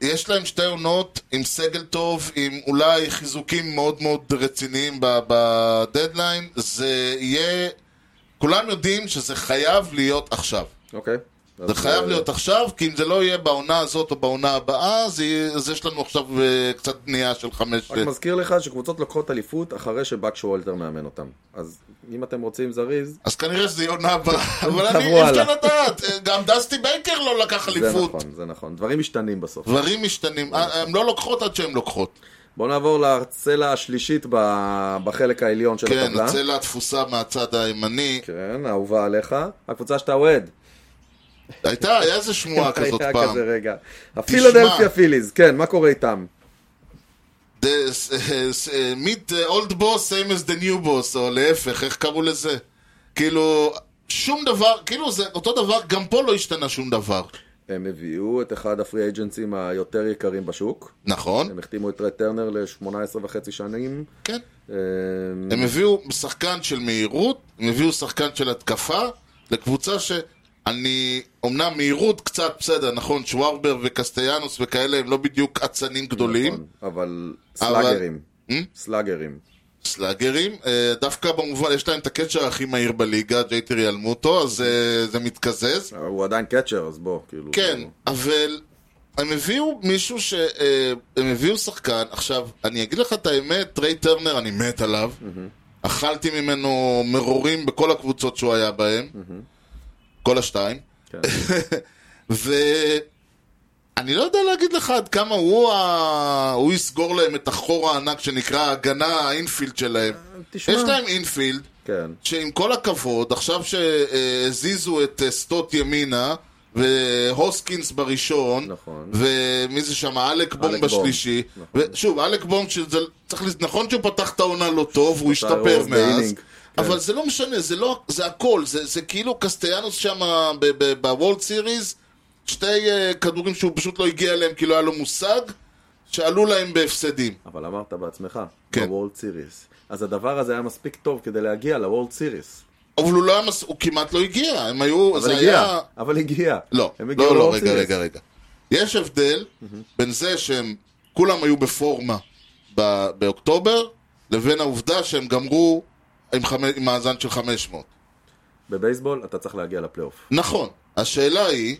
Speaker 1: יש להם שתי עונות עם סגל טוב, עם אולי חיזוקים מאוד מאוד רציניים ב- בדדליין, זה יהיה, כולם יודעים שזה חייב להיות עכשיו.
Speaker 2: אוקיי.
Speaker 1: זה חייב להיות עכשיו, כי אם זה לא יהיה בעונה הזאת או בעונה הבאה, זה יהיה- אז יש לנו עכשיו אה, קצת בנייה של חמש... אה,
Speaker 2: רק מזכיר לך שקבוצות לוקחות אליפות אחרי שבאק שוולטר מאמן אותם. אז אם אתם רוצים זריז,
Speaker 1: אז כנראה שזה יהיה עונה הבאה, אבל
Speaker 2: תעברו
Speaker 1: אני אי אפשר
Speaker 2: הלאה.
Speaker 1: לדעת, אה, גם דסטי בייקר לא לקח
Speaker 2: זה
Speaker 1: אליפות.
Speaker 2: נכון, זה נכון. דברים משתנים בסוף.
Speaker 1: דברים משתנים, אה, הן לא לוקחות עד שהן לוקחות.
Speaker 2: בואו נעבור לצלע השלישית ב- בחלק העליון של
Speaker 1: כן,
Speaker 2: הטבלה.
Speaker 1: הצלע התפוסה מהצד הימני.
Speaker 2: כן, אהובה עליך. הקבוצה שאתה אוהד.
Speaker 1: הייתה, היה איזה שמועה כזאת
Speaker 2: היה
Speaker 1: פעם.
Speaker 2: כזה רגע. הפילדלפיה פיליז, כן, מה קורה איתם?
Speaker 1: אה, meet the old boss same as the new boss, או להפך, איך קראו לזה? כאילו, שום דבר, כאילו זה אותו דבר, גם פה לא השתנה שום דבר.
Speaker 2: הם הביאו את אחד הפרי אייג'נסים היותר יקרים בשוק.
Speaker 1: נכון,
Speaker 2: הם החתימו את רד טרנר ל-18 וחצי שנים.
Speaker 1: כן.
Speaker 2: אה,
Speaker 1: הם הביאו שחקן של מהירות, הם הביאו שחקן של התקפה, לקבוצה שאני, אמנם מהירות קצת, בסדר, נכון, שווארבר וקסטיאנוס וכאלה הם לא בדיוק אצנים גדולים,
Speaker 2: נכון, אבל סלאגרים.
Speaker 1: אה?
Speaker 2: סלאגרים.
Speaker 1: סלאגרים, אה, דווקא במובן, יש להם את הקצ'ר הכי מהיר בליגה, ג'ייטר יעלמו אותו, אז אה, זה מתקזז.
Speaker 2: אבל הוא עדיין קאצ'ר, אז בוא, כאילו...
Speaker 1: כן, אבל הם הביאו מישהו ש... אה, הם הביאו שחקן, עכשיו, אני אגיד לך את האמת, טריי טרנר, אני מת עליו, אכלתי ממנו מרורים בכל הקבוצות שהוא היה בהן, כל השתיים.
Speaker 2: כן.
Speaker 1: ואני לא יודע להגיד לך עד כמה הוא, ה... הוא יסגור להם את החור הענק שנקרא ההגנה, האינפילד שלהם.
Speaker 2: אה, תשמע.
Speaker 1: יש להם אינפילד,
Speaker 2: כן.
Speaker 1: שעם כל הכבוד, עכשיו שהזיזו את אה, סטוט ימינה, והוסקינס בראשון,
Speaker 2: נכון.
Speaker 1: ומי זה שם, אלק בום
Speaker 2: אלק בום.
Speaker 1: בשלישי,
Speaker 2: נכון.
Speaker 1: ושוב, אלק בום, שזה, צריך, לז- נכון שהוא פתח את העונה לא טוב, הוא השתפר מאז,
Speaker 2: רוב באינינג, כן.
Speaker 1: אבל זה לא משנה, זה לא, זה הכל, זה, זה כאילו קסטיאנוס שם בוולד סיריס, שתי אה, כדורים שהוא פשוט לא הגיע אליהם כי לא היה לו מושג, שעלו להם בהפסדים.
Speaker 2: אבל אמרת בעצמך,
Speaker 1: כן.
Speaker 2: בוולד סיריס. אז הדבר הזה היה מספיק טוב כדי להגיע לוולד סיריס.
Speaker 1: אבל הוא לא היה, מס... הוא כמעט לא הגיע, הם היו,
Speaker 2: אבל
Speaker 1: זה
Speaker 2: הגיע,
Speaker 1: היה...
Speaker 2: אבל הגיע.
Speaker 1: לא,
Speaker 2: הם הגיעו
Speaker 1: לא, לא,
Speaker 2: ל-World
Speaker 1: רגע,
Speaker 2: Series.
Speaker 1: רגע, רגע. יש הבדל בין זה שהם כולם היו בפורמה ב- באוקטובר, לבין העובדה שהם גמרו עם חמ- עם מאזן של 500.
Speaker 2: בבייסבול אתה צריך להגיע לפלייאוף.
Speaker 1: נכון, השאלה היא,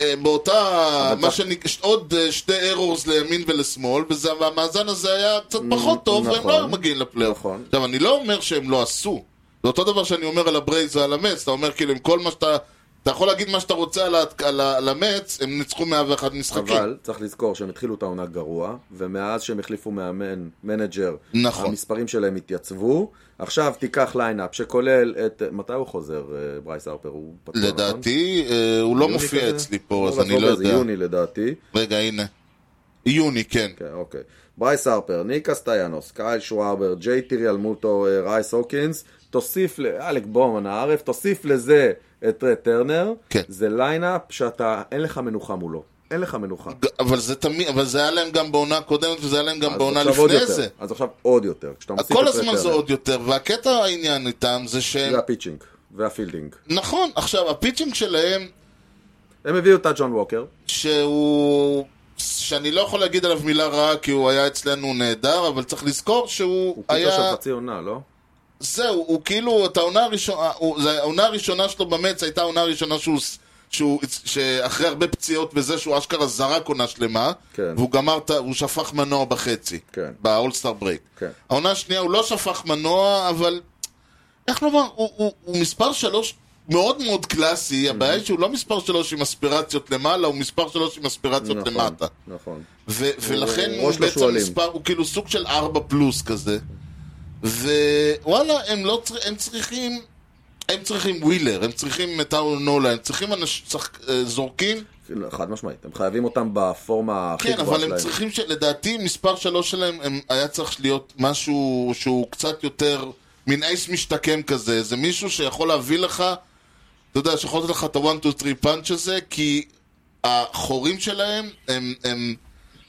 Speaker 1: אה, באותה,
Speaker 2: אבל
Speaker 1: מה
Speaker 2: אתה-
Speaker 1: שנקרא, עוד אה, שתי ארורס לימין ולשמאל, וזה- והמאזן הזה היה קצת פחות טוב, והם
Speaker 2: נכון.
Speaker 1: לא היו מגיעים לפלייאוף.
Speaker 2: נכון.
Speaker 1: עכשיו, אני לא אומר שהם לא עשו. זה אותו דבר שאני אומר על הברייז ועל המץ, אתה אומר כאילו עם כל מה שאתה... אתה יכול להגיד מה שאתה רוצה על ה- על ה- על המץ, הם ניצחו 101 משחקים.
Speaker 2: אבל צריך לזכור שהם התחילו את העונה גרוע, ומאז שהם החליפו מאמן, מנג'ר,
Speaker 1: נכון.
Speaker 2: המספרים שלהם התייצבו. עכשיו תיקח ליינאפ שכולל את... מתי הוא חוזר, אה, ברייס הרפר? הוא פתוח, נכון?
Speaker 1: לדעתי, אה, הוא לא
Speaker 2: יוני
Speaker 1: מופיע
Speaker 2: כזה?
Speaker 1: אצלי פה, אז
Speaker 2: לא,
Speaker 1: אני לא
Speaker 2: באוקטובר זה
Speaker 1: יודע.
Speaker 2: יוני לדעתי.
Speaker 1: רגע, הנה. יוני, כן.
Speaker 2: כן, אוקיי. ברייס הרפר, ניק אסטיאנוס, קייל שווארבר, ג'יי טיריאל מוטו, אה, רייס הוקינס, תוסיף, ל- אלק בומן הערף, תוסיף לזה את טרי טרנר,
Speaker 1: כן.
Speaker 2: זה ליינאפ שאתה, אין לך מנוחה מולו. אין לך מנוחה.
Speaker 1: אבל זה תמיד, אבל זה היה להם גם בעונה הקודמת, וזה היה להם גם
Speaker 2: אז
Speaker 1: בעונה
Speaker 2: עכשיו עוד
Speaker 1: לפני
Speaker 2: יותר.
Speaker 1: זה.
Speaker 2: אז עכשיו עוד יותר. כשאתה מוסיף את לא.
Speaker 1: כל
Speaker 2: טרי
Speaker 1: הזמן זה
Speaker 2: טרנר,
Speaker 1: עוד יותר, והקטע העניין איתם זה שהם...
Speaker 2: זה הפיצ'ינג והפילדינג.
Speaker 1: נכון, עכשיו, הפיצ'ינג שלהם,
Speaker 2: הם הביאו את הג'ון ווקר,
Speaker 1: שהוא... שאני לא יכול להגיד עליו מילה רעה, כי הוא היה אצלנו נהדר, אבל צריך לזכור שהוא
Speaker 2: הוא פיצ'ר
Speaker 1: היה...
Speaker 2: של חצי עונה, לא?
Speaker 1: זהו, הוא כאילו, את העונה הראשונה, הוא- זה- העונה הראשונה שלו במץ הייתה העונה הראשונה שהוא, ס- שהוא, שאחרי הרבה פציעות וזה שהוא אשכרה זרק עונה שלמה,
Speaker 2: כן.
Speaker 1: והוא גמר, את ה- הוא שפך מנוע בחצי,
Speaker 2: כן.
Speaker 1: באולסטאר ברייק.
Speaker 2: כן.
Speaker 1: העונה השנייה הוא לא שפך מנוע, אבל איך לומר, הוא, הוא, הוא מספר שלוש מאוד מאוד קלאסי, הבעיה
Speaker 2: Mm-hmm.
Speaker 1: היא שהוא לא מספר שלוש עם אספירציות למעלה, הוא מספר שלוש עם אספירציות
Speaker 2: נכון,
Speaker 1: למטה.
Speaker 2: נכון.
Speaker 1: ו- ולכן
Speaker 2: הוא
Speaker 1: הוא
Speaker 2: ראש
Speaker 1: בעצם
Speaker 2: לשועלים.
Speaker 1: מספר, הוא כאילו סוג של 4 פלוס כזה. ווואלה, הם לא צריכים, הם צריכים, הם צריכים ווילר, הם צריכים את האון נולה, הם צריכים אנשים, שח... אה, זורקים,
Speaker 2: לא, חד משמעית, הם חייבים אותם בפורמה הכי
Speaker 1: כן,
Speaker 2: גבוהה
Speaker 1: אבל
Speaker 2: שלהם.
Speaker 1: הם צריכים, ש... לדעתי מספר 3 שלהם הם... היה צריך להיות משהו שהוא קצת יותר מין אייס משתקם כזה, זה מישהו שיכול להביא לך, אתה יודע, שיכול לתת לך את ה-1, 2, 3 פאנץ' הזה, כי החורים שלהם הם, הם,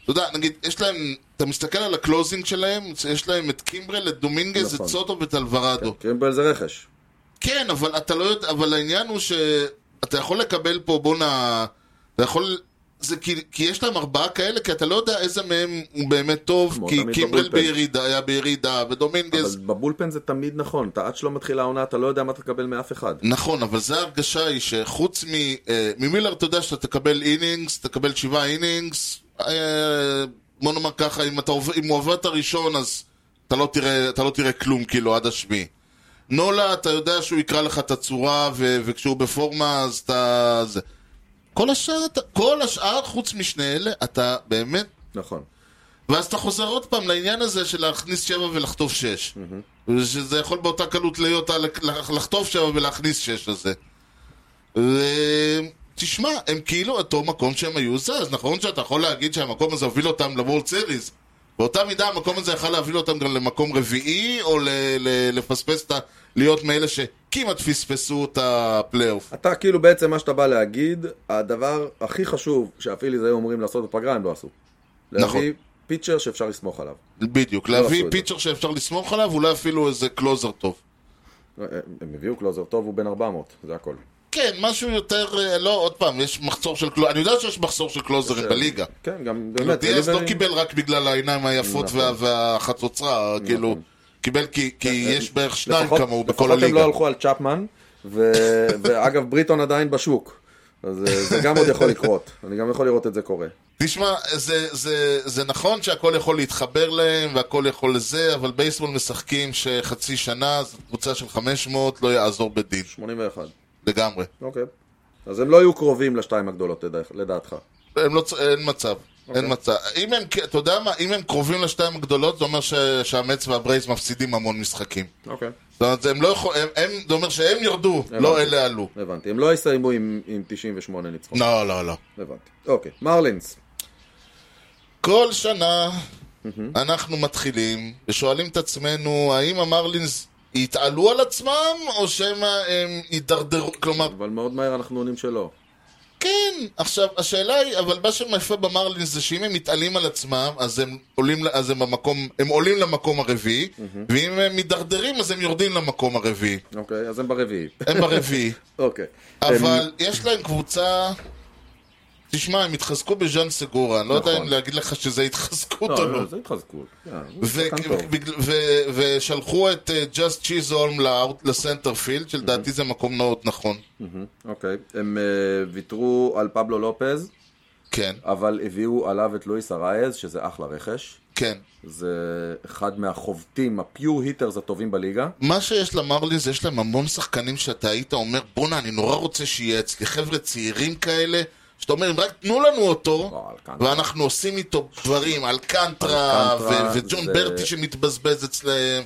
Speaker 1: אתה יודע, נגיד, יש להם, אתה מסתכל על הקלוזינג שלהם, יש להם את קימברל, את דומינגז,
Speaker 2: נכון.
Speaker 1: את סוטו ואת אלוורדו.
Speaker 2: קרימבל זה רכש.
Speaker 1: כן, אבל אתה לא יודע, אבל העניין הוא שאתה יכול לקבל פה, בואנה, אתה יכול, זה כי, כי יש להם ארבעה כאלה, כי אתה לא יודע איזה מהם הוא באמת טוב,
Speaker 2: כמו
Speaker 1: כי
Speaker 2: תמיד
Speaker 1: קימברל
Speaker 2: בבולפן.
Speaker 1: בירידה, היה בירידה, ודומינגז,
Speaker 2: אבל בבולפן זה תמיד נכון, אתה עד שלא מתחילה העונה, אתה לא יודע מה תקבל מאף אחד.
Speaker 1: נכון, אבל זה ההרגשה היא שחוץ מ... אה, ממילר אתה יודע שאתה תקבל אינינגס, תקבל שבעה אינינגס, אה, בוא נאמר ככה, אם, אתה, עוב- אם הוא עובר את הראשון אז אתה לא תראה, אתה לא תראה כלום כאילו עד השביעי. נולה, אתה יודע שהוא יקרא לך את הצורה, ו- וכשהוא בפורמה אז אתה... זה. כל השאר, אתה, כל השאר, חוץ משני אלה, אתה באמת...
Speaker 2: נכון.
Speaker 1: ואז אתה חוזר עוד פעם לעניין הזה של להכניס שבע ולחטוף שש. שזה יכול באותה קלות להיות על- לח- לחטוף שבע ולהכניס שש לזה. ו- תשמע, הם כאילו אותו מקום שהם היו זה, אז נכון שאתה יכול להגיד שהמקום הזה הוביל אותם לוולד סיריס. באותה מידה המקום הזה יכול להוביל אותם גם למקום רביעי, או ל- ל- לפספס את ה... להיות מאלה שכמעט פספסו את הפלייאוף.
Speaker 2: אתה כאילו בעצם מה שאתה בא להגיד, הדבר הכי חשוב שהפיליז היו אמורים לעשות בפגרה, הם לא עשו.
Speaker 1: נכון.
Speaker 2: להביא פיצ'ר שאפשר לסמוך עליו. אה,
Speaker 1: בדיוק,
Speaker 2: עשו
Speaker 1: להביא
Speaker 2: את זה.
Speaker 1: פיצ'ר שאפשר לסמוך עליו, אולי אפילו איזה קלוזר טוב.
Speaker 2: אה, הם הביאו קלוזר טוב, הוא בן 400, זה הכל.
Speaker 1: כן, משהו יותר, אה, לא, עוד פעם, יש מחסור של קלוזרים, אני יודע שיש מחסור של קלוזרים בליגה.
Speaker 2: כן, גם באמת.
Speaker 1: דיאז לא
Speaker 2: אליבן-
Speaker 1: קיבל רק בגלל העיניים היפות
Speaker 2: נכון.
Speaker 1: וה- והחצוצרה, כאילו, קיבל כי כי יש בערך שניים
Speaker 2: אה, לפחות-
Speaker 1: כמוהו בכל
Speaker 2: לפחות הם
Speaker 1: הליגה.
Speaker 2: לא הלכו על צ'פמן, ו- ואגב, בריטון עדיין בשוק. אז אה, זה גם עוד יכול לקרות, אני גם יכול לראות את זה קורה.
Speaker 1: תשמע, זה, זה, זה נכון שהכל יכול להתחבר להם והכל יכול לזה, אבל בייסבול משחקים שחצי שנה, זו קבוצה של 500, לא יעזור בדין,
Speaker 2: 81.
Speaker 1: לגמרי.
Speaker 2: אוקיי. אז הם לא יהיו קרובים לשתיים הגדולות, לדע- לדעתך.
Speaker 1: הם לא, צ- אין מצב.
Speaker 2: אוקיי.
Speaker 1: אין מצב. אם הם, כ- אתה יודע מה, אם הם קרובים לשתיים הגדולות, זה אומר ש, שהמץ והברייז מפסידים המון משחקים.
Speaker 2: אוקיי.
Speaker 1: זאת אומרת, הם לא יכול, הם, הם, זה אומר שהם ירדו, לא אלה עלו.
Speaker 2: הבנתי. הם לא יסיימו עם עם 98 ניצחון.
Speaker 1: לא, לא, לא.
Speaker 2: הבנתי. אוקיי. מרלינס.
Speaker 1: כל שנה אנחנו מתחילים ושואלים את עצמנו, האם המרלינס יתעלו על עצמם, או שמא הם יידרדרו, כלומר,
Speaker 2: אבל מאוד מהר אנחנו עונים שלא.
Speaker 1: כן, עכשיו, השאלה היא, אבל מה שיפה במרלינס זה שאם הם מתעלים על עצמם, אז הם עולים, ל- אז הם במקום, הם עולים למקום הרביעי, ואם הם מידרדרים, אז הם יורדים למקום הרביעי.
Speaker 2: אוקיי, אז הם ברביעי.
Speaker 1: הם ברביעי.
Speaker 2: אוקיי.
Speaker 1: אבל יש להם קבוצה... תשמע, הם התחזקו בז'אן סגורה, אני לא יודע
Speaker 2: נכון.
Speaker 1: אם להגיד לך שזה התחזקות
Speaker 2: לא,
Speaker 1: או לא.
Speaker 2: לא, זה התחזקות. אה, הוא
Speaker 1: ו-
Speaker 2: שחקן טוב.
Speaker 1: בגלל- ו- ושלחו את אה, ג'אסט צ'יזולם לסנטרפילד, שלדעתי זה מקום מאוד נכון.
Speaker 2: אוקיי. הם אה, ויתרו על פבלו לופז,
Speaker 1: כן,
Speaker 2: אבל הביאו עליו את לואיס ארייז, שזה אחלה רכש.
Speaker 1: כן.
Speaker 2: זה אחד מהחובטים, הפיור היטרס הטובים בליגה.
Speaker 1: מה שיש למרלינס, יש להם המון שחקנים שאתה היית אומר, בואנה, אני נורא רוצה שיהיה אצלי. חבר'ה צעירים כאלה, שאתה אומר, אם רק תנו לנו אותו,
Speaker 2: לא, אלקנטרה.
Speaker 1: ואנחנו עושים איתו דברים, אלקנטרה,
Speaker 2: אלקנטרה
Speaker 1: ו- וג'ון
Speaker 2: זה-
Speaker 1: ברטי שמתבזבז אצלהם,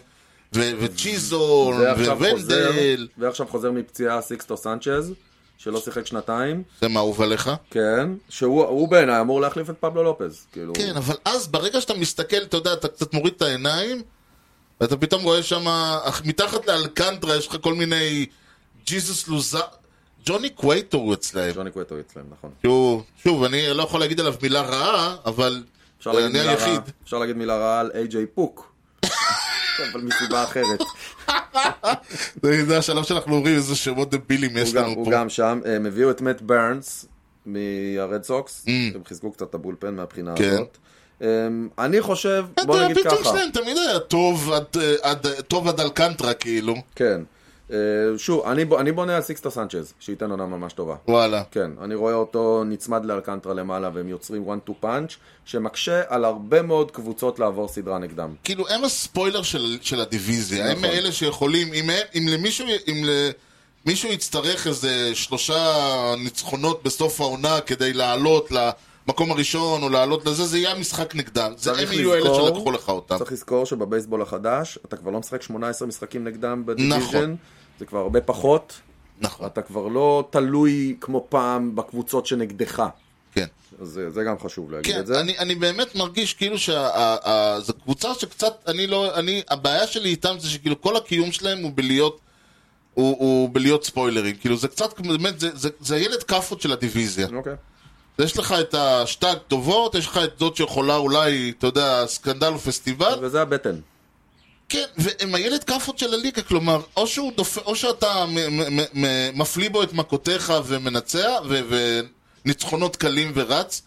Speaker 1: ו- וצ'יזון,
Speaker 2: ועכשיו חוזר,
Speaker 1: וונדל.
Speaker 2: ועכשיו חוזר מפציעה סיקסטו סנצ'ז, שלא שיחק שנתיים,
Speaker 1: זה מה אהוב עליך?
Speaker 2: כן, שהוא הוא בעיניי אמור להחליף את פבלו לופז, כאילו,
Speaker 1: כן, אבל אז ברגע שאתה מסתכל, אתה יודע, אתה קצת מוריד את העיניים, ואתה פתאום רואה שם, מתחת לאלקנטרה יש לך כל מיני ג'יזוס לוזה... ג'וני קווייטו הוא אצלהם.
Speaker 2: ג'וני קווטו אצלם, נכון.
Speaker 1: שהוא, שוב, אני לא יכול להגיד עליו מילה רעה, אבל
Speaker 2: אפשר להגיד
Speaker 1: אני
Speaker 2: מילה רעה-
Speaker 1: היחיד.
Speaker 2: אפשר להגיד מילה רעה על איי-ג'יי פוק, אבל מסיבה אחרת,
Speaker 1: זה זה השלב שאנחנו אומרים איזה שמות דבילים
Speaker 2: הוא
Speaker 1: יש
Speaker 2: גם-
Speaker 1: לנו
Speaker 2: הוא
Speaker 1: פה.
Speaker 2: גם שם, הם הביאו את מאט ברנס מהרד סוקס, הם חיזקו קצת את הבולפן מהבחינה
Speaker 1: Mm. כן.
Speaker 2: הזאת. אמ, אני חושב, בוא
Speaker 1: אתה
Speaker 2: נגיד
Speaker 1: יודע, הפיצ'ינג
Speaker 2: ככה,
Speaker 1: שלהם תמיד היה טוב עד, אה, עד, אה, טוב עד אלקנטרה, כאילו.
Speaker 2: כן, אה, שוב, אני בו- אני בונה על סיקסטו סנצ'ז, שייתן עונה ממש טובה.
Speaker 1: וואלה.
Speaker 2: כן, אני רואה אותו נצמד לאלקנטרה למעלה והם יוצרים one to punch שמקשה על הרבה מאוד קבוצות לעבור סדרה נגדם.
Speaker 1: כאילו, הם הספוילר של, של הדיוויזיה. הם
Speaker 2: נכון.
Speaker 1: אלה שיכולים, אם, אם למישהו, אם למישהו יצטרך איזה שלושה ניצחונות בסוף העונה כדי לעלות למקום הראשון או לעלות לזה, זה יהיה המשחק נגדם. זה הם
Speaker 2: צריך
Speaker 1: יהיו אלה
Speaker 2: לזכור-
Speaker 1: שלקחו לך אותם.
Speaker 2: צריך לזכור שבבייסבול החדש אתה כבר לא משחק 18 משחקים נגדם
Speaker 1: נכון.
Speaker 2: בדיוויז'ן, זה כבר הרבה פחות,
Speaker 1: נכון,
Speaker 2: אתה כבר לא תלוי כמו פעם בקבוצות שנגדך.
Speaker 1: כן.
Speaker 2: אז זה זה גם חשוב להגיד
Speaker 1: כן,
Speaker 2: את זה.
Speaker 1: אני, אני באמת מרגיש כאילו שזו קבוצה שקצת, אני לא, אני, הבעיה שלי איתם זה שכאילו כל הקיום שלהם הוא בלהיות, הוא, הוא בלהיות ספוילרים. כאילו זה קצת, כמו- באמת, זה, זה, זה ילד כאפות של הדיוויזיה.
Speaker 2: אוקיי.
Speaker 1: יש לך את השתי הטובות, יש לך את זאת שיכולה אולי, אתה יודע, סקנדל ופסטיבל.
Speaker 2: וזה הבטן.
Speaker 1: כן, והם הילד כאפות של הליגה, כלומר, או, שהוא דופ... או שאתה מ- מ- מ- מ- מפליא בו את מכותיך ומנצח, ו- וניצחונות קלים ורץ,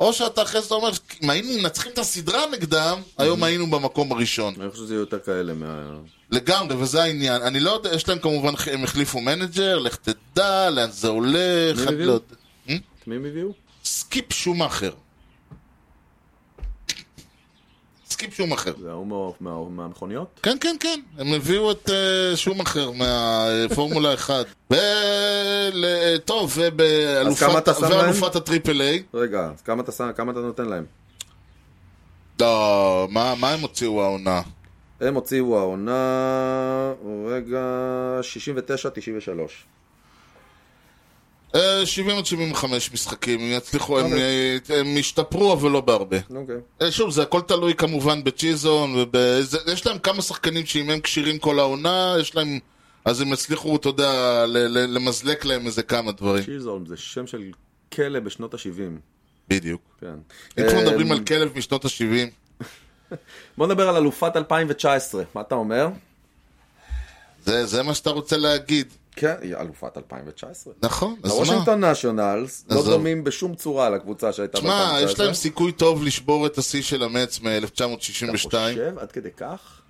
Speaker 1: או שאתה אחרי זה אומר, אם היינו מנצחים את הסדרה נגדם, היום היינו במקום הראשון.
Speaker 2: אני חושב שזה יהיו יותר כאלה מה...
Speaker 1: לגמרי, וזה העניין. אני לא יודע, יש להם כמובן, הם החליפו מנג'ר, לך תדע, לאן זה הולך,
Speaker 2: מי
Speaker 1: אני
Speaker 2: הביאו?
Speaker 1: לא יודע.
Speaker 2: את מי הם הביאו?
Speaker 1: סקיפ שומאכר. סקיפ שומאכר.
Speaker 2: זה ההוא מה- מה- מהמכוניות?
Speaker 1: כן, כן, כן. הם הביאו את אה, שומאכר מהפורמולה 1. ו... ל- טוב, ובאלופת-
Speaker 2: כמה אתה שם להם?
Speaker 1: ואלופת הטריפל איי.
Speaker 2: רגע, אז כמה אתה שם- כמה אתה נותן להם?
Speaker 1: לא, מה מה הם הוציאו העונה?
Speaker 2: הם הוציאו העונה, רגע, 69-93.
Speaker 1: אה, 70 עד 75 משחקים, הם יצליחו, הם, אה, הם השתפרו, אבל לא בהרבה.
Speaker 2: אוקיי.
Speaker 1: אה, שוב, זה הכל תלוי כמובן בצ'יזון, ובזה, יש להם כמה שחקנים שאם הם כשירים כל העונה, יש להם, אז הם יצליחו, אתה יודע, ל- ל- למזלק להם איזה כמה דברים.
Speaker 2: צ'יזולם זה שם של כלא בשנות ה-70.
Speaker 1: בדיוק.
Speaker 2: כן.
Speaker 1: אם כבר
Speaker 2: אה,
Speaker 1: מדברים על כלב משנות ה-70,
Speaker 2: בוא נדבר על אלופת 2019, מה אתה אומר?
Speaker 1: זה, זה מה שאתה רוצה להגיד.
Speaker 2: כן, היא אלופת 2019.
Speaker 1: נכון, אז מה?
Speaker 2: הוושינגטון נשיונלס לא
Speaker 1: עזוב.
Speaker 2: דומים בשום צורה לקבוצה שהייתה ב-2019.
Speaker 1: מה, יש להם סיכוי טוב לשבור את השיא של המץ מ-1962.
Speaker 2: חושב, עד כדי כך?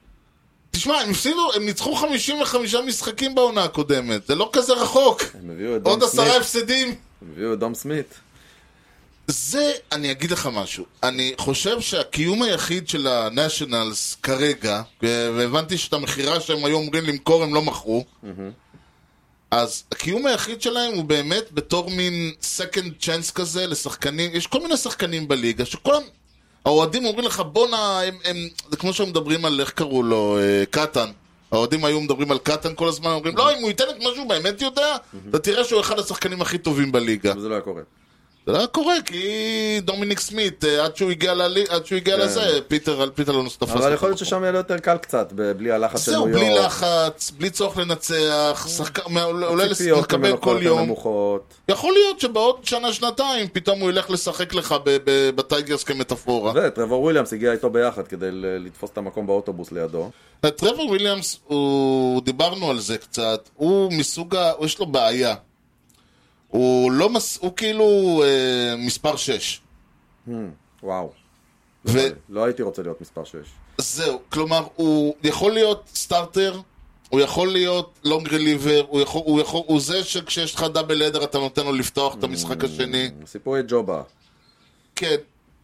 Speaker 1: תשמע, הם הפסידו, הם ניצחו 55 משחקים בעונה הקודמת, זה לא כזה רחוק.
Speaker 2: הם הביאו את דון
Speaker 1: עוד עשרה
Speaker 2: סמית,
Speaker 1: הפסדים.
Speaker 2: הביאו את דום סמית.
Speaker 1: זה, אני אגיד לך משהו. אני חושב שהקיום היחיד של הנשיונלס כרגע, ו- והבנתי שאת המכירה שהם היו אמורים למכור הם לא מכרו, אז הקיום היחיד שלהם הוא באמת בתור מין second chance כזה לשחקנים, יש כל מיני שחקנים בליגה שכולם, האוהדים אומרים לך בואנה, הם, הם, זה כמו שהם מדברים על איך קראו לו, אה, קטן. האוהדים היו מדברים על קטן כל הזמן, אומרים לא, אם הוא ייתן את מה שהוא באמת יודע, אתה תראה שהוא אחד השחקנים הכי טובים בליגה.
Speaker 2: אבל זה לא היה קורה.
Speaker 1: זה לא היה קורה, כי דומיניק סמית, אה, עד שהוא הגיע, ללי, עד שהוא הגיע לזה, פיטר על פיטר לא תפס.
Speaker 2: כן. אבל
Speaker 1: אותו
Speaker 2: יכול להיות
Speaker 1: מקום.
Speaker 2: ששם יהיה לו יותר קל קצת, ב- בלי הלחץ של
Speaker 1: זהו,
Speaker 2: ניו יורק.
Speaker 1: בלי לחץ, בלי צורך לנצח, שחק- מה- עולה
Speaker 2: ציפיות
Speaker 1: לקבל
Speaker 2: ממנו כל
Speaker 1: כל
Speaker 2: יותר
Speaker 1: יום.
Speaker 2: נמוכות.
Speaker 1: יכול להיות שבעוד שנה-שנתיים פתאום הוא ילך לשחק לך ב- ב- בטייגרס כמטאפורה.
Speaker 2: וטרוור וויליאמס הגיע איתו ביחד כדי ל- לתפוס את המקום באוטובוס לידו.
Speaker 1: טרוור וויליאמס, הוא... דיברנו על זה קצת, הוא מסוג ה... יש לו בעיה. הוא לא מס... הוא כאילו אה, מספר 6.
Speaker 2: וואו.
Speaker 1: ו...
Speaker 2: לא הייתי רוצה להיות מספר 6.
Speaker 1: זהו, כלומר, הוא יכול להיות סטארטר, הוא יכול להיות לונג רליבר, הוא, יכול, הוא, יכול, הוא זה שכשיש לך דאבל אדר אתה נותן לו לפתוח את המשחק השני.
Speaker 2: סיפורי ג'ובה.
Speaker 1: כן.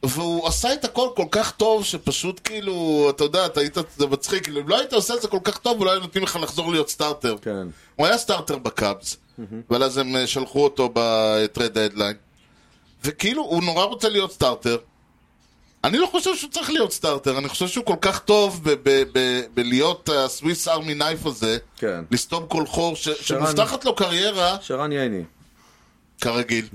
Speaker 1: והוא עשה את הכל כל כך טוב, שפשוט כאילו, אתה יודע, אתה היית, זה מצחיק, כאילו, אם לא היית עושה את זה כל כך טוב, אולי היו נותנים לך לחזור להיות סטארטר.
Speaker 2: כן.
Speaker 1: הוא היה סטארטר בקאבס, אבל אז הם אה, שלחו אותו בטרד הדליין. וכאילו, הוא נורא רוצה להיות סטארטר. אני לא חושב שהוא צריך להיות סטארטר, אני חושב שהוא כל כך טוב ב- ב- ב- בלהיות אה, הסוויס ארמי נייף הזה,
Speaker 2: כן.
Speaker 1: לסתום כל חור, ש-
Speaker 2: שרן.
Speaker 1: שמובטחת לו קריירה,
Speaker 2: שרן ייני.
Speaker 1: כרגיל,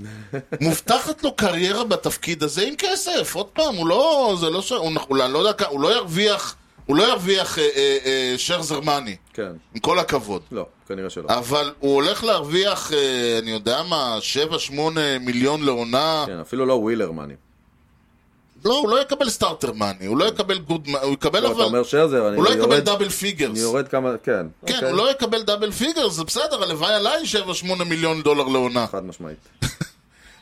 Speaker 1: מובטחת לו קריירה בתפקיד הזה עם כסף, עוד פעם, הוא לא, זה לא ש... הוא, הוא, לא יודע, כ- הוא לא ירוויח, הוא לא ירוויח אה, אה, אה, שרזר מאני,
Speaker 2: כן.
Speaker 1: עם כל הכבוד.
Speaker 2: לא, כנראה שלא.
Speaker 1: אבל הוא הולך להרוויח, אה, אני יודע מה, 7-8 מיליון לעונה.
Speaker 2: כן, אפילו לא ווילר מאני.
Speaker 1: לא, הוא לא יקבל סטארטר מאני, הוא לא יקבל גוד מאני, הוא יקבל
Speaker 2: כן. לא, אתה
Speaker 1: אבל...
Speaker 2: אומר שרזר, אני
Speaker 1: הוא לא יקבל
Speaker 2: יורד-
Speaker 1: דאבל פיגרס.
Speaker 2: אני יורד כמה... כן.
Speaker 1: כן,
Speaker 2: אוקיי.
Speaker 1: הוא לא יקבל דאבל פיגרס, זה בסדר, הלוואי עליי 7-8 מיליון דולר לעונה.
Speaker 2: חד משמעית.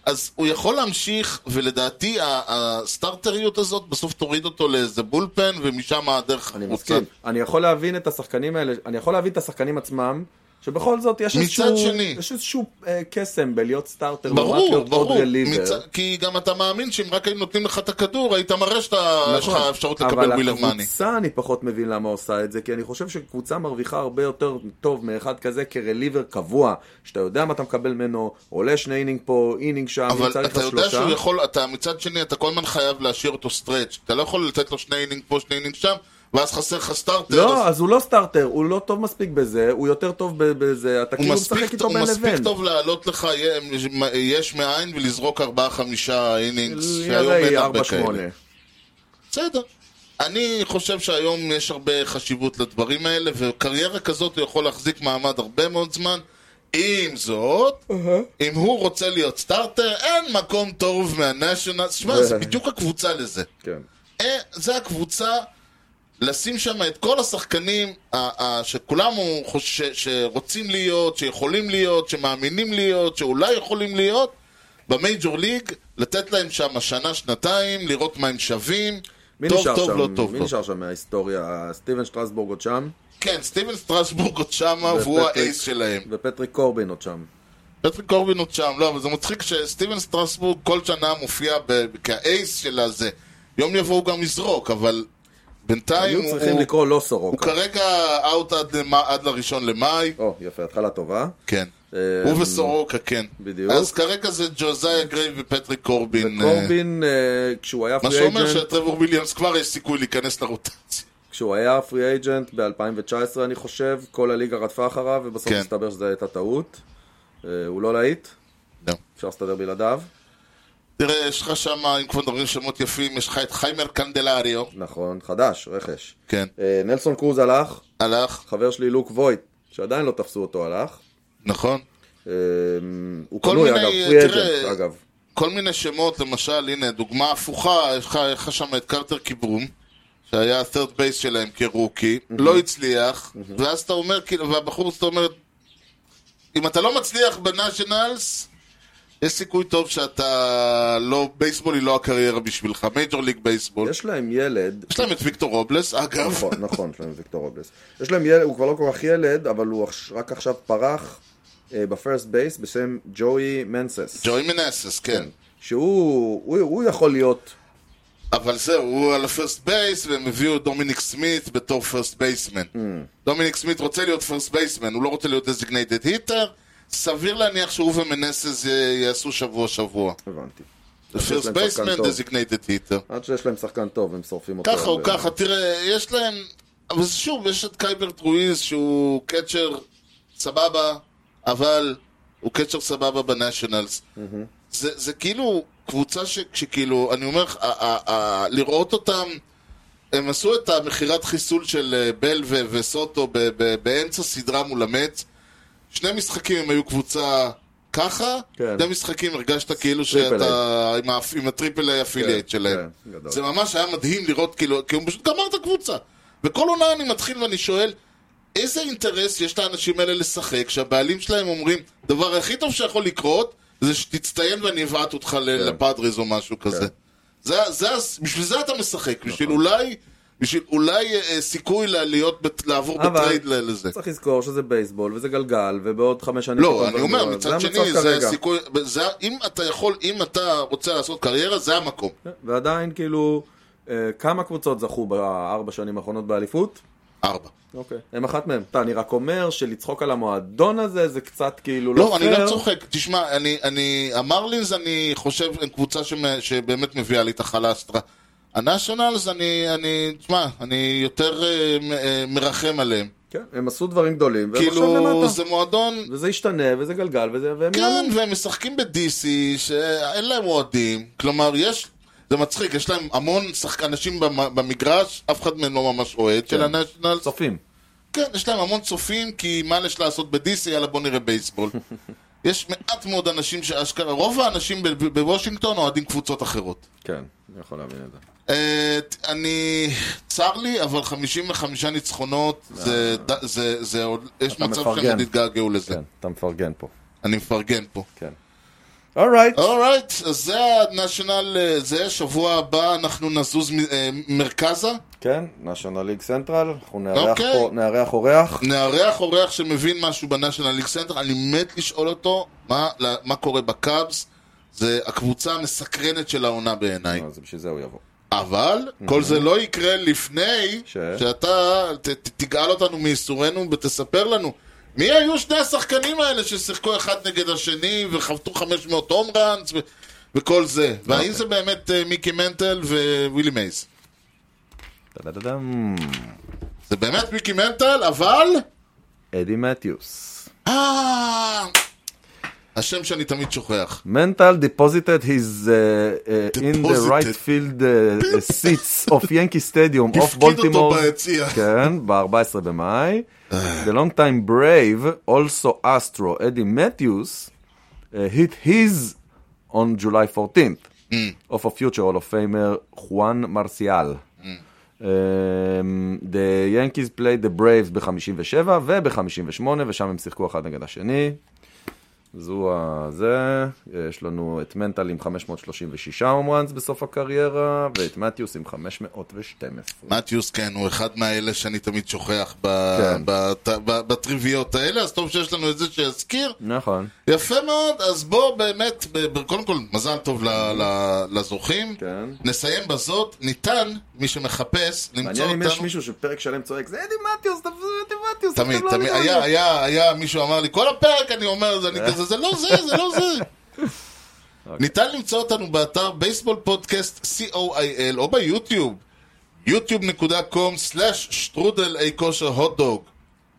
Speaker 1: אז הוא יכול להמשיך, ולדעתי ה- הסטארטריות הזאת בסוף תוריד אותו לאיזה בולפן, ומשם הדרך
Speaker 2: אני
Speaker 1: החוצה.
Speaker 2: מסכים. אני יכול להבין את השחקנים האלה, אני יכול להבין את השחקנים עצמם, שבכל זאת יש
Speaker 1: מצד
Speaker 2: איזשהו...
Speaker 1: שני.
Speaker 2: יש איזשהו אה, קסם בלהיות סטארטר. לעומת
Speaker 1: ברור,
Speaker 2: להיות עוד
Speaker 1: ברור.
Speaker 2: רליבר.
Speaker 1: מצ- כי גם אתה מאמין שאם רק היו נותנים לך את הכדור, היית מראה שאתה, יש לך
Speaker 2: נכון.
Speaker 1: אפשרות לקבל ווילר
Speaker 2: אבל
Speaker 1: מאני.
Speaker 2: הקבוצה אני פחות מבין למה עושה את זה, כי אני חושב שקבוצה מרוויחה הרבה יותר טוב מאחד כזה כרליבר קבוע, שאתה יודע מה אתה מקבל ממנו, עולה שני אינינג פה, אינינג שם, אם
Speaker 1: אבל
Speaker 2: צריך
Speaker 1: אתה
Speaker 2: לך
Speaker 1: יודע
Speaker 2: שלושה.
Speaker 1: שהוא יכול, אתה מצד שני, אתה כל הזמן חייב להשאיר אותו סטרץ'. אתה לא יכול לתת לו שני אינינג פה, שני אינינג שם, ואז חסר לך סטארטר.
Speaker 2: לא,
Speaker 1: אז
Speaker 2: אז הוא לא סטארטר, הוא לא טוב מספיק בזה, הוא יותר טוב ב- בזה, אתה
Speaker 1: הוא
Speaker 2: כאילו
Speaker 1: מספיק,
Speaker 2: משחק איתו
Speaker 1: הוא
Speaker 2: בין
Speaker 1: מספיק
Speaker 2: לבין.
Speaker 1: טוב להעלות לך יה- יש מאין ולזרוק ארבעה-חמישה אינינגס, שהיום
Speaker 2: יאללה,
Speaker 1: אין
Speaker 2: היא
Speaker 1: הרבה
Speaker 2: 4-8.
Speaker 1: כאלה. בסדר. אני חושב שהיום יש הרבה חשיבות לדברים האלה, וקריירה כזאת הוא יכול להחזיק מעמד הרבה מאוד זמן. עם זאת, אם הוא רוצה להיות סטארטר, אין מקום טוב מהנשיונל... שמע,
Speaker 2: אה.
Speaker 1: זה בדיוק הקבוצה לזה.
Speaker 2: כן.
Speaker 1: אה, זה הקבוצה לשים שם את כל השחקנים ה- ה- שכולם הוא חוש... ש- שרוצים להיות, שיכולים להיות, שמאמינים להיות, שאולי יכולים להיות, במייג'ור ליג, לתת להם שם שנה, שנתיים, לראות מה הם שווים.
Speaker 2: מי
Speaker 1: טוב,
Speaker 2: נשאר
Speaker 1: טוב,
Speaker 2: שם?
Speaker 1: לא טוב.
Speaker 2: מי
Speaker 1: לא.
Speaker 2: נשאר שם מההיסטוריה? סטיבן שטרסבורג עוד שם,
Speaker 1: כן, סטיבן סטרסבורג עוד שמה, והוא
Speaker 2: ופטריק-
Speaker 1: האייס שלהם.
Speaker 2: ופטריק קורבין עוד שם.
Speaker 1: פטריק קורבין עוד שם, לא, אבל זה מצחיק שסטיבן סטרסבורג כל שנה מופיע ב- כאייס של הזה. יום יבוא הוא גם יזרוק, אבל בינתיים
Speaker 2: היו
Speaker 1: הוא...
Speaker 2: צריכים לקרוא לא
Speaker 1: הוא
Speaker 2: סורוקה.
Speaker 1: כרגע אאוט עד, למא- עד לראשון למאי,
Speaker 2: או, יפה, התחלה טובה.
Speaker 1: כן.
Speaker 2: אה,
Speaker 1: הוא וסורוקה, כן.
Speaker 2: בדיוק.
Speaker 1: אז כרגע זה ג'וזאיה גריי ופטריק קורבין. אה,
Speaker 2: קורבין, אה, כשהוא היה
Speaker 1: מה
Speaker 2: פרי
Speaker 1: שאומר
Speaker 2: אייג'נט,
Speaker 1: שטרוור וויליאמס כבר יש סיכוי להיכנס לרוטציה.
Speaker 2: כשהוא היה פרי אייג'נט ב-2019 אני חושב, כל הליגה רדפה אחריו, ובסוף
Speaker 1: כן.
Speaker 2: הסתבר שזו הייתה טעות. אה, הוא לא להיט,
Speaker 1: לא.
Speaker 2: אפשר להסתדר בלעדיו.
Speaker 1: תראה, יש לך שם, אם כבר מדברים שמות יפים, יש לך את חיימר קנדלריו,
Speaker 2: נכון, חדש, רכש.
Speaker 1: כן,
Speaker 2: אה, נלסון קרוז הלך,
Speaker 1: הלך,
Speaker 2: חבר שלי לוק וויט, שעדיין לא תפסו אותו הלך.
Speaker 1: נכון.
Speaker 2: אה, הוא
Speaker 1: כל
Speaker 2: פנוי
Speaker 1: מיני,
Speaker 2: אגב, פרי
Speaker 1: תראה,
Speaker 2: אג'נט אגב.
Speaker 1: כל מיני שמות, למשל, הנה, דוגמה הפוכה, יש לך- יש לך שם את קרטר קיברום, שהיה ה-third base שלהם כרוקי, לא הצליח, ואז אתה אומר, כאילו, והבחור, זאת אומרת, אם אתה לא מצליח בנאשונלס, יש סיכוי טוב שאתה לא, בייסבול היא לא הקריירה בשבילך, מייג'ור ליג בייסבול.
Speaker 2: יש נכון. להם ילד,
Speaker 1: יש להם את ויקטור רובלס, אגב,
Speaker 2: נכון, נכון, יש להם ויקטור רובלס. יש להם ילד, הוא כבר לא כל כך ילד, אבל הוא עכש- רק עכשיו פרח אה, בפרסט בייס בשם ג'וי מנסס.
Speaker 1: ג'וי מנסס, כן.
Speaker 2: שהוא הוא, הוא יכול להיות,
Speaker 1: אבל זהו, הוא על הפרסט בייס, והם הביאו את דומיניק סמית בתור פרסט בייסמן.
Speaker 2: Mm.
Speaker 1: דומיניק סמית רוצה להיות פרסט בייסמן, הוא לא רוצה להיות דזיגנייטד היטר. סביר להניח שהוא ומנסס אה, יעשו שבוע-שבוע.
Speaker 2: הבנתי. שיש
Speaker 1: פרסט
Speaker 2: להם
Speaker 1: בייסמן
Speaker 2: שחקן טוב.
Speaker 1: דזיגנייטד היטר.
Speaker 2: עד שיש להם שחקן טוב, הם שורפים אותו.
Speaker 1: ככה או
Speaker 2: ו-
Speaker 1: ככה, תראה, יש להם... אבל שוב, יש את קייברט רואיז שהוא קצ'ר סבבה, אבל הוא קצ'ר סבבה בנשיונלס. זה זה כאילו קבוצה ש- שכאילו, אני אומר לך, ה- ה- ה- לראות אותם, הם עשו את המכירת חיסול של אה, בל ו- וסוטו ב- ב- באמצע סדרה מול המץ. שני משחקים הם היו קבוצה ככה,
Speaker 2: כן.
Speaker 1: שני משחקים הרגשת כאילו
Speaker 2: טריפל
Speaker 1: שאתה עם ה- עם הטריפל איי אפילייט
Speaker 2: כן,
Speaker 1: שלהם.
Speaker 2: כן, גדול.
Speaker 1: זה ממש היה מדהים לראות, כאילו, כי הוא פשוט גמר את הקבוצה. וכל עונה אני מתחיל ואני שואל, איזה אינטרס יש לאנשים האלה לשחק, שהבעלים שלהם אומרים, דבר הכי טוב שיכול לקרות, זה שתצטיין ואני אבעט אותך ל-
Speaker 2: כן.
Speaker 1: לפאדריז או משהו כזה. זה, זה, הס- בשביל זה אתה משחק, בשביל
Speaker 2: נכון.
Speaker 1: אולי, בשביל אולי אה, סיכוי ל- להיות, בת- לעבור
Speaker 2: אה, אבל-
Speaker 1: בטרייד ל- לזה.
Speaker 2: צריך לזכור שזה בייסבול וזה גלגל, ובעוד חמש שנים...
Speaker 1: לא,
Speaker 2: פתאום
Speaker 1: אני
Speaker 2: זה-
Speaker 1: אומר,
Speaker 2: זה
Speaker 1: מצד
Speaker 2: המצב
Speaker 1: שני, זה
Speaker 2: כרגע.
Speaker 1: הסיכוי, זה, ה- אם אתה יכול, אם אתה רוצה לעשות קריירה, זה המקום.
Speaker 2: כן, ועדיין, כאילו, אה, כמה קבוצות זכו בארבע שנים האחרונות באליפות?
Speaker 1: ארבע.
Speaker 2: אוקיי. הם אחת מהם. אתה, אני רק אומר שלצחוק על המועדון הזה זה קצת כאילו לא
Speaker 1: לא, אני לא
Speaker 2: פייר.
Speaker 1: צוחק. תשמע, אני, אני, המרלינס, אני חושב, הם קבוצה שמ, שבאמת מביאה לי את החלסטרה. הנשיונלס, אני, אני, תשמע, אני יותר אה, מ- אה, מרחם עליהם.
Speaker 2: כן, הם עשו דברים גדולים, והם עכשיו
Speaker 1: כאילו,
Speaker 2: למטה.
Speaker 1: זה מועדון,
Speaker 2: וזה ישתנה, וזה גלגל, וזה... והם
Speaker 1: כן,
Speaker 2: יעלו.
Speaker 1: והם משחקים ב-DC, שאין להם אוהדים. כלומר, יש, זה מצחיק, יש להם המון שחק, אנשים במ- במגרש, אף אחד מהם לא ממש אוהד של הנשיונלס.
Speaker 2: צופים.
Speaker 1: כן, יש להם המון צופים, כי מה יש לעשות בדיסי, יאללה בוא נראה בייסבול. יש מעט מאוד אנשים שאשכרה, רוב האנשים ב- ב- בוושינגטון אוהדים קבוצות אחרות.
Speaker 2: כן, אני יכול להבין את זה.
Speaker 1: אה, ת- אני, צר לי, אבל 55 ניצחונות, זה, ד- זה, זה עוד, יש מצב
Speaker 2: אה. מפרגן.
Speaker 1: שהם עוד יתגעגעו לזה.
Speaker 2: כן, אתה מפרגן פה.
Speaker 1: אני מפרגן פה.
Speaker 2: כן. אורייט.
Speaker 1: אורייט, אז זה הנשיונל, אה, זה, שבוע הבא אנחנו נזוז מ- אה, מרכזה,
Speaker 2: כן, national league central, אנחנו נארח
Speaker 1: אוקיי.
Speaker 2: פה, נארח אורח.
Speaker 1: נארח אורח שמבין משהו בניישנל ליג סנטר, אני מת לשאול אותו מה, מה קורה בקאבס, זה הקבוצה המסקרנת של העונה בעיניי.
Speaker 2: אז בשביל זה הוא יבוא.
Speaker 1: אבל כל זה לא יקרה לפני
Speaker 2: ש?
Speaker 1: שאתה ת, ת, תגאל אותנו מייסורנו ותספר לנו מי היו שני השחקנים האלה ששיחקו אחד נגד השני וחבטו 500 הום ראנס ו, וכל זה. והאם זה באמת אה, מיקי מנטל ווילי מייס?
Speaker 2: טה-טה-טם.
Speaker 1: זה באמת מיקי מנטל, אבל...
Speaker 2: אדי מתיוס.
Speaker 1: אה... השם שאני תמיד שוכח.
Speaker 2: mental deposited his uh, uh, in the
Speaker 1: Deposited.
Speaker 2: right field uh, uh, seats of Yankee Stadium of
Speaker 1: הפקיד אותו
Speaker 2: Baltimore.
Speaker 1: ביציע. אה.
Speaker 2: כן, ב-14 במאי. The long time brave, also Astro, Eddie Matthews, uh, hit his on July 14th Mm. of a future Hall of Famer, Juan Marcial.
Speaker 1: Mm.
Speaker 2: Um, the Yankees played the Braves ב-57 וב-58, ושם הם שיחקו אחד נגד השני. זו ה... זה, יש לנו את מנטל עם 536 הום ראנס בסוף הקריירה, ואת מתיוס עם 512.
Speaker 1: מתיוס, כן, הוא אחד מהאלה שאני תמיד שוכח ב...
Speaker 2: כן.
Speaker 1: בת... ב... בטריוויות האלה, אז טוב שיש לנו את זה שיזכיר.
Speaker 2: נכון,
Speaker 1: יפה מאוד, אז בוא באמת, ב... ב- קודם כל, מזל טוב ל... ל... לזוכים.
Speaker 2: כן.
Speaker 1: נסיים בזאת, ניתן, מי שמחפש, למצוא
Speaker 2: מעניין אם יש
Speaker 1: אותנו.
Speaker 2: מישהו שפרק שלם צועק, זה אדי מתיוס, תפסו אדי מתיוס,
Speaker 1: תמיד,
Speaker 2: אתם לא אה.
Speaker 1: תמיד,
Speaker 2: יודעים
Speaker 1: היה,
Speaker 2: עליו."
Speaker 1: היה, היה, מישהו אמר לי, כל הפרק אני אומר, זה, אני כזה, זה לא זה, זה לא זה.
Speaker 2: אוקיי.
Speaker 1: ניתן למצוא אותנו באתר בייסבול פודקאסט co.il או ביוטיוב, yוטיוב.com/שטרודל אי כושר הוטדוג.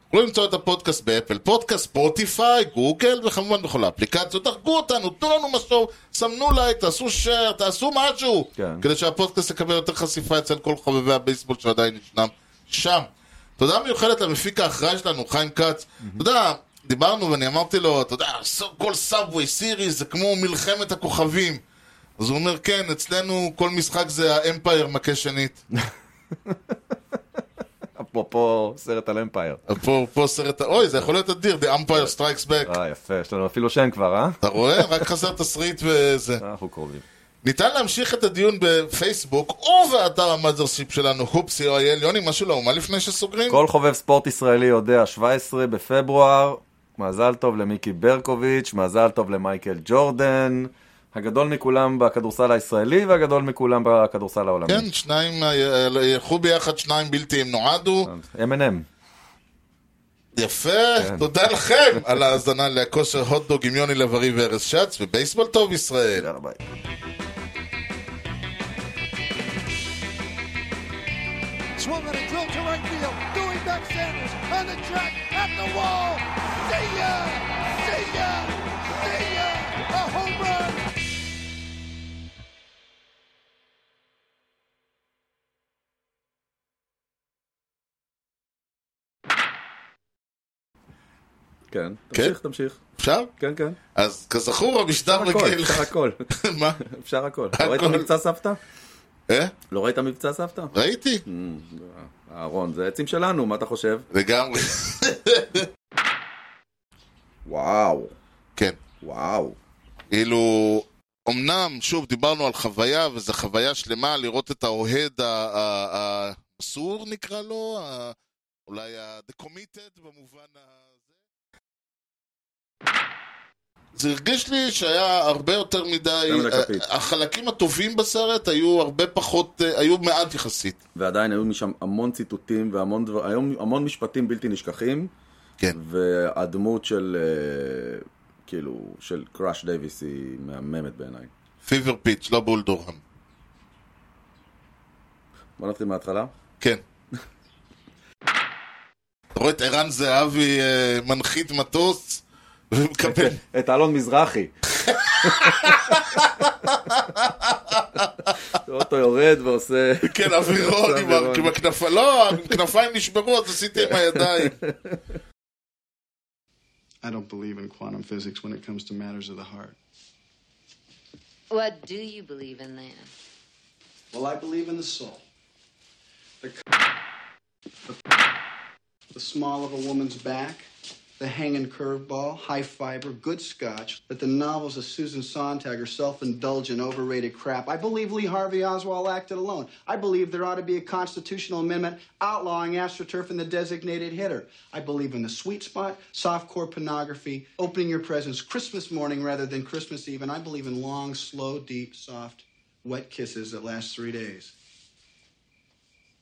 Speaker 1: תוכלו למצוא את הפודקאסט באפל, פודקאסט, ספוטיפיי, גוגל וכמובן בכל האפליקציות. דרגו אותנו, תנו לנו משוב, סמנו לייק, תעשו שייר, תעשו משהו,
Speaker 2: כן.
Speaker 1: כדי שהפודקאסט יקבל יותר חשיפה אצל כל חובבי הבייסבול שעדיין ישנם שם. תודה מיוחדת למפיק האחראי שלנו, חיים כץ. אתה יודע, דיברנו ואני אמרתי לו, אתה יודע, כל סאבווי סיריס זה כמו מלחמת הכוכבים. אז הוא אומר, כן, אצלנו כל משחק זה האמפייר מכה שנית.
Speaker 2: אפרופו סרט על אמפייר.
Speaker 1: פה, פה סרט, ה- אוי, זה יכול להיות אדיר, The Empire Strikes Back.
Speaker 2: אה, יפה, יש לנו אפילו שם כבר, אה?
Speaker 1: אתה רואה? רק חסר תסריט וזה.
Speaker 2: אנחנו קרובים.
Speaker 1: ניתן להמשיך את הדיון בפייסבוק ובאתר המאזרשיפ שלנו, הופסי או אייל. יוני, משהו לאומה לפני שסוגרים?
Speaker 2: כל חובב ספורט ישראלי יודע, 17 בפברואר,
Speaker 6: מזל טוב למיקי ברקוביץ', מזל טוב למייקל ג'ורדן, הגדול מכולם בכדורסל הישראלי והגדול מכולם בכדורסל העולמי.
Speaker 1: כן, שניים, אה, ילכו ביחד, שניים בלתי הם נועדו.
Speaker 2: כן.
Speaker 6: M&M.
Speaker 1: יפה, תודה לכם על ההאזנה לכושר הוטדוג עם יוני לב-ארי וארז שץ, ובייסבול טוב ישראל.
Speaker 2: כן.
Speaker 6: יאללה ביי.
Speaker 4: Swung and a drill to right field. Doing back Sanders on the track at the wall. See ya! See ya! See ya! A home run!
Speaker 2: כן.
Speaker 1: כן?
Speaker 2: תמשיך, תמשיך.
Speaker 1: אפשר?
Speaker 2: כן, כן.
Speaker 1: אז כזכור, המשדר
Speaker 2: אפשר הכל,
Speaker 1: מגיע
Speaker 2: אפשר
Speaker 1: לך...
Speaker 2: הכל.
Speaker 1: מה?
Speaker 2: אפשר הכל. לא ראית
Speaker 1: הכל.
Speaker 2: מבצע סבתא?
Speaker 1: אה?
Speaker 2: לא ראית מבצע סבתא?
Speaker 1: ראיתי?
Speaker 2: אהרון, זה עצים שלנו, מה אתה חושב?
Speaker 1: לגמרי.
Speaker 2: וואו,
Speaker 1: כן.
Speaker 2: וואו.
Speaker 1: כאילו, אמנם, שוב, דיברנו על חוויה, וזו חוויה שלמה לראות את האוהד ה- ה- ה- הסור, נקרא לו, ה- אולי ה-decommitted במובן ה... זה הרגיש לי שהיה הרבה יותר מדי, אה,
Speaker 2: יותר מדי כפית.
Speaker 1: החלקים הטובים בסרט היו הרבה פחות, אה, היו מעט יחסית.
Speaker 2: ועדיין היו משם המון ציטוטים והמון דבר, היום המון משפטים בלתי נשכחים.
Speaker 1: כן.
Speaker 2: והדמות של, אה, כאילו, של קראש דייוויס היא מהממת בעיניי.
Speaker 1: פיבר פיץ', לא בול דורהם.
Speaker 2: בוא נתחיל מההתחלה.
Speaker 1: כן. אתה רואה את ערן זהבי אה, מנחית מטוס ומקבל
Speaker 2: את אלון מזרחי. אוטו יורד ועושה...
Speaker 1: כן, אווירון עם ה- עם הכנפיים, לא, הכנפיים נשברו, אז עשיתי עם הידיים.
Speaker 7: I don't believe in quantum physics when it comes to matters of the heart.
Speaker 8: What do you believe in then?
Speaker 7: Well, I believe in the soul. The, the small of a woman's back, the hanging curveball, high fiber, good scotch, that the novels of Susan Sontag are self indulgent, overrated crap. I believe Lee Harvey Oswald acted alone. I believe there ought to be a constitutional amendment outlawing astroturf and the designated hitter. I believe in the sweet spot, softcore pornography, opening your presents Christmas morning rather than Christmas Eve, and I believe in long, slow, deep, soft wet kisses that last three days.